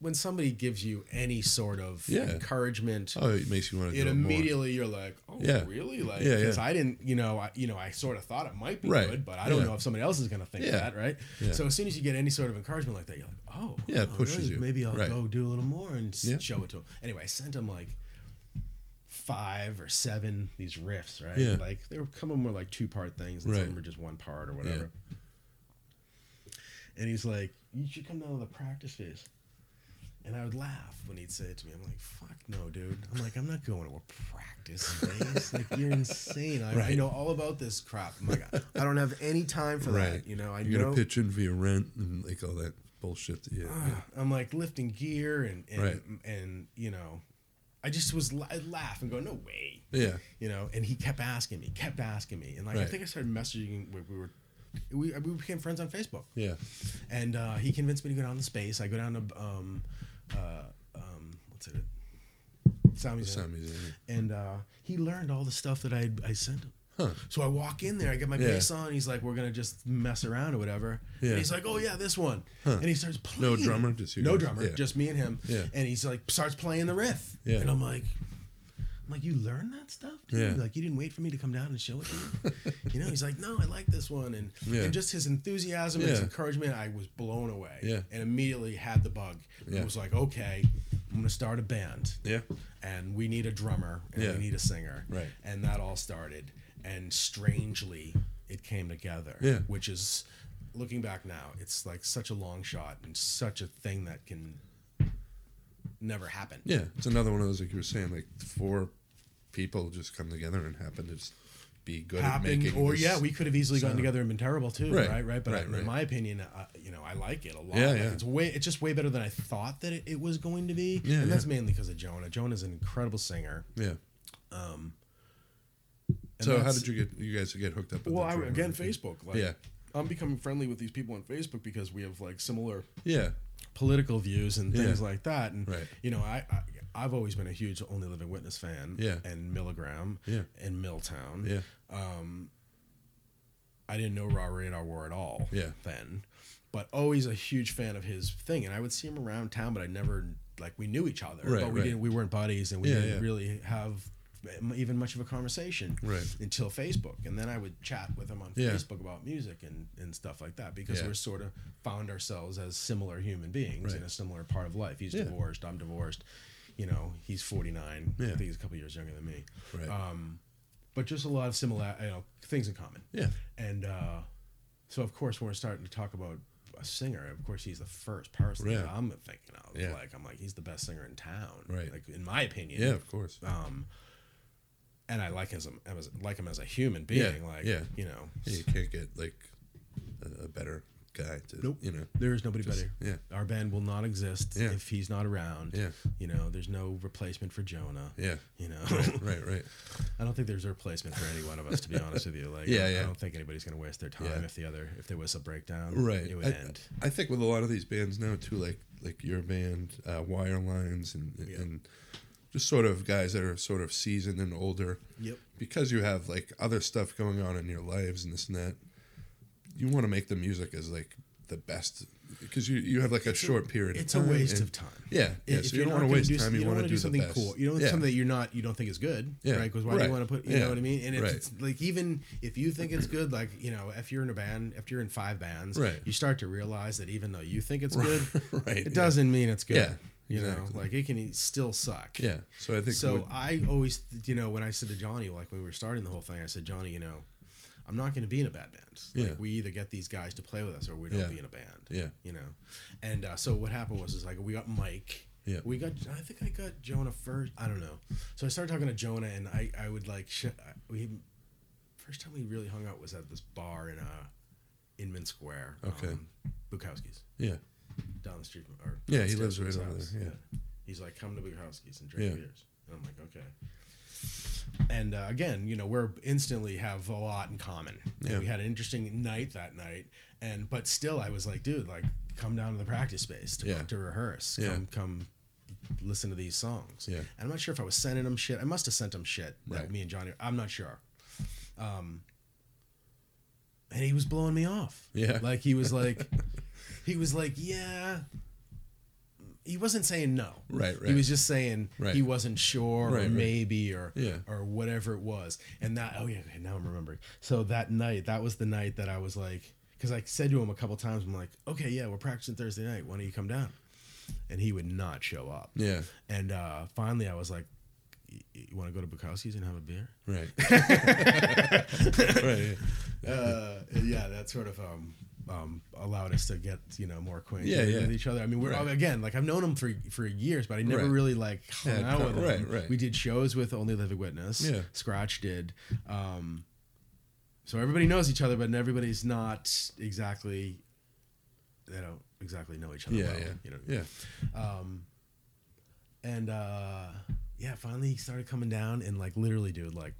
when somebody gives you any sort of
Yeah.
encouragement
Oh, it makes you want to
it
do it more.
immediately you're like oh
Yeah.
really like
Yeah, yeah.
because i didn't you know i you know i sort of thought it might be
Right.
good but i don't
Yeah.
know if somebody else is going to think
Yeah.
that right
Yeah.
so as soon as you get any sort of encouragement like that you're like oh
Yeah, it
oh,
pushes you.
maybe i'll
Right.
go do a little more and s
Yeah.
show it to him anyway i sent him like five or seven these riffs right
Yeah.
like they were some of them were like two part things and some
Right.
of them were just one part or whatever and he's like, "You should come down to the practice phase." And I would laugh when he'd say it to me. I'm like, "Fuck no, dude!" I'm like, "I'm not going to a practice phase. like, you're insane. I, I
Right.
know all about this crap. I'm like, I don't have any time for
Right.
that. You know, I
You
know.
gotta pitch in for your rent and like all that bullshit. That you,
Ah, I'm like lifting gear and and,
Right.
and you know, I just was la- I'd laugh and go, "No way."
yeah.
you know and he kept asking me kept asking me and like i
Right.
think i started messaging we, we were we, we became friends on facebook
Yeah.
and uh, he convinced me to go down to space i go down to um uh um what's it
Yeah.
sound museum
Sound museum.
and uh he learned all the stuff that i i sent him
Mm-hmm. Huh.
so I walk in there, I get my
Yeah.
bass on. He's like, "We're gonna just mess around or whatever."
Yeah.
And he's like, "Oh yeah, this one." And he starts
No
playing.
drummer, just you
no
guys.
drummer,
Yeah.
just me and him.
Yeah.
And he's like, starts playing the riff.
Yeah.
And I'm like, I'm like, you learned that stuff, dude.
Yeah.
Like you didn't wait for me to come down and show it to you. you know, he's like, no, I like this one, and
Yeah.
and just his enthusiasm, and his
Yeah.
encouragement, I was blown away.
Yeah.
And immediately had the bug. And
Yeah.
was like, okay, I'm gonna start a band
Yeah.
and we need a drummer and
Yeah.
we need a singer
Right.
and that all started and strangely it came together
Yeah.
which is looking back now it's like such a long shot and such a thing that can never happen
Yeah. It's another one of those like you were saying, like four people just come together and happen to just be good at
happen
making.
or
this-
yeah we could have easily gotten
sound.
together and been terrible too right
Right,
right, but
right,
in
right.
my opinion uh, you know i like it a lot
Yeah,
Like,
yeah.
it's way it's just way better than i thought that it, it was going to be
Yeah,
and that's
yeah.
mainly because of jonah jonah's an incredible singer
yeah.
Um, and
So how
that's-
did you get you guys get hooked up? With
well
the
I,
drummer?
again facebook like
Yeah.
i'm becoming friendly with these people on facebook because we have like similar
Yeah.
political views and things
Yeah.
like that and
Right.
you know I, I i've always been a huge only living witness fan
Yeah.
and milligram
Yeah.
and milltown
Yeah.
i didn't know raw radar war at all
Yeah.
then but always a huge fan of his thing and i would see him around town but i never like we knew each other
Right,
but we
right.
didn't we weren't buddies and we
Yeah,
didn't
yeah.
really have even much of a conversation
Right.
until Facebook. And then I would chat with him on
Yeah.
Facebook about music and, and stuff like that because
Yeah.
we're sort of found ourselves as similar human beings
Right.
in a similar part of life. He's
Yeah.
divorced, I'm divorced. You know, he's 49. I
Yeah.
think he's a couple years younger than me.
Right.
Um, but just a lot of similar you know, things in common.
Yeah.
And uh, so, of course, when we're starting to talk about a singer, of course, he's the first person
Yeah.
that I'm thinking of.
Yeah.
Like, I'm like, he's the best singer in town.
Right.
Like, in my opinion
Yeah. Of course.
um, and I like him as a, as- like him as a human being.
Yeah,
Like
yeah.
you know,
Yeah, you can't get like a, a better guy to
Nope.
you know
There is nobody
just-
better.
yeah
Our band will not exist
Yeah.
if he's not around.
Yeah.
You know, there's no replacement for Jonah.
yeah
You know,
right right
I don't think there's a replacement for any one of us. To be honest with you, like,
Yeah,
I,
yeah.
don't think anybody's going to waste their time
Yeah.
if the other, if there was a breakdown,
right
it would
I,
end.
I think with a lot of these bands now too like like your band uh, Wirelines and
Yeah.
and just sort of guys that are sort of seasoned and older
Yep.
because you have like other stuff going on in your lives and this and that, you want to make the music as like the best because you, you have like a short period.
It's a
of time
waste
and-
of time.
Yeah, yeah.
If
so
you're
you don't want
not
to
gonna
waste
do-
time. You,
don't
want
wanna
to do,
something
the best.
cool. You know,
yeah.
something that you're not, you don't think is good,
Yeah.
right? Because why do
Right.
you want to put, you
Yeah.
know what I mean? And if
Right.
it's like even if you think it's good, like you know, if you're in a band, if you're in five bands,
Right.
you start to realize that even though you think it's
Right,
good,
right,
it
yeah.
doesn't mean it's good.
Yeah,
You know,
exactly.
like it can e, still suck.
Yeah. So I think
So
what-
I always, th- you know, when I said to Johnny, like when we were starting the whole thing, I said, Johnny, you know, I'm not going to be in a bad band.
Yeah.
Like we either get these guys to play with us or we don't
Yeah.
be in a band.
Yeah.
You know, and uh, so what happened was is like we got Mike.
Yeah.
We got. I think I got Jonah first. I don't know. So I started talking to Jonah, and I I would like sh- we first time we really hung out was at this bar in uh Inman Square.
Okay.
Um, Bukowski's
yeah
down the street from or
Yeah, he
downstairs
lives
from his
right over
house.
there, yeah.
He's like, come to Bukowski's and drink
Yeah.
beers. And I'm like, okay. And uh, again, you know, we're instantly have a lot in common. And
Yeah.
We had an interesting night that night, and but still, I was like, dude, like, come down to the practice space to,
Yeah.
to rehearse.
Yeah.
Come, come, listen to these songs.
Yeah.
And I'm not sure if I was sending him shit. I must have sent him shit. That
Right.
Me and Johnny. I'm not sure. Um. And he was blowing me off.
Yeah.
Like he was like, he was like, yeah. He wasn't saying no.
Right,
He
right.
was just saying
Right.
he wasn't sure
Right,
or
right.
maybe or
Yeah.
or whatever it was. And that oh yeah, okay, now I'm remembering. So that night, that was the night that I was like, because I said to him a couple times, I'm like, okay, yeah, we're practicing Thursday night. Why don't you come down? And he would not show up.
yeah
And uh, finally, I was like, "Y- y- you want to go to Bukowski's and have a beer?
right right yeah.
uh, yeah, that sort of um, um, allowed us to get you know more acquainted
Yeah, yeah.
with each other. I mean, we're oh,
Right.
again like I've known him for for years, but I never
Right.
really like hung
Yeah,
out
co-
with him.
right, right.
We did shows with Only Living Witness.
Yeah.
Scratch did. Um, so everybody knows each other, but everybody's not exactly. They don't exactly know each other
Yeah,
well.
yeah,
You know. what I mean?
yeah,
Um, and uh yeah finally he started coming down and like literally dude like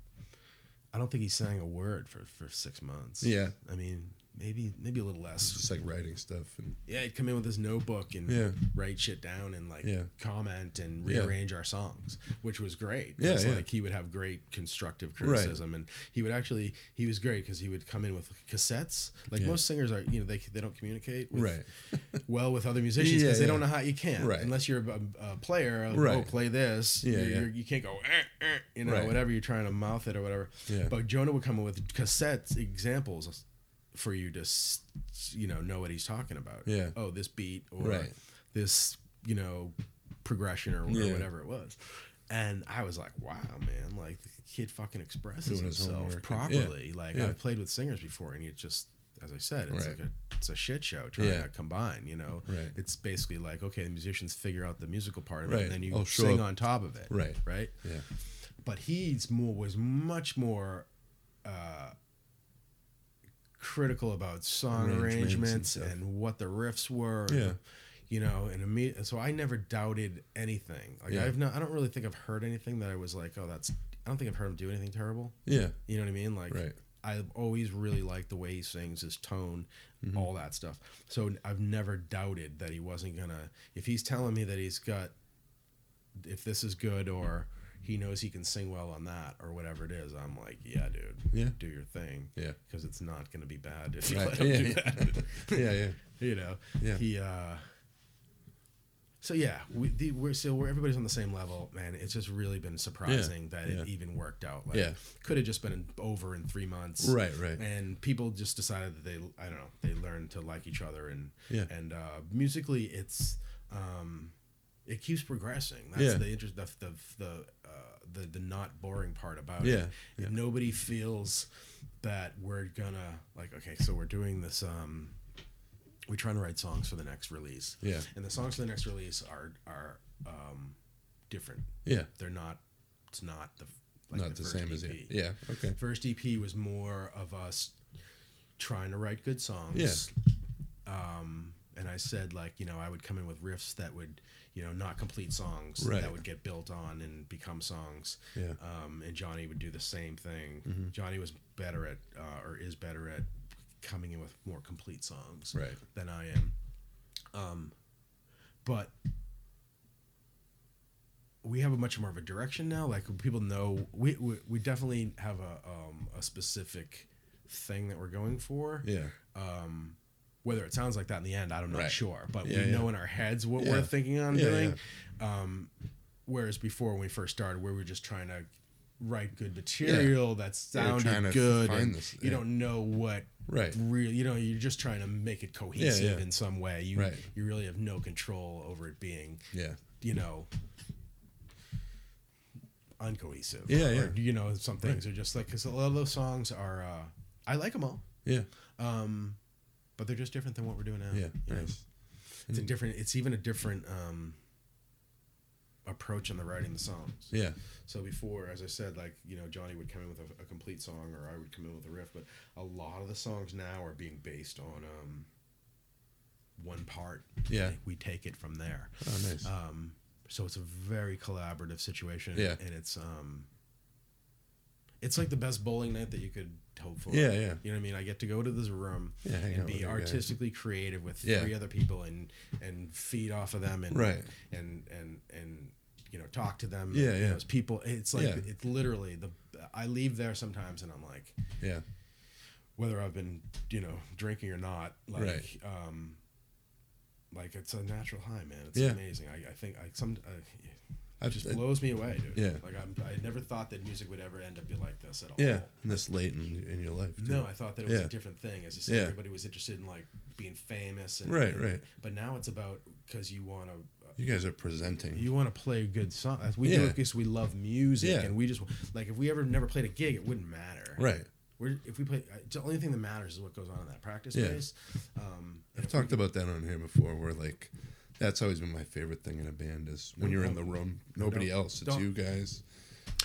i don't think he sang a word for for six months
Yeah.
i mean maybe maybe a little less
just like writing stuff and
yeah he'd come in with his notebook and
Yeah.
write shit down and like
Yeah.
comment and
Yeah.
rearrange our songs which was great
Yeah,
It's
yeah.
like he would have great constructive criticism and he would actually he was great because he would come in with cassettes like
Yeah.
most singers are you know they, they don't communicate with,
Right.
well with other musicians
Yeah,
because they
yeah.
don't know how you can
Right.
unless you're a, a player uh, oh
Right.
play this
Yeah,
you're,
yeah.
You're, you can not go eh, eh, you know
Right.
whatever you're trying to mouth it or whatever
Yeah.
but Jonah would come in with cassettes examples for you to s- you know know what he's talking about
Yeah.
oh this beat or
Right.
this you know progression or, or
Yeah.
whatever it was and I was like wow man like the kid fucking expresses
Doing his
himself
homework and-
properly like
Yeah.
I've played with singers before and you just as I said it's
Right.
like a it's a shit show trying
Yeah.
to combine you know
Right.
it's basically like okay the musicians figure out the musical part of it
Right.
and then you
Oh, sure.
sing on top of it
Right.
right
yeah,
but he's more was much more uh, critical about song
Arrangements and
arrangements and,
stuff.
what the riffs were.
Yeah.
you know, and imme- so I never doubted anything. Like
Yeah.
I've not, I don't really think I've heard anything that I was like, oh, that's. I don't think I've heard him do anything terrible.
yeah,
You know what I mean? Like
Right.
I've always really liked the way he sings, his tone,
Mm-hmm.
all that stuff. So I've never doubted that he wasn't gonna. If he's telling me that he's got, if this is good or he knows he can sing well on that or whatever it is, I'm like, yeah, dude,
Yeah.
do your thing,
Yeah.
because it's not gonna be bad if you
Right.
let him
Yeah,
do
yeah.
that.
yeah, yeah.
you know,
Yeah.
he. uh so yeah, we the, we're so we're everybody's on the same level, man. It's just really been surprising that
yeah.
it even worked out. Like,
Yeah.
could have just been in, over in three months,
Right, right.
And people just decided that they, I don't know, they learned to like each other, and
Yeah.
and uh, musically, it's um, it keeps progressing. That's
Yeah.
the interest, the the the, uh, the the not boring part about
Yeah,
it.
yeah.
Nobody feels that we're gonna like. Okay, so we're doing this. um we try and write songs for the next release.
Yeah.
And the songs for the next release are are um, different.
Yeah.
They're not. It's not the like
Not the,
first E
same as
EP.
it. Yeah. Okay.
E First EP was more of us trying to write good songs.
Yeah.
Uh, um, and I said like you know I would come in with riffs that would you know not complete songs
Right.
that would get built on and become songs.
Yeah.
Um, and Johnny would do the same thing.
Mm-hmm.
Johnny was better at uh, or is better at coming in with more complete songs
Right.
than I am. Um, but we have a much more of a direction now. Like people know we we, we definitely have a um, a specific thing that we're going for.
Yeah.
Um, whether it sounds like that in the end, I'm not
Right.
sure. But
Yeah,
we
yeah.
know in our heads what
Yeah.
we're thinking on
Yeah,
doing. Um, whereas before when we first started, we were just trying to write good material that
trying
sounded
to
good.
find
and
this-
You
yeah.
don't know what
Right.
really you know you're just trying to make it cohesive
yeah.
in some way you
Right.
you really have no control over it being
Yeah.
you know uncohesive
Yeah,
Or,
yeah.
you know some things are just like because a lot of those songs are uh i like them all
Yeah.
um but they're just different than what we're doing now
Yeah.
you know?
Nice.
it's a different it's even a different um approach on the writing the songs
Yeah.
so before, as I said, like you know, Johnny would come in with a, a complete song, or I would come in with a riff. But a lot of the songs now are being based on um, one part.
Yeah.
Like, we take it from there.
Oh, nice.
Um, so it's a very collaborative situation.
Yeah.
and it's um, it's like the best bowling night that you could hope for.
Yeah, yeah.
You know what I mean? I get to go to this room
Yeah, hang
and
out with
be
you guys.
artistically creative with
Yeah.
three other people and and feed off of them and
Right.
and and and you know talk to them
Yeah,
you
yeah.
know, as people it's like
Yeah.
it's literally the i leave there sometimes and i'm like
Yeah.
whether i've been you know drinking or not like
Right.
um like it's a natural high man it's
Yeah.
amazing i, I think i some I,
I
it just
just uh, I,
blows me away dude
yeah.
like I'm, i never thought that music would ever end up being like this at all
yeah. And this late in, in your life. too.
no, I thought that it was
Yeah.
a different thing. As you said,
Yeah.
everybody was interested in like being famous, and,
Right,
and-
right.
But now it's about because you want to
You guys are presenting.
you want to play good songs. We do
Yeah.
it because we love music,
Yeah.
and we just like if we ever never played a gig, it wouldn't matter.
right.
We're, if we play, uh, the only thing that matters is what goes on in that practice
Yeah.
space. Um,
I've talked about that on here before where like that's always been my favorite thing in a band is when you're in the room, nobody
don't-
else, it's
don't-
you guys.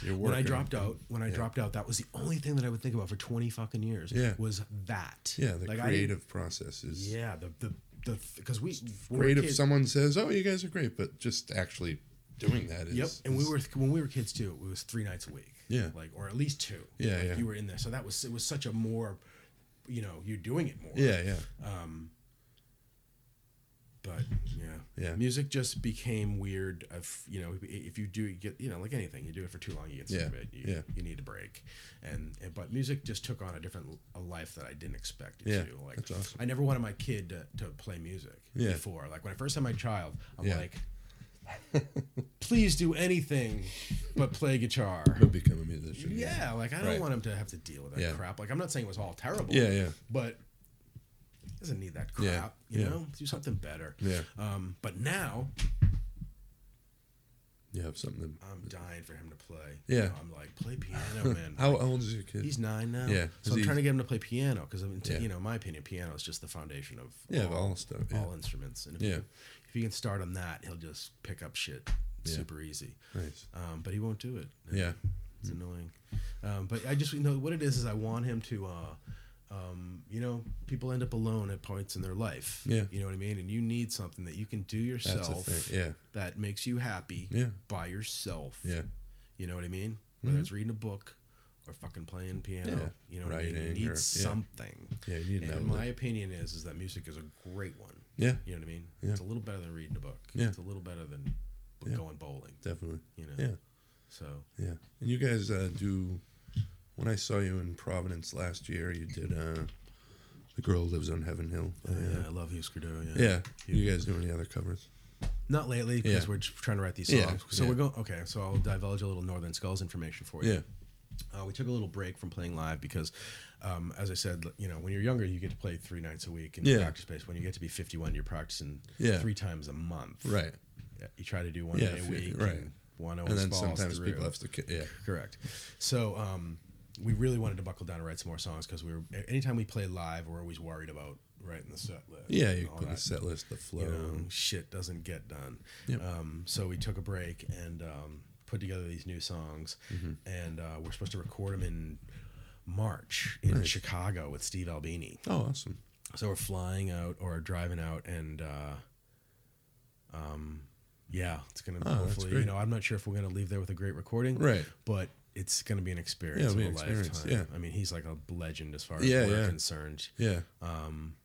You're working.
when I dropped out, when I dropped out, that was the only thing that I would think about for twenty fucking years.
Yeah.
was that.
Yeah, the
Like, I didn't-
creative process is
yeah, the the the because we when we were
great if
kids-
someone says, "Oh, you guys are great," but just actually doing that is
Yep, and we
is-
were when we were kids too. It was three nights a week.
Yeah.
like or at least two.
Yeah,
Like,
yeah.
You were in there, so that was it was such a more, you know, you're doing it more.
yeah, yeah,
Um, but yeah,
Yeah.
Music just became weird. Of you know, if you do you get you know like anything, you do it for too long, you get sick
Yeah,
of it. You,
yeah.
you need a break. And, and but music just took on a different a life that I didn't expect it
Yeah,
to. Like
that's awesome.
I never wanted my kid to, to play music
Yeah.
before. Like when I first had my child, I'm
Yeah.
like, please do anything but play guitar.
He'll become a musician.
Yeah, like I don't
Right.
want him to have to deal with that
Yeah.
crap. Like I'm not saying it was all terrible.
Yeah, yeah.
But he doesn't need that crap.
Yeah,
You
yeah.
know, do something better.
Yeah.
Um, but now
you have something.
I'm dying for him to play.
Yeah.
You know, I'm like play piano, man.
How old is your kid?
He's nine now.
Yeah,
So I'm
he's-
trying to get him to play piano because I mean, t-
Yeah.
you know, in my opinion, piano is just the foundation of
yeah, of all stuff. Yeah.
all instruments. And if,
Yeah.
you, if you can start on that, he'll just pick up shit
Yeah.
super easy.
nice.
Um, but he won't do it.
Yeah, Mm.
It's annoying. Um, but I just you know what it is is I want him to. Uh, um, you know, people end up alone at points in their life.
Yeah.
You know what I mean? And you need something that you can do
that's
yourself
a thing. Yeah,
that makes you happy
Yeah.
by yourself.
yeah, Mm-hmm.
You know what I mean? Whether it's reading a book or fucking playing piano.
Yeah.
You know what I mean? You
Writing
need
or- yeah.
something.
yeah. You need that.
And my opinion is is that music is a great one.
yeah,
You know what I mean?
Yeah.
It's a little better than reading a book.
Yeah.
It's a little better than b-
Yeah.
going bowling.
definitely.
You know?
Yeah.
So
Yeah, and you guys uh, do. When I saw you in Providence last year, you did. uh The girl lives on Heaven Hill.
uh,
Oh, yeah.
I love you, Scudero.
yeah. You guys do any other covers?
Not lately, because
Yeah.
we're just trying to write these songs.
Yeah,
So
yeah.
we're going. Okay, so I'll divulge a little Northern Skulls information for you.
Yeah.
Uh, we took a little break from playing live because, um, as I said, l- you know, when you're younger, you get to play three nights a week in
Yeah.
practice space. When you get to be 51, you're practicing
Yeah.
three times a month.
Right.
Yeah, You try to do one
Yeah,
day a
if you-
week.
right.
And one always
And then
falls
sometimes
through.
people have to. ki- Yeah.
Correct. So um, we really wanted to buckle down and write some more songs because we were anytime we play live, we're always worried about writing the set list.
Yeah,
and
you
all
put the
that
set list, the flow.
you know, shit doesn't get done.
Yep.
Um, so we took a break and um, put together these new songs,
Mm-hmm.
and uh, we're supposed to record them in March in Chicago with Steve Albini.
Oh, awesome.
so we're flying out or driving out, and uh, um, yeah, it's gonna
Ah, that's
hopefully. You
great.
know, I'm not sure if we're gonna leave there with a great recording,
Right.
But it's gonna be an experience
it'll
of
be
a
an experience,
lifetime.
yeah.
I mean, he's like a legend as far as
Yeah,
we're
yeah.
concerned.
Yeah.
Um,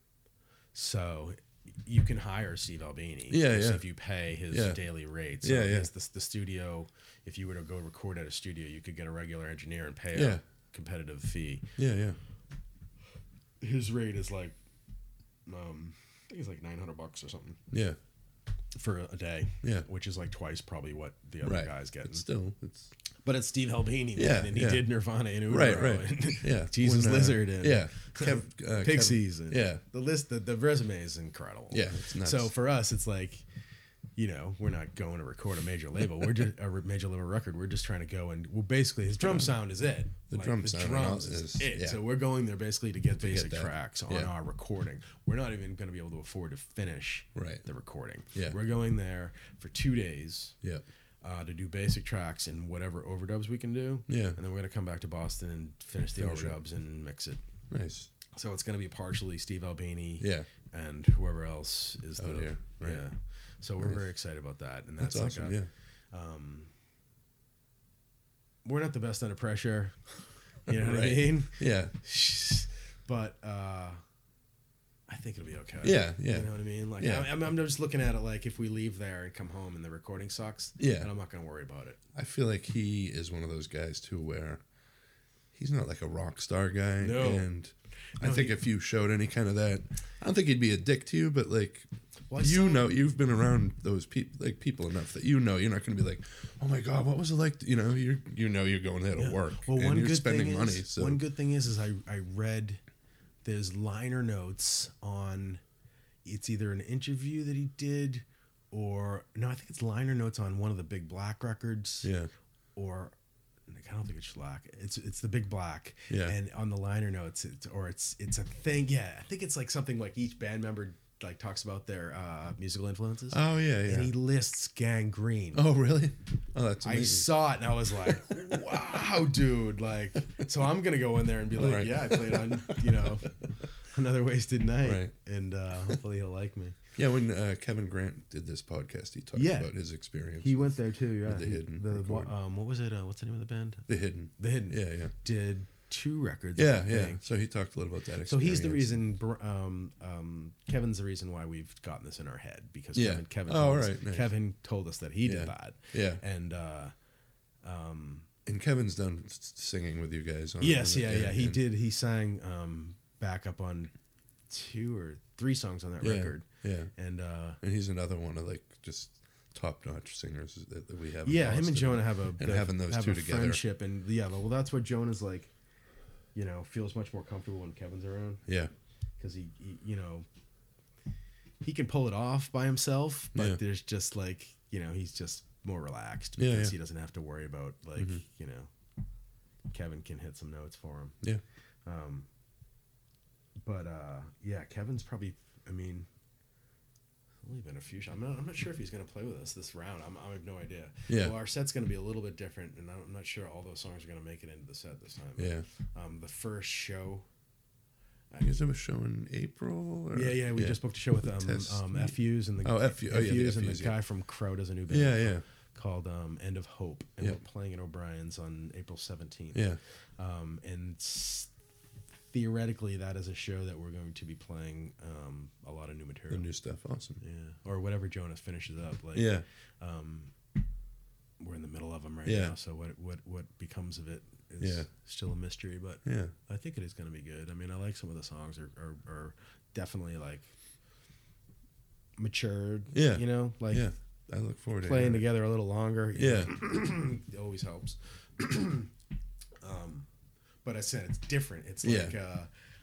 so you can hire Steve Albini.
Yeah,
if-
yeah.
If you pay his
Yeah.
daily rate. So
Yeah, yeah.
his- The, the studio, if you were to go record at a studio, you could get a regular engineer and pay
Yeah.
a competitive fee.
Yeah. Yeah.
His rate is like, um, I think it's like nine hundred bucks or something
Yeah.
for a day.
Yeah.
which is like twice probably what the other
Right.
guys get.
But still, it's
But it's Steve Albini,
Yeah,
man, and he
yeah.
did Nirvana and Uber,
right. Right.
and
Yeah.
Jesus
When, uh,
Lizard, and
Yeah. Kev, uh, Kev-
Pixies. and
yeah.
The list, the, the resume is incredible.
Yeah, it's nuts.
So for us, it's like, you know, we're not going to record a major label. We're just a re- major label record. We're just trying to go and well, basically his drum sound is it.
The drum sound
drums
is-
is it.
yeah.
So we're going there basically to get basic
that.
tracks on
Yeah.
our recording. We're not even going to be able to afford to finish
Right.
the recording.
Yeah.
We're going there for two days
Yeah.
uh, to do basic tracks and whatever overdubs we can do.
Yeah.
And then we're going to come back to Boston and finish the
Finish it.
overdubs and mix it.
Nice.
So it's going to be partially Steve Albini
Yeah.
and whoever else is
Out
the
here, right.
yeah. So we're
Nice.
very excited about that, and that's,
That's,
like
awesome.
a,
yeah.
um, we're not the best under pressure, you know what I
Right.
mean?
Yeah.
But uh, I think it'll be okay.
Yeah, yeah.
You know what I mean? Like
Yeah.
I, I'm, I'm just looking at it like if we leave there and come home and the recording sucks,
Yeah.
and I'm not going to worry about it.
I feel like he is one of those guys too, where he's not like a rock star guy.
No.
And I
No,
think
he-
if you showed any kind of that, I don't think he'd be a dick to you, but like.
Well, I
you know, you've been around those people, like people enough that you know you're not going to be like, oh my god, what was it like? to-" You know, you you know you're going there to work
Well,
and
one
you're
good
spending
thing
money.
Is,
so
One good thing is, is I, I read there's liner notes on it's either an interview that he did or no, I think it's liner notes on one of the Big Black records.
yeah,
Or I don't think it's Black. It's it's the Big Black.
Yeah.
And on the liner notes, it's or it's it's a thing. Yeah, I think it's like something like each band member like talks about their uh, musical influences.
oh yeah, yeah.
And he lists Gang Green.
oh really? Oh, that's
I
amazing.
saw it and I was like, "Wow, dude!" Like, so I'm gonna go in there and be like,
Right.
"Yeah, I played on, you know, another wasted night,"
Right.
and uh, hopefully he'll like me.
yeah, when uh, Kevin Grant did this podcast, he talked
Yeah.
about his experience.
He went there too. Yeah,
the
He-
Hidden
the-
record.
um, what was it? Uh, what's the name of the band?
the hidden.
The Hidden.
Yeah, yeah,
Did two records. I
yeah, yeah.
think.
So he talked a little about that. Experience.
So he's the reason. Br- Um, um, Kevin's the reason why we've gotten this in our head because
Yeah.
Kevin, Kevin,
Oh,
told us,
right, nice.
Kevin told us that he
Yeah.
did that.
Yeah.
and. uh
And Kevin's done s- singing with you guys. On,
Yes,
on
yeah,
the-
yeah. He
and-
did. He sang um, back up on two or three songs on that
Yeah,
record,
Yeah,
and uh,
and he's another one of like just top notch singers that, that we have. in
yeah, him
Boston.
and Jonah have a they
having those
have
two
a
together.
friendship, and yeah, well, that's what Jonah's like. You know, feels much more comfortable when Kevin's around
Yeah,
because he, he, you know, he can pull it off by himself, but
Yeah.
there's just like you know, he's just more relaxed
Yeah,
because
yeah. Mm-hmm.
he doesn't have to worry about like you know, Kevin can hit some notes for him.
yeah.
Um, but uh, yeah, Kevin's probably. I mean, it's only been a few. sh- I'm not. I'm not sure if he's going to play with us this round. I'm, I have no idea.
Yeah.
Well, our set's going to be a little bit different, and I'm not sure all those songs are going to make it into the set this time.
Yeah.
Um, the first show.
You guys have a show in April? Or?
Yeah, yeah. We just booked a show with um,
Test.
um FU's and the
Oh, FU. Oh, yeah, the
and
FUs,
the
yeah.
guy from Crow does a new band.
Yeah, yeah,
Called um, End of Hope, and
Yeah.
we're playing at O'Brien's on April seventeenth.
yeah.
um, and s- theoretically that is a show that we're going to be playing um, a lot of new
The
material
new stuff. Awesome.
yeah or whatever jonas finishes up like
Yeah,
um, we're in the middle of them right
Yeah.
now so what what what becomes of it is
Yeah.
still a mystery but
yeah,
i think it is going to be good i mean i like some of the songs are, are, are definitely like matured
Yeah.
you know like
yeah. I look forward to
playing
hearing it.
together a little longer
Yeah,
it always helps. um, but I said it's different. It's
Yeah.
like uh,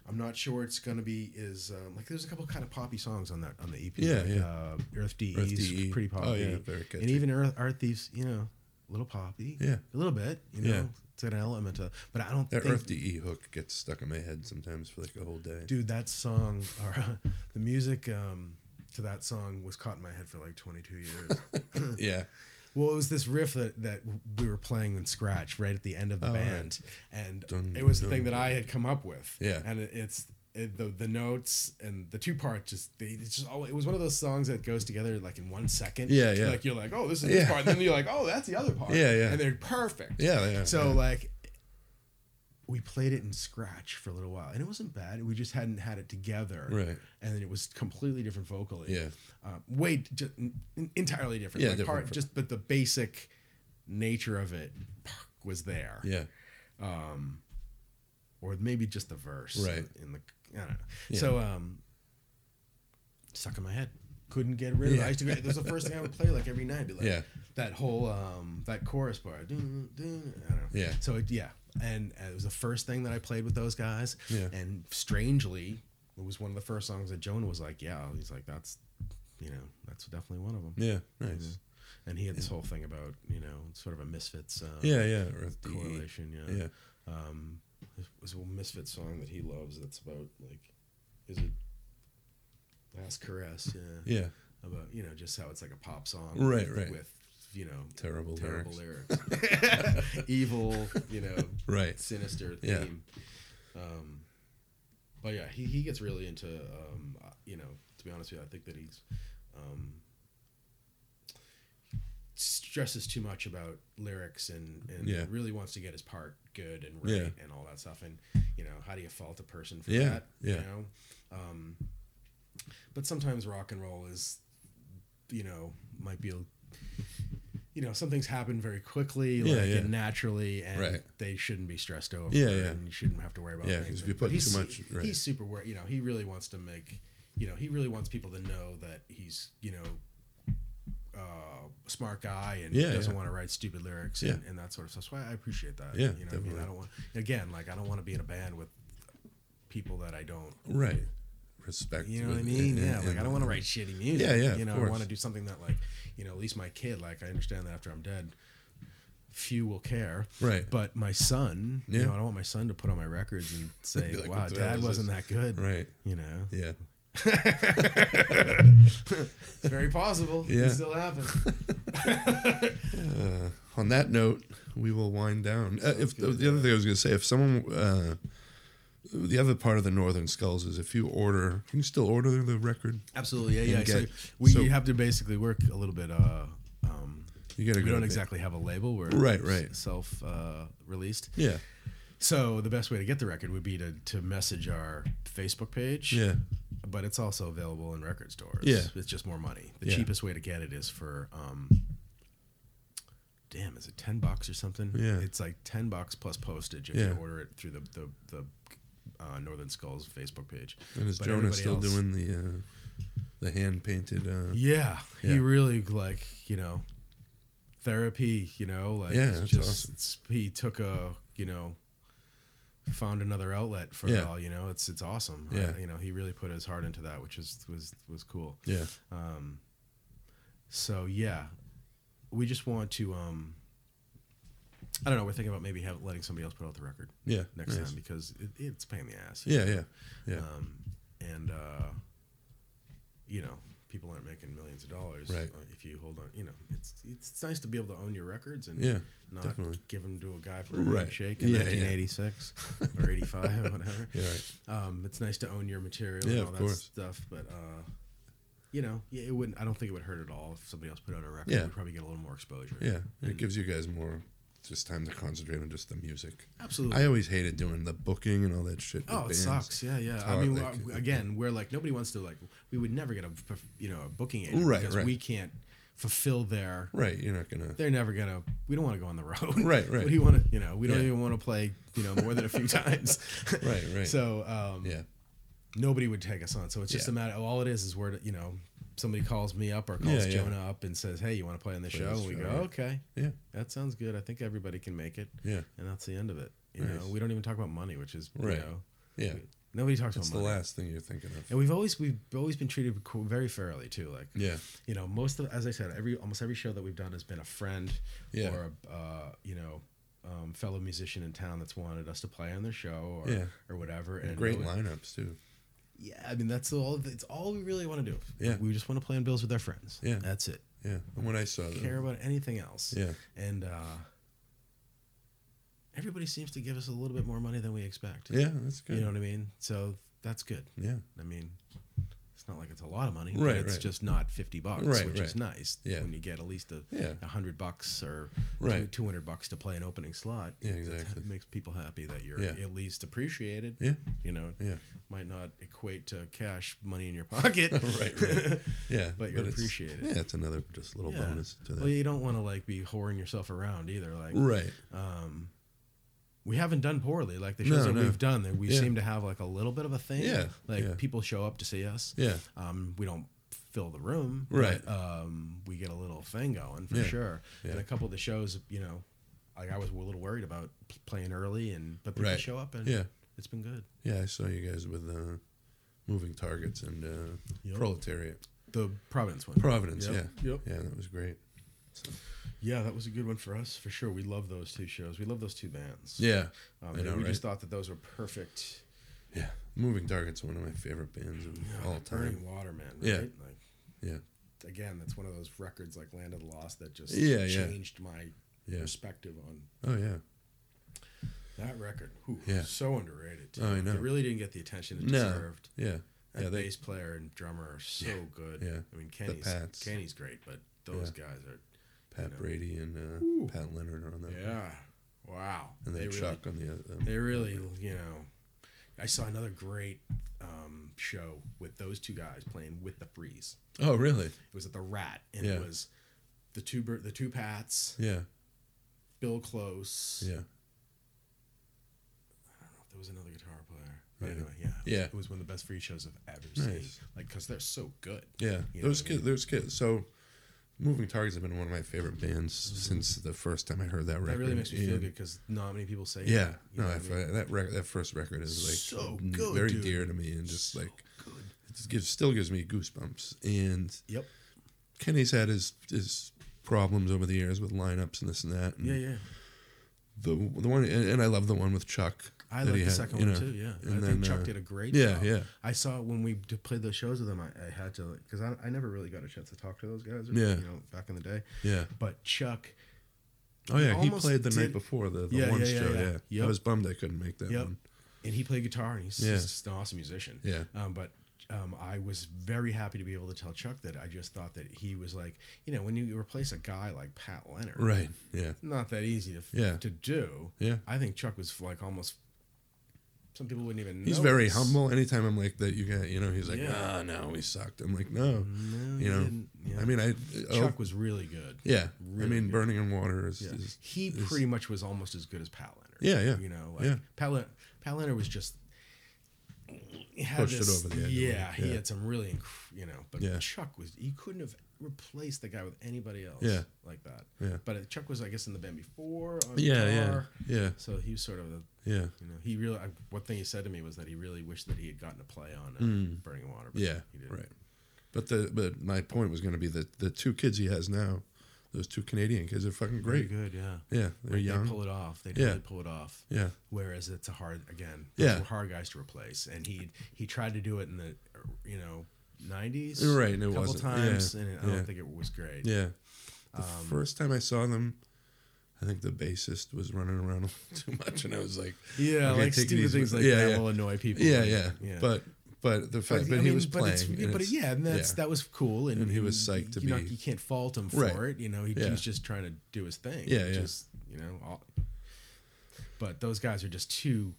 I'm not sure it's gonna be is um, like there's a couple kind of poppy songs on that on the EP.
Yeah,
like,
yeah.
Uh, Earth DE
Earth
is
DE.
pretty
Oh,
poppy.
yeah, very catchy.
And even Earth Earth Thieves, you know, a little poppy.
Yeah.
a little bit. You know,
Yeah.
it's an element of. But I don't
that
think.
Earth DE hook gets stuck in my head sometimes for like a whole day.
Dude, that song, or, the music um, to that song was caught in my head for like 22 years.
Yeah,
Well, it was this riff that, that we were playing in scratch right at the end of the
Oh, right.
band, and
Dun,
it was the
dun,
thing that I had come up with.
Yeah.
and it, it's and the the notes and the two part just they it's just all it was one of those songs that goes together like in one second.
Yeah, yeah.
Like you're like, oh, this is this
Yeah.
part, and then you're like, oh, that's the other part.
Yeah, yeah.
And they're perfect.
Yeah, yeah,
So
yeah.
like, we played it in scratch for a little while, and it wasn't bad. We just hadn't had it together.
Right.
And then it was completely different vocally.
Yeah.
Uh, way just entirely different.
Yeah,
Like,
different
part-
fr-
just but the basic nature of it was there
Yeah.
or maybe just the verse
Right.
in the I don't know. So um stuck in my head. Couldn't get rid of it. I used to go, that was the first thing I would play like every night. Be like
Yeah.
that whole um that chorus part. Dun, dun, I don't know.
Yeah.
So it, yeah. And uh, it was the first thing that I played with those guys.
Yeah.
And strangely, it was one of the first songs that Jonah was like, Yeah, he's like, That's you know, that's definitely one of them.
Yeah. Nice.
And he had this whole thing about, you know, sort of a misfits um,
Yeah. Yeah. Or the-
correlation, yeah
Yeah.
um, was a misfit song that he loves. That's about like, is it last caress? Yeah.
Yeah.
About you know just how it's like a pop song.
Right,
With,
right.
with, you know
Terrible
terrible lyrics, evil, you know,
Right.
sinister theme.
Yeah.
Um, but yeah, he, he gets really into um, uh, you know. To be honest with you, I think that he's um, stresses too much about lyrics and, and
Yeah.
really wants to get his part good and
Yeah.
right and all that stuff. And you know, how do you fault a person for
Yeah,
that? You
yeah.
know, um, but sometimes rock and roll is, you know, might be. A, you know, some things happen very quickly, like
Yeah, yeah.
And naturally, and
Right.
they shouldn't be stressed over.
Yeah, yeah.
And you shouldn't have to worry about.
Yeah,
things.
'cause if you
But
put
he's
too
su-
much- right.
he's super. wor- You know, he really wants to make. You know, he really wants people to know that he's. You know, uh, smart guy and
Yeah,
doesn't
yeah.
want to write stupid lyrics and, and that sort of stuff. So I, I appreciate that.
Yeah,
you know, what I mean,
definitely.
I don't want again, like I don't want to be in a band with people that I don't.
Right. Respect.
You know what I
with-
mean?
and-
Yeah, like
and-
I don't want to write shitty music.
Yeah, yeah,
You
of
know, I
course.
want to do something that, like, you know, at least my kid. Like, I understand that after I'm dead, few will care.
Right.
But my son, you
Yeah.
know, I don't want my son to put on my records and say,
Be like,
"Wow,
what the hell
Dad
is
wasn't that good."
Right.
You know,
Yeah.
it's very possible.
Yeah.
It still happens.
on that note, we will wind down. Uh, if the other thing I was going to say, if someone, uh, the other part of the Northern Skulls is if you order, you can still order the record.
Absolutely, yeah, yeah.
And
so
get-
we
so-
have to basically work a little bit. Uh, um,
You got to
we
go.
don't
to-
exactly have a label. We're
Right, right.
self uh, released.
Yeah,
So the best way to get the record would be to to message our Facebook page.
yeah,
But it's also available in record stores.
Yeah.
It's just more money. The
Yeah.
cheapest way to get it is for. Um, Damn, is it ten bucks or something?
Yeah.
it's like ten bucks plus postage if
Yeah.
you order it through the the, the uh, Northern Skulls Facebook page.
and is
But
Jonah
everybody
still
else-
doing the uh, the hand painted? Uh,
Yeah, he
Yeah.
really like you know, therapy. You know, like
Yeah,
it's
that's
just
awesome.
it's, he took a you know, found another outlet for it
Yeah.
all. You know, it's it's awesome. I-
Yeah.
you know, he really put his heart into that, which is was was cool. Um,
yeah,
So yeah, we just want to. um I don't know. We're thinking about maybe have, letting somebody else put out the record
yeah.
next
nice.
time because it, it's a pain in the ass.
Yeah, yeah, yeah.
Um, and uh, you know, people aren't making millions of dollars
Right.
uh, if you hold on. You know, it's it's nice to be able to own your records and
Yeah,
not
definitely.
give them to a guy for a
Right.
handshake in
Yeah, yeah.
1986 or 85 or whatever.
yeah, right.
Um, it's nice to own your material
Yeah,
and
of
all that
course.
stuff, but uh, you know, yeah, it wouldn't. I don't think it would hurt at all if somebody else put out a record.
Yeah.
We'd probably get a little more exposure.
yeah.
Mm.
It gives you guys more just time to concentrate on just the music.
absolutely.
I always hated doing the booking and all that shit. with
Oh, it
bands.
sucks. Yeah, yeah. I
hard,
mean,
like- uh,
we're- again, we're like nobody wants to like. We would never get a you know a booking agent
Right,
because
right.
we can't fulfill their.
Right, you're not gonna.
They're never gonna. We don't want to go on the road.
Right, right.
What do you want to? You know, we don't
Yeah.
even want to play. You know, more than a few times.
Right, right.
So um,
Yeah,
nobody would take us on. So it's just
Yeah.
a matter. All it is is we're you know somebody calls me up or calls
Yeah, yeah.
Jonah up and says, hey, you want to play on the show?
this
And we
show,
go,
yeah.
okay,
yeah,
that sounds good. I think everybody can make it.
Yeah.
And that's the end of it. You
Nice.
know, we don't even talk about money, which is
Right.
you know.
yeah.
Nobody talks
That's the
about money.
last thing you're thinking of.
And we've always we've always been treated co- very fairly too. Like
Yeah.
you know, most of as I said, every almost every show that we've done has been a friend
Yeah.
or a uh, you know um, fellow musician in town that's wanted us to play on their show or
Yeah.
or whatever. And
Great
no-
lineups too.
Yeah, I mean that's all. It's all we really want to do.
Yeah.
we just want to play on bills with our friends.
Yeah.
that's it.
Yeah, and when I saw them,
Care about anything else?
Yeah.
and. uh Everybody seems to give us a little bit more money than we expect.
yeah, that's good.
You know what I mean? So that's good.
Yeah.
I mean, it's not like it's a lot of money,
Right,
But it's
right.
just not fifty bucks,
Right,
which is
right.
nice.
Yeah.
When you get at least a,
Yeah.
a hundred bucks or
Right.
two hundred bucks to play an opening slot,
Yeah,
that's-
exactly.
It makes people happy that you're
Yeah.
at least appreciated.
Yeah.
You know,
Yeah.
might not equate to cash money in your pocket,
Right, right. Yeah.
But you're
it's-
appreciated.
Yeah, it's another just little
Yeah.
bonus to that.
Well, you don't want to like be whoring yourself around either. Like,
Right.
um, we haven't done poorly. Like the shows
No,
that
no.
we've done, that we
Yeah.
seem to have like a little bit of a thing.
Yeah,
Like
yeah.
people show up to see us.
Yeah.
Um, we don't fill the room.
Right.
But, um, we get a little thing going for
Yeah,
sure.
yeah.
And a couple of the shows, you know, like I was a little worried about p- playing early, and but people
Right.
show up and
Yeah.
it's been good.
Yeah, I saw you guys with uh, Moving Targets and uh,
Yep.
Proletariat.
The Providence one.
Providence,
Yep,
yeah.
yep.
Yeah, that was great.
yeah, that was a good one for us for sure. We love those two shows. We love those two bands.
Yeah.
Um,
I
and
know,
we
right?
just thought that those were perfect.
Yeah. Moving Targets one of my favorite bands of all time.
Burning Waterman, right?
Yeah.
Like,
Yeah.
again, that's one of those records like Land of the Lost that just
Yeah, yeah.
changed my
Yeah.
perspective on
Oh yeah.
that record. Whew,
Yeah.
So underrated. too.
Oh, I know.
It really didn't get the attention it
No.
deserved.
Yeah.
That
Yeah, they-
bass player and drummer are so good.
yeah.
I mean, Kenny's
Pats.
Kenny's great, but those guys are.
Pat
know.
Brady and uh,
Ooh.
Pat Leonard are on that.
Yeah. Wow.
And then
they really
Chuck on the other. Um,
They really, you know, I saw another great um, show with those two guys playing with the Freeze.
oh really?
It was at the Rat, and
Yeah.
it was the two Bur- the two Pats,
Yeah.
Bill Close.
Yeah.
I don't know if there was another guitar player. But
Right.
anyway, yeah,
Yeah.
it was one of the best free shows I've ever seen.
Nice.
Like, cause they're so good.
Yeah.
You know
those
what I mean?
kids. Those kids. So. Moving Targets have been one of my favorite bands since the first time I heard that record.
Mm-hmm. That really makes me feel
and-
good because not many people say.
Yeah,
that, you
no,
know
I
what I mean?
fi- that record, that first record is like
So
n-
good,
very
dude.
dear to me, and just like
good.
it just gives still gives me goosebumps. And
Yep.
Kenny's had his his problems over the years with lineups and this and that. And
Yeah, yeah.
The the one, and, and I love the one with Chuck.
I
that
like
he
the
had,
second
you
one
know,
too. Yeah,
and
I
then,
think Chuck
uh,
did a great.
yeah,
job.
yeah.
I saw when we d- played those shows with them. I, I had to because I, I never really got a chance to talk to those guys. Or,
Yeah.
you know, back in the day.
Yeah.
But Chuck,
Oh yeah, he
almost
played the
did-
night before the the
Yeah,
one
yeah, yeah,
show.
yeah.
Yeah,
Yep.
I was bummed I couldn't make that
Yep.
one.
and he played guitar, and he's
Yeah.
just an awesome musician.
Yeah.
Um, but um, I was very happy to be able to tell Chuck that I just thought that he was like, you know, when you replace a guy like Pat Leonard,
Right. Yeah.
not that easy to
Yeah.
to do.
Yeah.
I think Chuck was like almost. Some people wouldn't even.
He's very
notice.
humble. Anytime I'm like that, you got you know, he's like,
Yeah.
ah, no, we sucked. I'm like, no,
No, he
you know.
didn't. Yeah.
I mean, I oh,
Chuck was really good.
Yeah, I
Really
mean,
good.
Burning in Water is,
Yeah.
is
he
is-
pretty much was almost as good as Pat Leonard.
Yeah, yeah.
You know, like
Yeah.
Pat, Le- Pat Leonard was just he had
Pushed it
this-
over the edge a
Yeah,
little,
he
yeah.
had some really, inc- you know, but
Yeah.
Chuck was he couldn't have replaced the guy with anybody else.
Yeah.
like that.
Yeah.
but uh, Chuck was, I guess, in the band before. On
yeah, yeah,
guitar,
yeah,
So he was sort of the.
yeah,
You know, he really. I, one thing he said to me was that he really wished that he had gotten to play on uh, Burning Water. But
Mm. yeah,
he didn't.
right. But the but my point was going to be that the two kids he has now, those two Canadian kids, are fucking
Very
great.
good. Yeah,
Yeah, they're
Like,
young.
They pull it off. They
Yeah.
really pull it off.
yeah,
Whereas it's a hard again,
Yeah.
yeah, hard guys to replace, and he he tried to do it in the uh, you know nineties,
Right, and it
a couple
wasn't.
times,
Yeah,
and it, I don't
yeah.
think it was great. Um,
yeah. The first time I saw them, I think the bassist was running around too much, and I was like,
Yeah,
okay,
like
take it
stupid
easy.
things like
yeah,
that
yeah.
will annoy people.
yeah,
Like,
yeah, But but the fact,
I
but he
mean,
was
but it's-
playing,
yeah,
and
but
it's-
yeah, and that's that was cool, and,
And he was psyched to
you know,
be-
you can't fault him for
Right.
it. You know, he,
Yeah.
he was just trying to do his thing.
Yeah, yeah.
Just you know, all, but those guys are just too.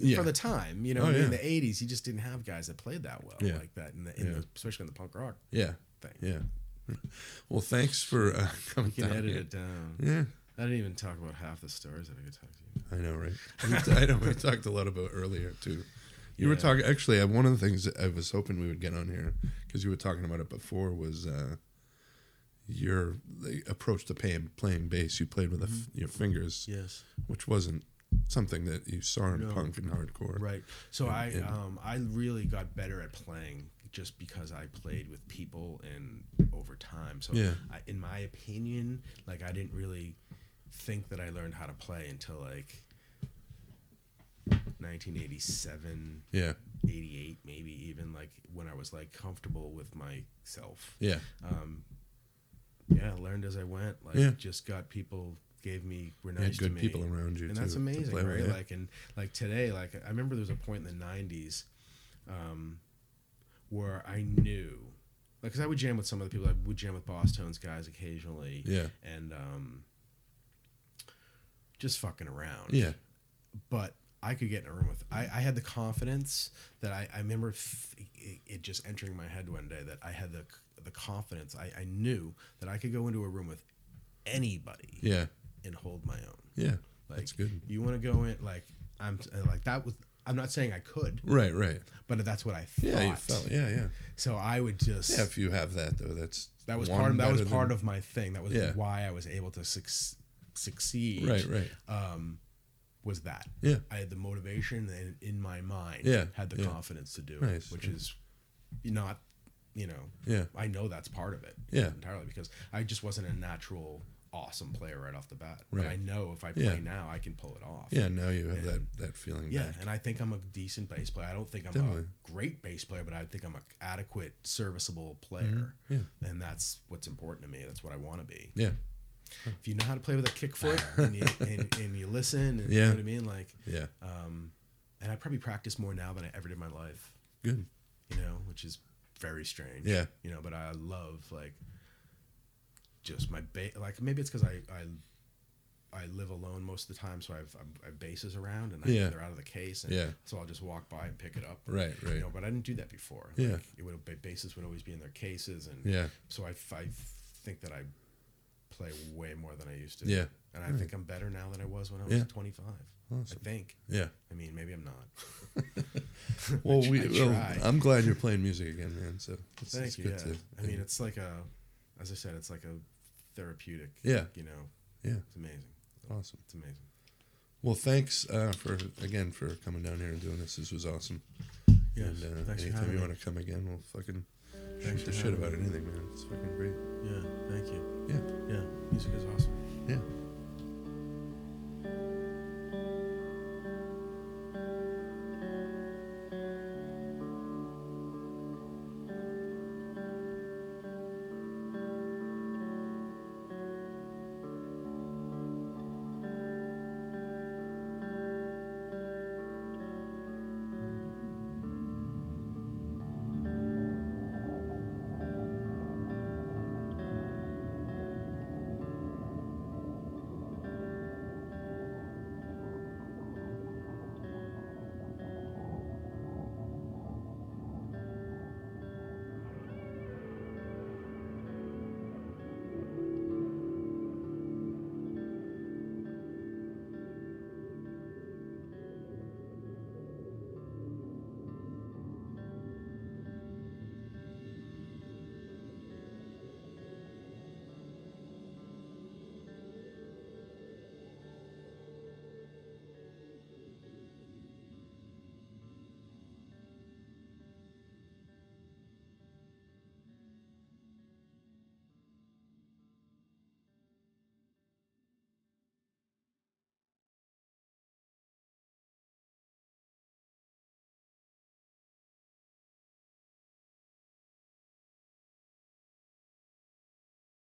Yeah.
For the time, you know,
Oh,
I mean,
yeah.
in the '80s, you just didn't have guys that played that well
Yeah.
like that, in the, in
Yeah.
the, especially in the punk rock
yeah,
thing.
yeah. Well, thanks for uh, coming
You can
down
edit
here.
it down.
Yeah.
I didn't even talk about half the stories that I could talk to you.
I know, right? We- I know. We talked a lot about earlier too. You were
Yeah.
talking actually. uh, One of the things that I was hoping we would get on here because you were talking about it before was uh, your the approach to paying, playing bass. You played with the
Mm-hmm.
f your fingers,
Yes.
which wasn't something that you saw in
No.
punk and hardcore.
Right. So I
and-
um I really got better at playing just because I played with people and over time. So
Yeah.
I, in my opinion, like I didn't really think that I learned how to play until like 1987,
Yeah.
88 maybe even like when I was like comfortable with myself.
Yeah.
um, yeah, learned as I went. Like,
Yeah.
just got people gave me were
You
nice
had good
to me,
people around you.
and
to-
that's
to
amazing,
play
right?
with, yeah.
Like, and like today, like I remember there was a point in the '90s um, where I knew, like, because I would jam with some of the people. I would jam with Boss Tones guys occasionally,
Yeah.
and um, just fucking around.
Yeah.
But I could get in a room with. I, I had the confidence that I, I remember f- it, it just entering my head one day that I had the the confidence. I, I knew that I could go into a room with anybody
Yeah.
and hold my own.
Yeah.
Like,
That's good.
You want to go in like I'm uh, like that was. I'm not saying I could,
Right, right.
but that's what I thought.
Yeah, you felt yeah, yeah.
So I would just.
Yeah, if you have that though, that's
that was
one
part. Of, that was
better
part
than-
of my thing. That was
Yeah.
why I was able to suc- succeed. um,
Right, right.
Was that?
Yeah.
I had the motivation and in my mind.
Yeah,
Had the
yeah.
confidence to do
Nice,
it, which
yeah.
is not. You know.
Yeah.
I know that's part of it.
Yeah.
Entirely because I just wasn't a natural awesome player right off the bat. But I
Right.
know if I play
Yeah.
now, I can pull it off.
Yeah, now you have that that feeling
Yeah,
back.
and I think I'm a decent bass player. I don't think I'm
Definitely.
a great bass player, but I think I'm an adequate, serviceable player.
Mm-hmm.
And that's what's important to me. That's what I want to be.
Yeah.
If you know how to play with a kick foot and you, and, and you listen, and you
Yeah.
know what I mean? Like, um,
Yeah.
and I probably practice more now than I ever did in my life,
Good.
you know, which is very strange.
Yeah.
You know, but I love, like, just my bass. Like, maybe it's because I, I, I live alone most of the time, so I've, I've, I've basses around and I,
Yeah.
they're out of the case. And
Yeah.
So I'll just walk by and pick it up.
Right, right.
You know, but I didn't do that before. Like,
Yeah.
It would ba- bases would always be in their cases, and
Yeah.
So I, f- I think that I play way more than I used to.
Yeah. Hmm.
And I think I'm better now than I was when I was
Yeah.
25.
Awesome.
I think.
Yeah.
I mean, maybe I'm not.
Well,
tr-
we.
I
well,
try.
I'm glad you're playing music again, man. So it's,
Thank
it's
you.
good
Yeah.
to.
I mean, it's like a, as I said, it's like a therapeutic.
Yeah.
You know,
yeah,
it's amazing.
awesome.
It's amazing.
Well, thanks uh, for again for coming down here and doing this. This was awesome.
Yes.
And uh,
Thanks for
anytime
having
you
me.
want to come again, we'll fucking
Thanks
shoot the
for
shit
having
about anything, man. It's fucking great.
Yeah. Thank you.
Yeah,
Yeah. Music is awesome.
yeah.